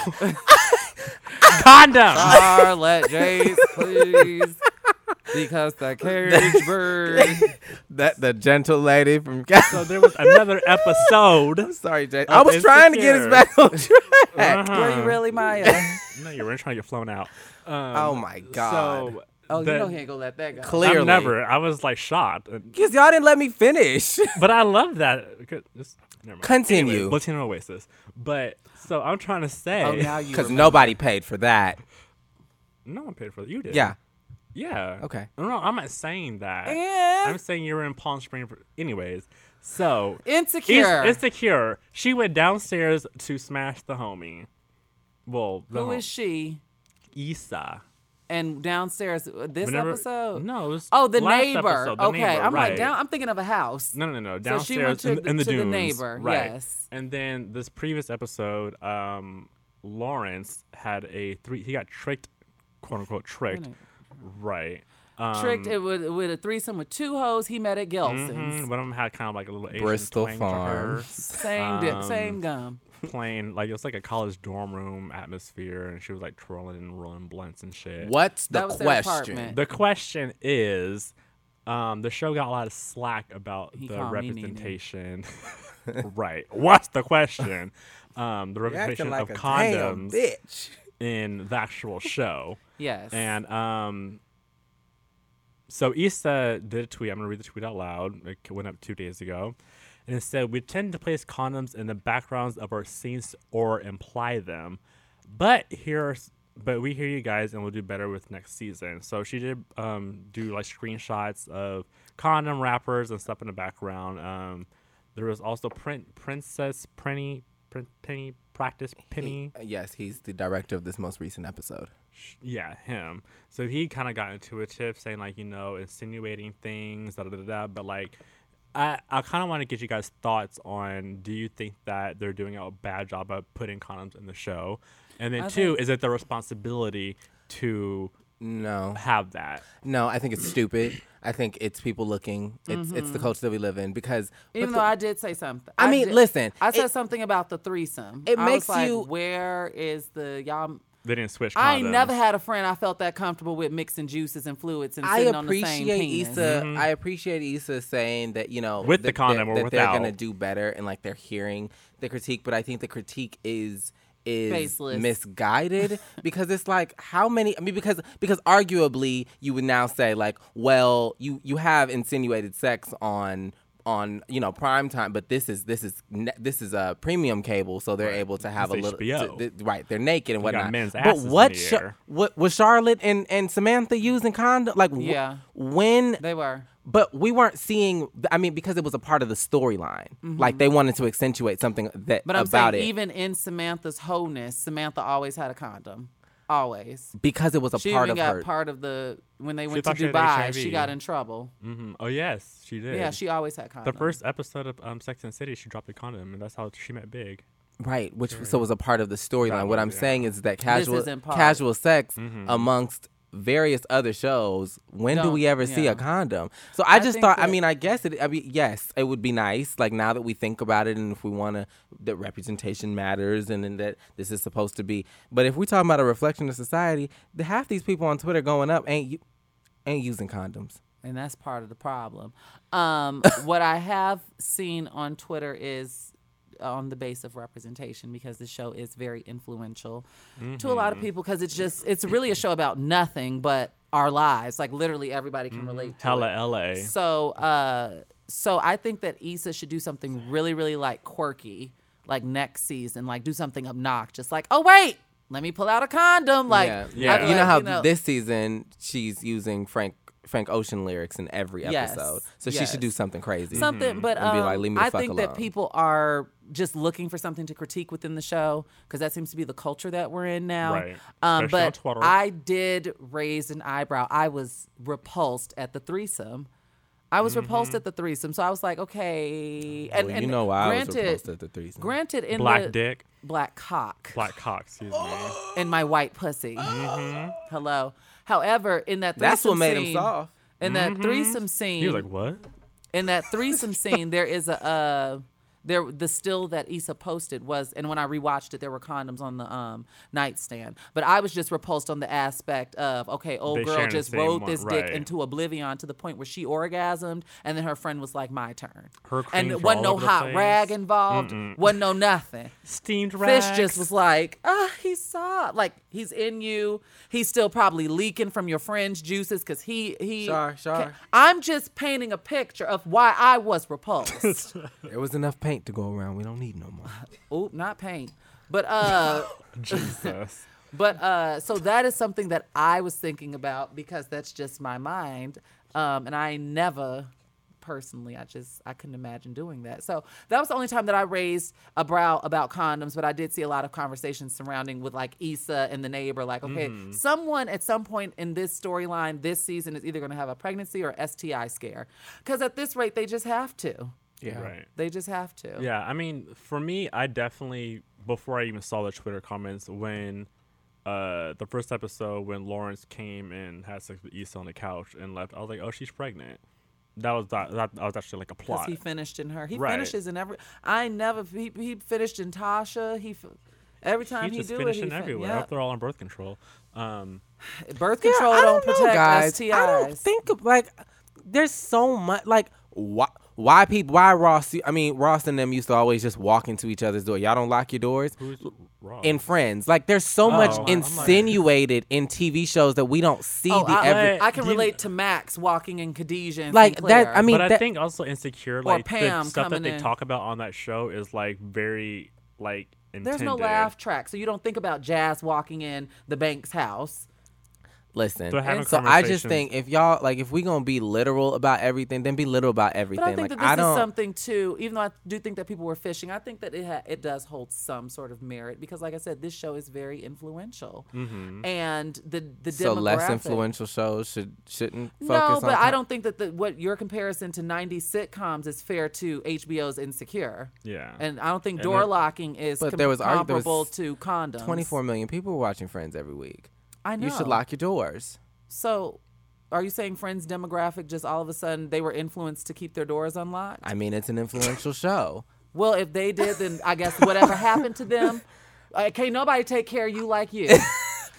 Speaker 3: condom.
Speaker 4: Charlotte Jace, please. Because the caged bird.
Speaker 1: that the gentle lady from Cal-
Speaker 3: so there was another episode.
Speaker 1: (laughs) Sorry, Jace. I
Speaker 3: Of
Speaker 1: was trying to get us
Speaker 3: Insecure.
Speaker 1: back on track.
Speaker 4: (laughs) Were you
Speaker 3: Uh-huh.
Speaker 4: really Maya?
Speaker 3: No, you were trying to get flown out. Um,
Speaker 1: Oh my god.
Speaker 3: So
Speaker 4: Oh,
Speaker 3: the-
Speaker 4: you know he ain't gonna let that go.
Speaker 1: Clearly.
Speaker 3: I'm never. I was like shocked, and-
Speaker 1: Because y'all didn't let me (laughs) finish.
Speaker 3: but I love that. Good- Just, never mind.
Speaker 1: Continue.
Speaker 3: Anyway, Latino Oasis. But so I'm trying to say,
Speaker 4: Oh, now you.
Speaker 1: Because
Speaker 4: remember.
Speaker 1: nobody paid for that.
Speaker 3: no one paid for it. You did.
Speaker 1: Yeah.
Speaker 3: Yeah.
Speaker 1: Okay.
Speaker 3: No, no, I'm not saying that.
Speaker 4: Yeah.
Speaker 3: I'm saying you were in Palm Springs. for- Anyways, so
Speaker 4: Insecure.
Speaker 3: It's, insecure. She went downstairs to smash the homie. Well, the
Speaker 4: Who
Speaker 3: hom-
Speaker 4: is she?
Speaker 3: Issa.
Speaker 4: And downstairs, uh, this
Speaker 3: Whenever-
Speaker 4: episode.
Speaker 3: No, it was
Speaker 4: Oh, the
Speaker 3: last
Speaker 4: neighbor.
Speaker 3: episode, the
Speaker 4: okay,
Speaker 3: neighbor,
Speaker 4: I'm
Speaker 3: right.
Speaker 4: like down. I'm thinking of a house.
Speaker 3: No, no, no, no.
Speaker 4: So she went
Speaker 3: Downstairs
Speaker 4: to
Speaker 3: in,
Speaker 4: the-
Speaker 3: in the
Speaker 4: to the
Speaker 3: dunes.
Speaker 4: neighbor,
Speaker 3: Right.
Speaker 4: yes.
Speaker 3: And then this previous episode, um, Lawrence had a three. He got tricked, quote unquote tricked.
Speaker 4: Right.
Speaker 3: Right. Um,
Speaker 4: Tricked it with, with a threesome with two hoes he met at Gelson's.
Speaker 3: mhm, One of them had kind of like a little Asian
Speaker 1: Bristol
Speaker 3: twang to her.
Speaker 1: Farms.
Speaker 4: Same dip,
Speaker 3: Um,
Speaker 4: same gum.
Speaker 3: (laughs) playing like it was like a college dorm room atmosphere, and she was like twirling and rolling blunts and shit.
Speaker 1: What's the
Speaker 4: That was their
Speaker 1: question?
Speaker 4: apartment.
Speaker 3: The question is, um, the show got a lot of slack about
Speaker 4: He
Speaker 3: the
Speaker 4: called me Nene.
Speaker 3: representation. (laughs) right. What's the question? Um, the representation of condoms
Speaker 1: bitch.
Speaker 3: in the actual show.
Speaker 4: Yes.
Speaker 3: And um, so Issa did a tweet. I'm going to read the tweet out loud. It c- went up two days ago. And it said, We tend to place condoms in the backgrounds of our scenes or imply them. But here are. s- But we hear you guys, and we'll do better with next season. So she did um, do like screenshots of condom wrappers and stuff in the background. Um, there was also print princess Penny, Prin- Penny practice Penny.
Speaker 1: Yes, he's the director of this most recent episode.
Speaker 3: Yeah, him. So he kind of got into a tip saying like, you know, insinuating things, da da da. da but like, I I kind of want to get you guys thoughts on: Do you think that they're doing a bad job of putting condoms in the show? And then
Speaker 4: I
Speaker 3: two,
Speaker 4: think-
Speaker 3: is it their responsibility to
Speaker 1: No.
Speaker 3: have that?
Speaker 1: No, I think it's stupid. I think it's people looking. It's it's the culture that we live in because
Speaker 4: Mm-hmm. Even
Speaker 1: but
Speaker 4: though I did say something.
Speaker 1: I mean,
Speaker 4: did-
Speaker 1: listen,
Speaker 4: I said
Speaker 1: it-
Speaker 4: something about the threesome.
Speaker 1: it
Speaker 4: I
Speaker 1: makes
Speaker 4: was like,
Speaker 1: you-
Speaker 4: Where is the y'all?
Speaker 3: They didn't switch. Condoms.
Speaker 4: I ain't never had a friend I felt that comfortable with mixing juices and fluids and
Speaker 1: I
Speaker 4: sitting on the same
Speaker 1: appreciate
Speaker 4: penis.
Speaker 1: Issa. I appreciate Issa saying that you know
Speaker 3: Mm-hmm. With the
Speaker 1: that-
Speaker 3: condom
Speaker 1: that,
Speaker 3: or
Speaker 1: that they're gonna
Speaker 3: without.
Speaker 1: do better and like they're hearing the critique, but I think the critique is is
Speaker 4: Baseless.
Speaker 1: misguided (laughs) because it's like how many I mean because because arguably you would now say like well you you have insinuated sex on on you know prime time but this is this is ne- this is a premium cable so they're able to have
Speaker 3: It's
Speaker 1: a little
Speaker 3: HBO.
Speaker 1: to- th- right they're naked and
Speaker 3: got
Speaker 1: whatnot
Speaker 3: men's
Speaker 1: but
Speaker 3: asses in
Speaker 1: what
Speaker 3: the
Speaker 1: sh-
Speaker 3: air.
Speaker 1: what was Charlotte and and Samantha using condom like wh-
Speaker 4: Yeah.
Speaker 1: when
Speaker 4: They were.
Speaker 1: but we weren't seeing i mean because it was a part of the storyline like they wanted to accentuate something that
Speaker 4: Mm-hmm. But I'm
Speaker 1: about
Speaker 4: saying
Speaker 1: it
Speaker 4: even in Samantha's wholeness, Samantha always had a condom. Always.
Speaker 1: because it was a
Speaker 4: She
Speaker 1: part
Speaker 4: even
Speaker 1: of
Speaker 4: got
Speaker 1: her
Speaker 4: part of the when they went to
Speaker 3: thought she had
Speaker 4: Dubai,
Speaker 3: HIV.
Speaker 4: she got in trouble.
Speaker 3: hmm Oh yes, she did.
Speaker 4: Yeah, she always had condoms.
Speaker 3: The first episode of um, Sex and the City, she dropped a condom, and that's how she met Big.
Speaker 1: right which so was a part of the storyline what
Speaker 3: was,
Speaker 1: i'm
Speaker 3: yeah.
Speaker 1: saying is that casual
Speaker 4: isn't part.
Speaker 1: casual sex amongst various other shows when do
Speaker 4: Don't-
Speaker 1: we ever see
Speaker 4: yeah.
Speaker 1: a condom so i
Speaker 4: I
Speaker 1: just
Speaker 4: think
Speaker 1: thought i
Speaker 4: that-
Speaker 1: mean i guess it i mean yes it would be nice like now that we think about it and if we want to that representation matters and, and that this is supposed to be but if we're talking about a reflection of society the half these people on twitter going up ain't u- ain't using condoms
Speaker 4: and that's part of the problem. Um, (laughs) what I have seen on Twitter is uh, on the base of representation because the show is very influential to a lot
Speaker 3: Mm-hmm.
Speaker 4: of people because it's just it's really a show about nothing but our lives. Like literally everybody can relate to it.
Speaker 3: Hella LA.
Speaker 4: So, uh, so I think that Issa should do something really, really like quirky, like next season, like do something obnoxious, like oh wait, let me pull out a condom, like
Speaker 1: yeah.
Speaker 3: Yeah.
Speaker 4: I-
Speaker 1: You know
Speaker 4: like,
Speaker 1: how this season she's using Frank Frank Ocean lyrics in every
Speaker 4: Yes.
Speaker 1: episode, so she
Speaker 4: Yes.
Speaker 1: should do something crazy.
Speaker 4: something, but
Speaker 1: Mm-hmm. And be like,
Speaker 4: um,
Speaker 1: "Leave me the
Speaker 4: I
Speaker 1: fuck
Speaker 4: think
Speaker 1: alone."
Speaker 4: that people are just looking for something to critique within the show because that seems to be the culture that we're in now.
Speaker 3: Right. Especially
Speaker 4: Um,
Speaker 3: on
Speaker 4: but
Speaker 3: Twitter.
Speaker 4: I did raise an eyebrow. I was repulsed at the threesome. I was
Speaker 3: Mm-hmm.
Speaker 4: repulsed at the threesome, so I was like, okay. And,
Speaker 1: Well,
Speaker 4: and
Speaker 1: you know why I
Speaker 4: granted,
Speaker 1: was repulsed at the threesome.
Speaker 4: Granted, in
Speaker 3: Black
Speaker 4: the,
Speaker 3: dick.
Speaker 4: black cock
Speaker 3: Black cock, excuse me.
Speaker 4: and my white pussy.
Speaker 3: Oh. Mm-hmm.
Speaker 4: Hello. However, in that threesome
Speaker 1: That's what made him
Speaker 4: scene-
Speaker 1: soft.
Speaker 4: In that threesome
Speaker 3: Mm-hmm. He
Speaker 4: scene, (gasps)
Speaker 3: was like, what?
Speaker 4: in that threesome scene, there is a uh, there the still that Issa posted was, and when I rewatched it, there were condoms on the um, nightstand. But I was just repulsed on the aspect of okay, old
Speaker 3: They
Speaker 4: girl
Speaker 3: sharing the
Speaker 4: just
Speaker 3: same
Speaker 4: rode
Speaker 3: one,
Speaker 4: this
Speaker 3: right.
Speaker 4: dick into oblivion to the point where she orgasmed, and then her friend was like, "My turn."
Speaker 3: Her creams
Speaker 4: and
Speaker 3: were
Speaker 4: wasn't
Speaker 3: all
Speaker 4: no
Speaker 3: over the
Speaker 4: hot
Speaker 3: place.
Speaker 4: rag involved. Wasn't no nothing.
Speaker 3: Steamed
Speaker 4: Fish
Speaker 3: rags.
Speaker 4: just was like, ah, he saw, like he's in you. He's still probably leaking from your friend's juices because he he.
Speaker 1: Sure, sure.
Speaker 4: Ca- I'm just painting a picture of why I
Speaker 1: (laughs)
Speaker 4: was repulsed.
Speaker 1: There was enough paint to go around. We don't need no more.
Speaker 4: Oop, not paint, but uh,
Speaker 3: Jesus.
Speaker 4: but uh, so that is something that I was thinking about because that's just my mind, um, and I never personally i just i couldn't imagine doing that so that was the only time that i raised a brow about condoms but i did see a lot of conversations surrounding with like isa and the neighbor like okay someone at some point in this storyline this season is either going to have a pregnancy or sti scare because at this rate they just have to
Speaker 1: Yeah.
Speaker 3: Right.
Speaker 4: they just have to
Speaker 3: Yeah, I mean, for me, I definitely before I even saw the Twitter comments when uh the first episode when Lawrence came and had sex with Issa on the couch and left, I was like, oh, she's pregnant. That was that that, that was actually like a
Speaker 4: Because
Speaker 3: plot.
Speaker 4: he finished in her. He
Speaker 3: Right.
Speaker 4: finishes in every. I never. He, he finished in Tasha. He. f- Every time
Speaker 3: He's
Speaker 4: he
Speaker 3: just
Speaker 4: do
Speaker 3: finishing
Speaker 4: it, he fin-
Speaker 3: everywhere.
Speaker 4: yep.
Speaker 3: After all, on birth control. Um,
Speaker 4: Birth
Speaker 5: Yeah,
Speaker 4: control
Speaker 5: I
Speaker 4: don't,
Speaker 5: know,
Speaker 4: protect
Speaker 1: guys.
Speaker 4: STIs.
Speaker 5: I don't think of- like there's so much like
Speaker 1: Why? Why people? Why Ross? I mean, Ross and them used to always just walk into each other's door. Y'all don't lock your doors.
Speaker 3: who's wrong?
Speaker 1: In Friends, like there's so much
Speaker 3: Oh, I'm like-
Speaker 1: insinuated in TV shows that we don't see
Speaker 4: oh,
Speaker 1: the
Speaker 4: I,
Speaker 1: every.
Speaker 4: I can
Speaker 3: Do you-
Speaker 4: relate to Max walking in Khadijah. And
Speaker 5: like
Speaker 4: Sinclair.
Speaker 5: that. I mean,
Speaker 3: but I
Speaker 5: that,
Speaker 3: think also insecure, like
Speaker 4: Pam
Speaker 3: the stuff that
Speaker 4: coming
Speaker 3: they
Speaker 4: in.
Speaker 3: talk about on that show is like very like intended.
Speaker 4: there's no laugh track, so you don't think about Jazz walking in the bank's house.
Speaker 1: Listen,
Speaker 3: They're having
Speaker 1: so I just
Speaker 3: conversations.
Speaker 1: think if y'all like, if we gonna be literal about everything, then be literal about everything.
Speaker 4: But I think
Speaker 1: like
Speaker 4: that this
Speaker 1: I don't.
Speaker 4: is something too. Even though I do think that people were fishing, I think that it ha- it does hold some sort of merit because, like I said, this show is very influential,
Speaker 3: Mm-hmm.
Speaker 4: and the the
Speaker 1: so less
Speaker 4: demographic-
Speaker 1: influential shows should shouldn't focus
Speaker 4: no, but
Speaker 1: on
Speaker 4: I don't think that the, what your comparison to 90s sitcoms is fair to HBO's Insecure.
Speaker 3: Yeah.
Speaker 4: And I don't think door locking is
Speaker 1: But
Speaker 4: com-
Speaker 1: there was argu- there was
Speaker 4: comparable to condoms.
Speaker 1: 24 million people were watching Friends every week.
Speaker 4: I know.
Speaker 1: You should lock your doors.
Speaker 4: So, are you saying Friends demographic just all of a sudden they were influenced to keep their doors unlocked?
Speaker 1: I mean, it's an influential show.
Speaker 4: Well, if they did, then I guess
Speaker 1: (laughs)
Speaker 4: whatever happened to them, uh, can't nobody take care of you like
Speaker 1: (laughs)
Speaker 4: you.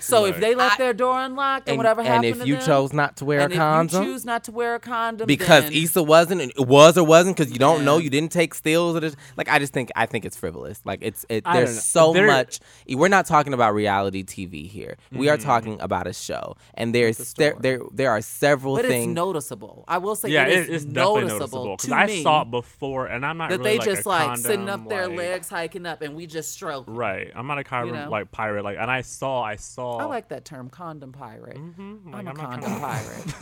Speaker 4: So if they left their door unlocked and, whatever
Speaker 1: and
Speaker 4: happened
Speaker 1: if
Speaker 4: to
Speaker 1: you
Speaker 4: them,
Speaker 1: chose not to wear
Speaker 4: and
Speaker 1: a
Speaker 4: if
Speaker 1: condom,
Speaker 4: you choose not to wear a condom
Speaker 1: because
Speaker 4: then,
Speaker 1: Issa wasn't, and it was or wasn't, because you don't know,
Speaker 4: Yeah.
Speaker 1: you didn't take stills. Or this, like I just think I think it's frivolous. Like it's it,
Speaker 3: I don't know.
Speaker 1: there's so
Speaker 3: There-
Speaker 1: much. e, We're not talking about reality TV here. We
Speaker 3: Mm-hmm.
Speaker 1: are talking about a show, and there's there there there are several
Speaker 4: but
Speaker 1: things.
Speaker 4: it's noticeable. I will say
Speaker 3: yeah,
Speaker 4: it is
Speaker 3: it's definitely
Speaker 4: noticeable
Speaker 3: noticeable
Speaker 4: to
Speaker 3: I
Speaker 4: me
Speaker 3: saw it before, and I'm not
Speaker 4: that
Speaker 3: really
Speaker 4: they just
Speaker 3: a
Speaker 4: like
Speaker 3: condom,
Speaker 4: sitting up their
Speaker 3: like-
Speaker 4: legs hiking up, and we just stroke.
Speaker 3: Right. I'm not a kind
Speaker 4: You
Speaker 3: of
Speaker 4: know?
Speaker 3: like pirate. Like, and I saw, I saw.
Speaker 4: I like that term, condom pirate.
Speaker 3: Mm-hmm. like,
Speaker 4: I'm a
Speaker 3: I'm not
Speaker 4: condom
Speaker 3: kinda-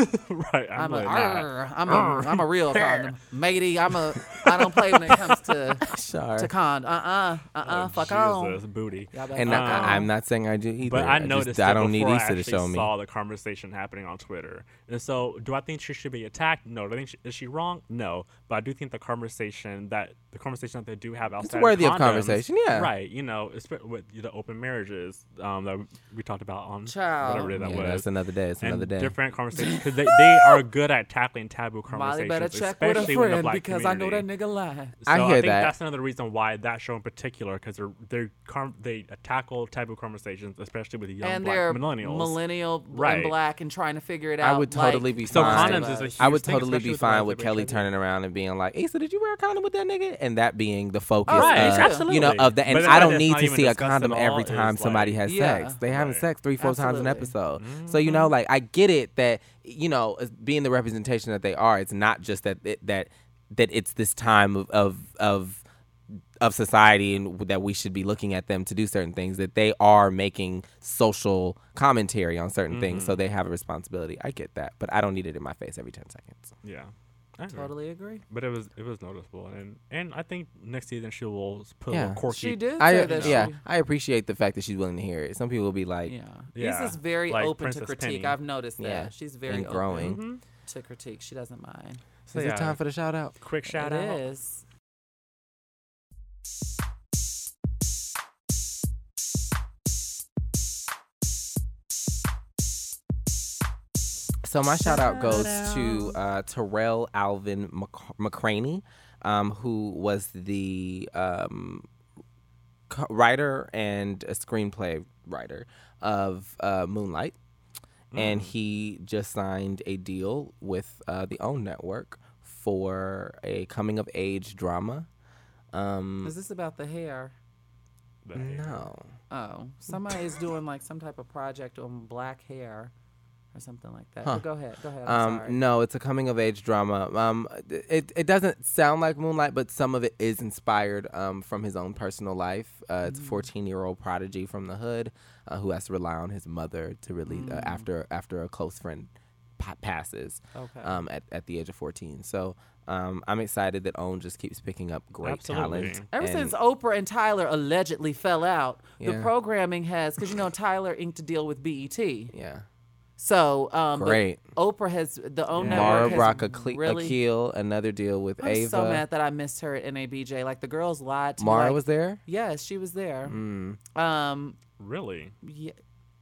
Speaker 4: pirate.
Speaker 3: (laughs) (laughs) right. I'm,
Speaker 4: I'm a,
Speaker 3: like, nah.
Speaker 4: arr, I'm a, I'm a real
Speaker 3: (laughs)
Speaker 4: condom, matey. I'm a, I don't play when it comes to
Speaker 1: Sure.
Speaker 3: (laughs)
Speaker 4: to con. Uh uh uh uh.
Speaker 3: Oh,
Speaker 4: Fuck
Speaker 3: Jesus,
Speaker 4: on.
Speaker 3: booty.
Speaker 4: Y'all better
Speaker 1: And
Speaker 4: fuck
Speaker 1: I,
Speaker 4: on.
Speaker 1: I'm not saying I do either.
Speaker 3: Um, But I
Speaker 1: just-
Speaker 3: noticed
Speaker 1: I
Speaker 3: that
Speaker 1: don't need
Speaker 3: before I
Speaker 1: Issa
Speaker 3: actually
Speaker 1: to show me.
Speaker 3: saw the conversation happening on Twitter. And so, do I think she should be attacked? No. Do I think she, is she wrong? No. But I do think the conversation that the conversation that they do have outside
Speaker 1: worthy
Speaker 3: of,
Speaker 1: of
Speaker 3: condoms-
Speaker 1: conversation, yeah.
Speaker 3: Right. You know, it's with the open marriages um, that we talked talked about on
Speaker 4: Child.
Speaker 3: whatever day that
Speaker 1: Yeah,
Speaker 3: was.
Speaker 1: that's another day. It's
Speaker 3: and
Speaker 1: another day.
Speaker 3: different conversations because they, they are good at tackling taboo conversations,
Speaker 4: Molly better check with
Speaker 3: especially
Speaker 4: a
Speaker 3: with the
Speaker 4: friend
Speaker 3: black
Speaker 4: because
Speaker 3: community.
Speaker 4: I know that nigga lied.
Speaker 1: I
Speaker 3: So
Speaker 1: hear
Speaker 3: think
Speaker 1: that.
Speaker 3: That's another reason why that show in particular, because they're they're con- they tackle taboo conversations, especially with young
Speaker 4: and
Speaker 3: black
Speaker 4: they're
Speaker 3: millennials.
Speaker 4: millennial b-
Speaker 3: Right.
Speaker 4: and black and trying to figure it out.
Speaker 1: I would totally
Speaker 4: like
Speaker 1: be
Speaker 3: so
Speaker 1: fine.
Speaker 3: condoms is a huge
Speaker 1: I would
Speaker 3: thing,
Speaker 1: totally
Speaker 3: especially
Speaker 1: be
Speaker 3: with
Speaker 1: fine
Speaker 3: white
Speaker 1: with
Speaker 3: privilege
Speaker 1: Kelly
Speaker 3: right now.
Speaker 1: turning around and being like, "Asa, did you wear a condom with that nigga?" And that being the focus,
Speaker 4: Oh, right,
Speaker 1: of,
Speaker 4: absolutely.
Speaker 1: you know, of the. And
Speaker 3: But
Speaker 1: I
Speaker 3: why
Speaker 1: don't
Speaker 3: that's
Speaker 1: need
Speaker 3: not
Speaker 1: to
Speaker 3: even
Speaker 1: see a
Speaker 3: discussed at
Speaker 1: condom every
Speaker 3: all
Speaker 1: time
Speaker 3: is,
Speaker 1: somebody
Speaker 3: like-
Speaker 1: has
Speaker 4: Yeah.
Speaker 1: sex. They having
Speaker 3: Right.
Speaker 1: sex three, four times an
Speaker 4: Absolutely. Mm-hmm.
Speaker 1: episode. So you know, like I get it that you know, as being the representation that they are, it's not just that it, that that it's this time of of of of society and that we should be looking at them to do certain things that they are making social commentary on certain things so they have a responsibility i get that but i don't need it in my face every 10 seconds
Speaker 3: Yeah, I agree.
Speaker 4: totally agree.
Speaker 3: But it was it was noticeable, and and I think next season she will s- put a
Speaker 1: Yeah.
Speaker 3: little quirky.
Speaker 4: She did say
Speaker 1: i
Speaker 4: that.
Speaker 1: yeah
Speaker 4: She,
Speaker 1: i appreciate the fact that she's willing to hear it some people will be like
Speaker 4: yeah.
Speaker 3: Yeah,
Speaker 4: Lisa's very
Speaker 3: like
Speaker 4: open to
Speaker 3: Princess
Speaker 4: critique.
Speaker 3: Penny.
Speaker 4: I've noticed that.
Speaker 1: Yeah,
Speaker 4: She's very
Speaker 1: and
Speaker 4: open
Speaker 1: growing
Speaker 4: to critique. She doesn't mind.
Speaker 3: So
Speaker 1: is
Speaker 3: yeah,
Speaker 1: it time for the shout out
Speaker 3: quick shout
Speaker 4: It
Speaker 3: out.
Speaker 4: is.
Speaker 1: So my shout out goes to uh, Terrell Alvin Mc- McCraney, um, who was the um, co- writer and a screenplay writer of uh, Moonlight, and he just signed a deal with uh, the OWN network for a coming of age drama. Um,
Speaker 4: Is this about the hair?
Speaker 3: That-
Speaker 1: no,
Speaker 4: Oh, somebody is doing like some type of project on black hair or something like that. But go ahead. Go ahead. I'm
Speaker 1: Um,
Speaker 4: sorry.
Speaker 1: no, it's a coming of age drama. Um, it, it doesn't sound like Moonlight, but some of it is inspired um, from his own personal life. Uh, it's a
Speaker 4: Mm-hmm.
Speaker 1: 14 year old prodigy from the hood uh, who has to rely on his mother to really
Speaker 4: Mm.
Speaker 1: uh, after after a close friend pa- passes
Speaker 4: Okay.
Speaker 1: um, at, at the age of 14. So um, I'm excited that Own just keeps picking up great
Speaker 3: Absolutely.
Speaker 1: talent.
Speaker 4: Ever
Speaker 1: and-
Speaker 4: since Oprah and Tyler allegedly fell out, the
Speaker 1: Yeah.
Speaker 4: programming has because you know Tyler inked a deal with BET.
Speaker 1: yeah,
Speaker 4: So um, but
Speaker 1: Great.
Speaker 4: Oprah has the own
Speaker 1: Mara
Speaker 4: network has
Speaker 1: Brock Acle-
Speaker 4: really.
Speaker 1: Akil, another deal with
Speaker 4: I'm
Speaker 1: uh, Ava.
Speaker 4: so mad that I missed her at NABJ. Like the girls lied to me.
Speaker 1: Mara
Speaker 4: like-
Speaker 1: was there.
Speaker 4: Yes, she was there.
Speaker 1: Mm.
Speaker 4: Um,
Speaker 3: Really?
Speaker 4: Ye-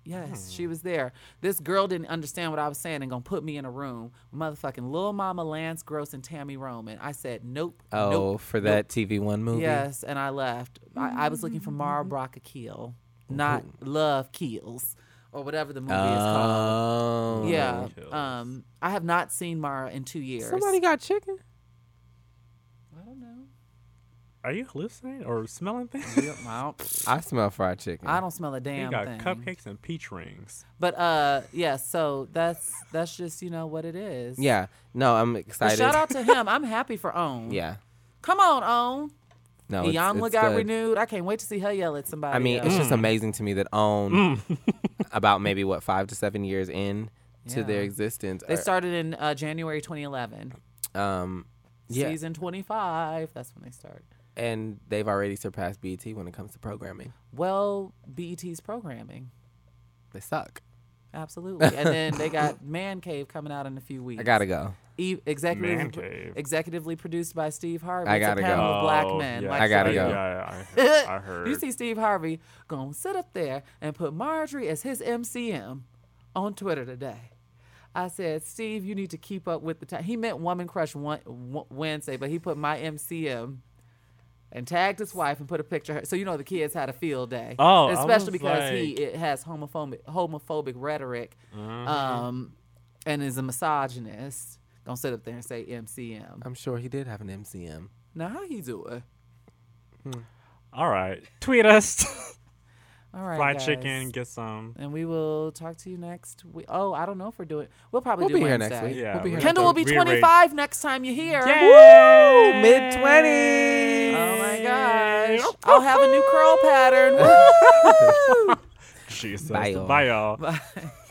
Speaker 4: yes,
Speaker 1: Hmm.
Speaker 4: she was there. This girl didn't understand what I was saying and gonna put me in a room. Motherfucking Lil Mama Lance Gross and Tammy Roman. I said nope.
Speaker 1: Oh,
Speaker 4: nope,
Speaker 1: for
Speaker 4: nope.
Speaker 1: that TV One movie. Mm-hmm.
Speaker 4: Yes, and I left. I, I was looking for Mara Brock Keel, not Love Kills or whatever the movie is called.
Speaker 1: Oh.
Speaker 4: Yeah.
Speaker 3: Kills.
Speaker 4: Um, I have not seen Mara in two years.
Speaker 1: Somebody got chicken.
Speaker 4: I don't know.
Speaker 3: Are you hallucinating or smelling things? (laughs)
Speaker 4: I don't,
Speaker 1: I smell fried chicken.
Speaker 4: I don't smell a
Speaker 3: You
Speaker 4: damn
Speaker 3: got
Speaker 4: thing.
Speaker 3: cupcakes and peach rings.
Speaker 4: But uh, yeah. So that's that's just you know what it is.
Speaker 1: Yeah. No, I'm
Speaker 4: But
Speaker 1: excited.
Speaker 4: shout out to him. I'm happy for
Speaker 1: (laughs)
Speaker 4: Own.
Speaker 1: yeah.
Speaker 4: Come on, Own.
Speaker 1: No. it's-
Speaker 4: Iyamla
Speaker 1: it's
Speaker 4: got
Speaker 1: good.
Speaker 4: renewed. I can't wait to see her yell at somebody.
Speaker 1: I mean, it's
Speaker 4: else.
Speaker 1: just amazing to me that own (laughs) about maybe what five to seven years in to their
Speaker 4: Yeah.
Speaker 1: existence.
Speaker 4: they
Speaker 1: are-
Speaker 4: started in uh, January 2011,
Speaker 1: um yeah,
Speaker 4: season 25. That's when they started.
Speaker 1: and they've already surpassed BT when it comes to programming.
Speaker 4: Well, BET's programming.
Speaker 1: They suck. (laughs)
Speaker 4: Absolutely. And then they got Man Cave coming out in a few weeks.
Speaker 1: I gotta go.
Speaker 4: E- executive,
Speaker 3: Man Cave.
Speaker 4: Executively produced by Steve Harvey.
Speaker 1: I
Speaker 4: It's
Speaker 1: gotta
Speaker 4: a
Speaker 1: go.
Speaker 4: panel of black
Speaker 3: Oh,
Speaker 4: men.
Speaker 3: yeah,
Speaker 4: Like
Speaker 1: I gotta
Speaker 4: Serena.
Speaker 1: go.
Speaker 3: Yeah, I, I heard.
Speaker 4: (laughs) You see Steve Harvey gonna sit up there and put Marjorie as his MCM on Twitter today. I said, Steve, you need to keep up with the time. He meant Woman Crush one, Wednesday, but he put my MCM and tagged his wife and put a picture. of her. So you know the kids had a field day.
Speaker 3: Oh, I
Speaker 4: especially
Speaker 3: was
Speaker 4: because he it has homophobic homophobic rhetoric,
Speaker 3: Uh-huh.
Speaker 4: um, and is a misogynist. Don't sit up there and say MCM.
Speaker 1: I'm sure he did have an MCM.
Speaker 4: Now how he do it?
Speaker 3: All right, tweet
Speaker 1: (laughs)
Speaker 3: us.
Speaker 4: All right,
Speaker 3: Fried
Speaker 4: guys.
Speaker 3: chicken, get some.
Speaker 4: And we will talk to you next week. Oh, I don't know if we're doing. We'll probably
Speaker 1: We'll
Speaker 4: do
Speaker 1: be here
Speaker 4: Wednesday.
Speaker 1: next week.
Speaker 3: Yeah,
Speaker 1: we'll be
Speaker 3: we-
Speaker 1: here.
Speaker 4: Kendall will be
Speaker 3: Rearrange.
Speaker 4: 25 next time you're here.
Speaker 3: Woo!
Speaker 1: mid twenties.
Speaker 4: Oh my gosh. I'll have a new curl pattern. Woo!
Speaker 3: Jesus.
Speaker 1: Bye, y'all.
Speaker 3: Bye, y'all.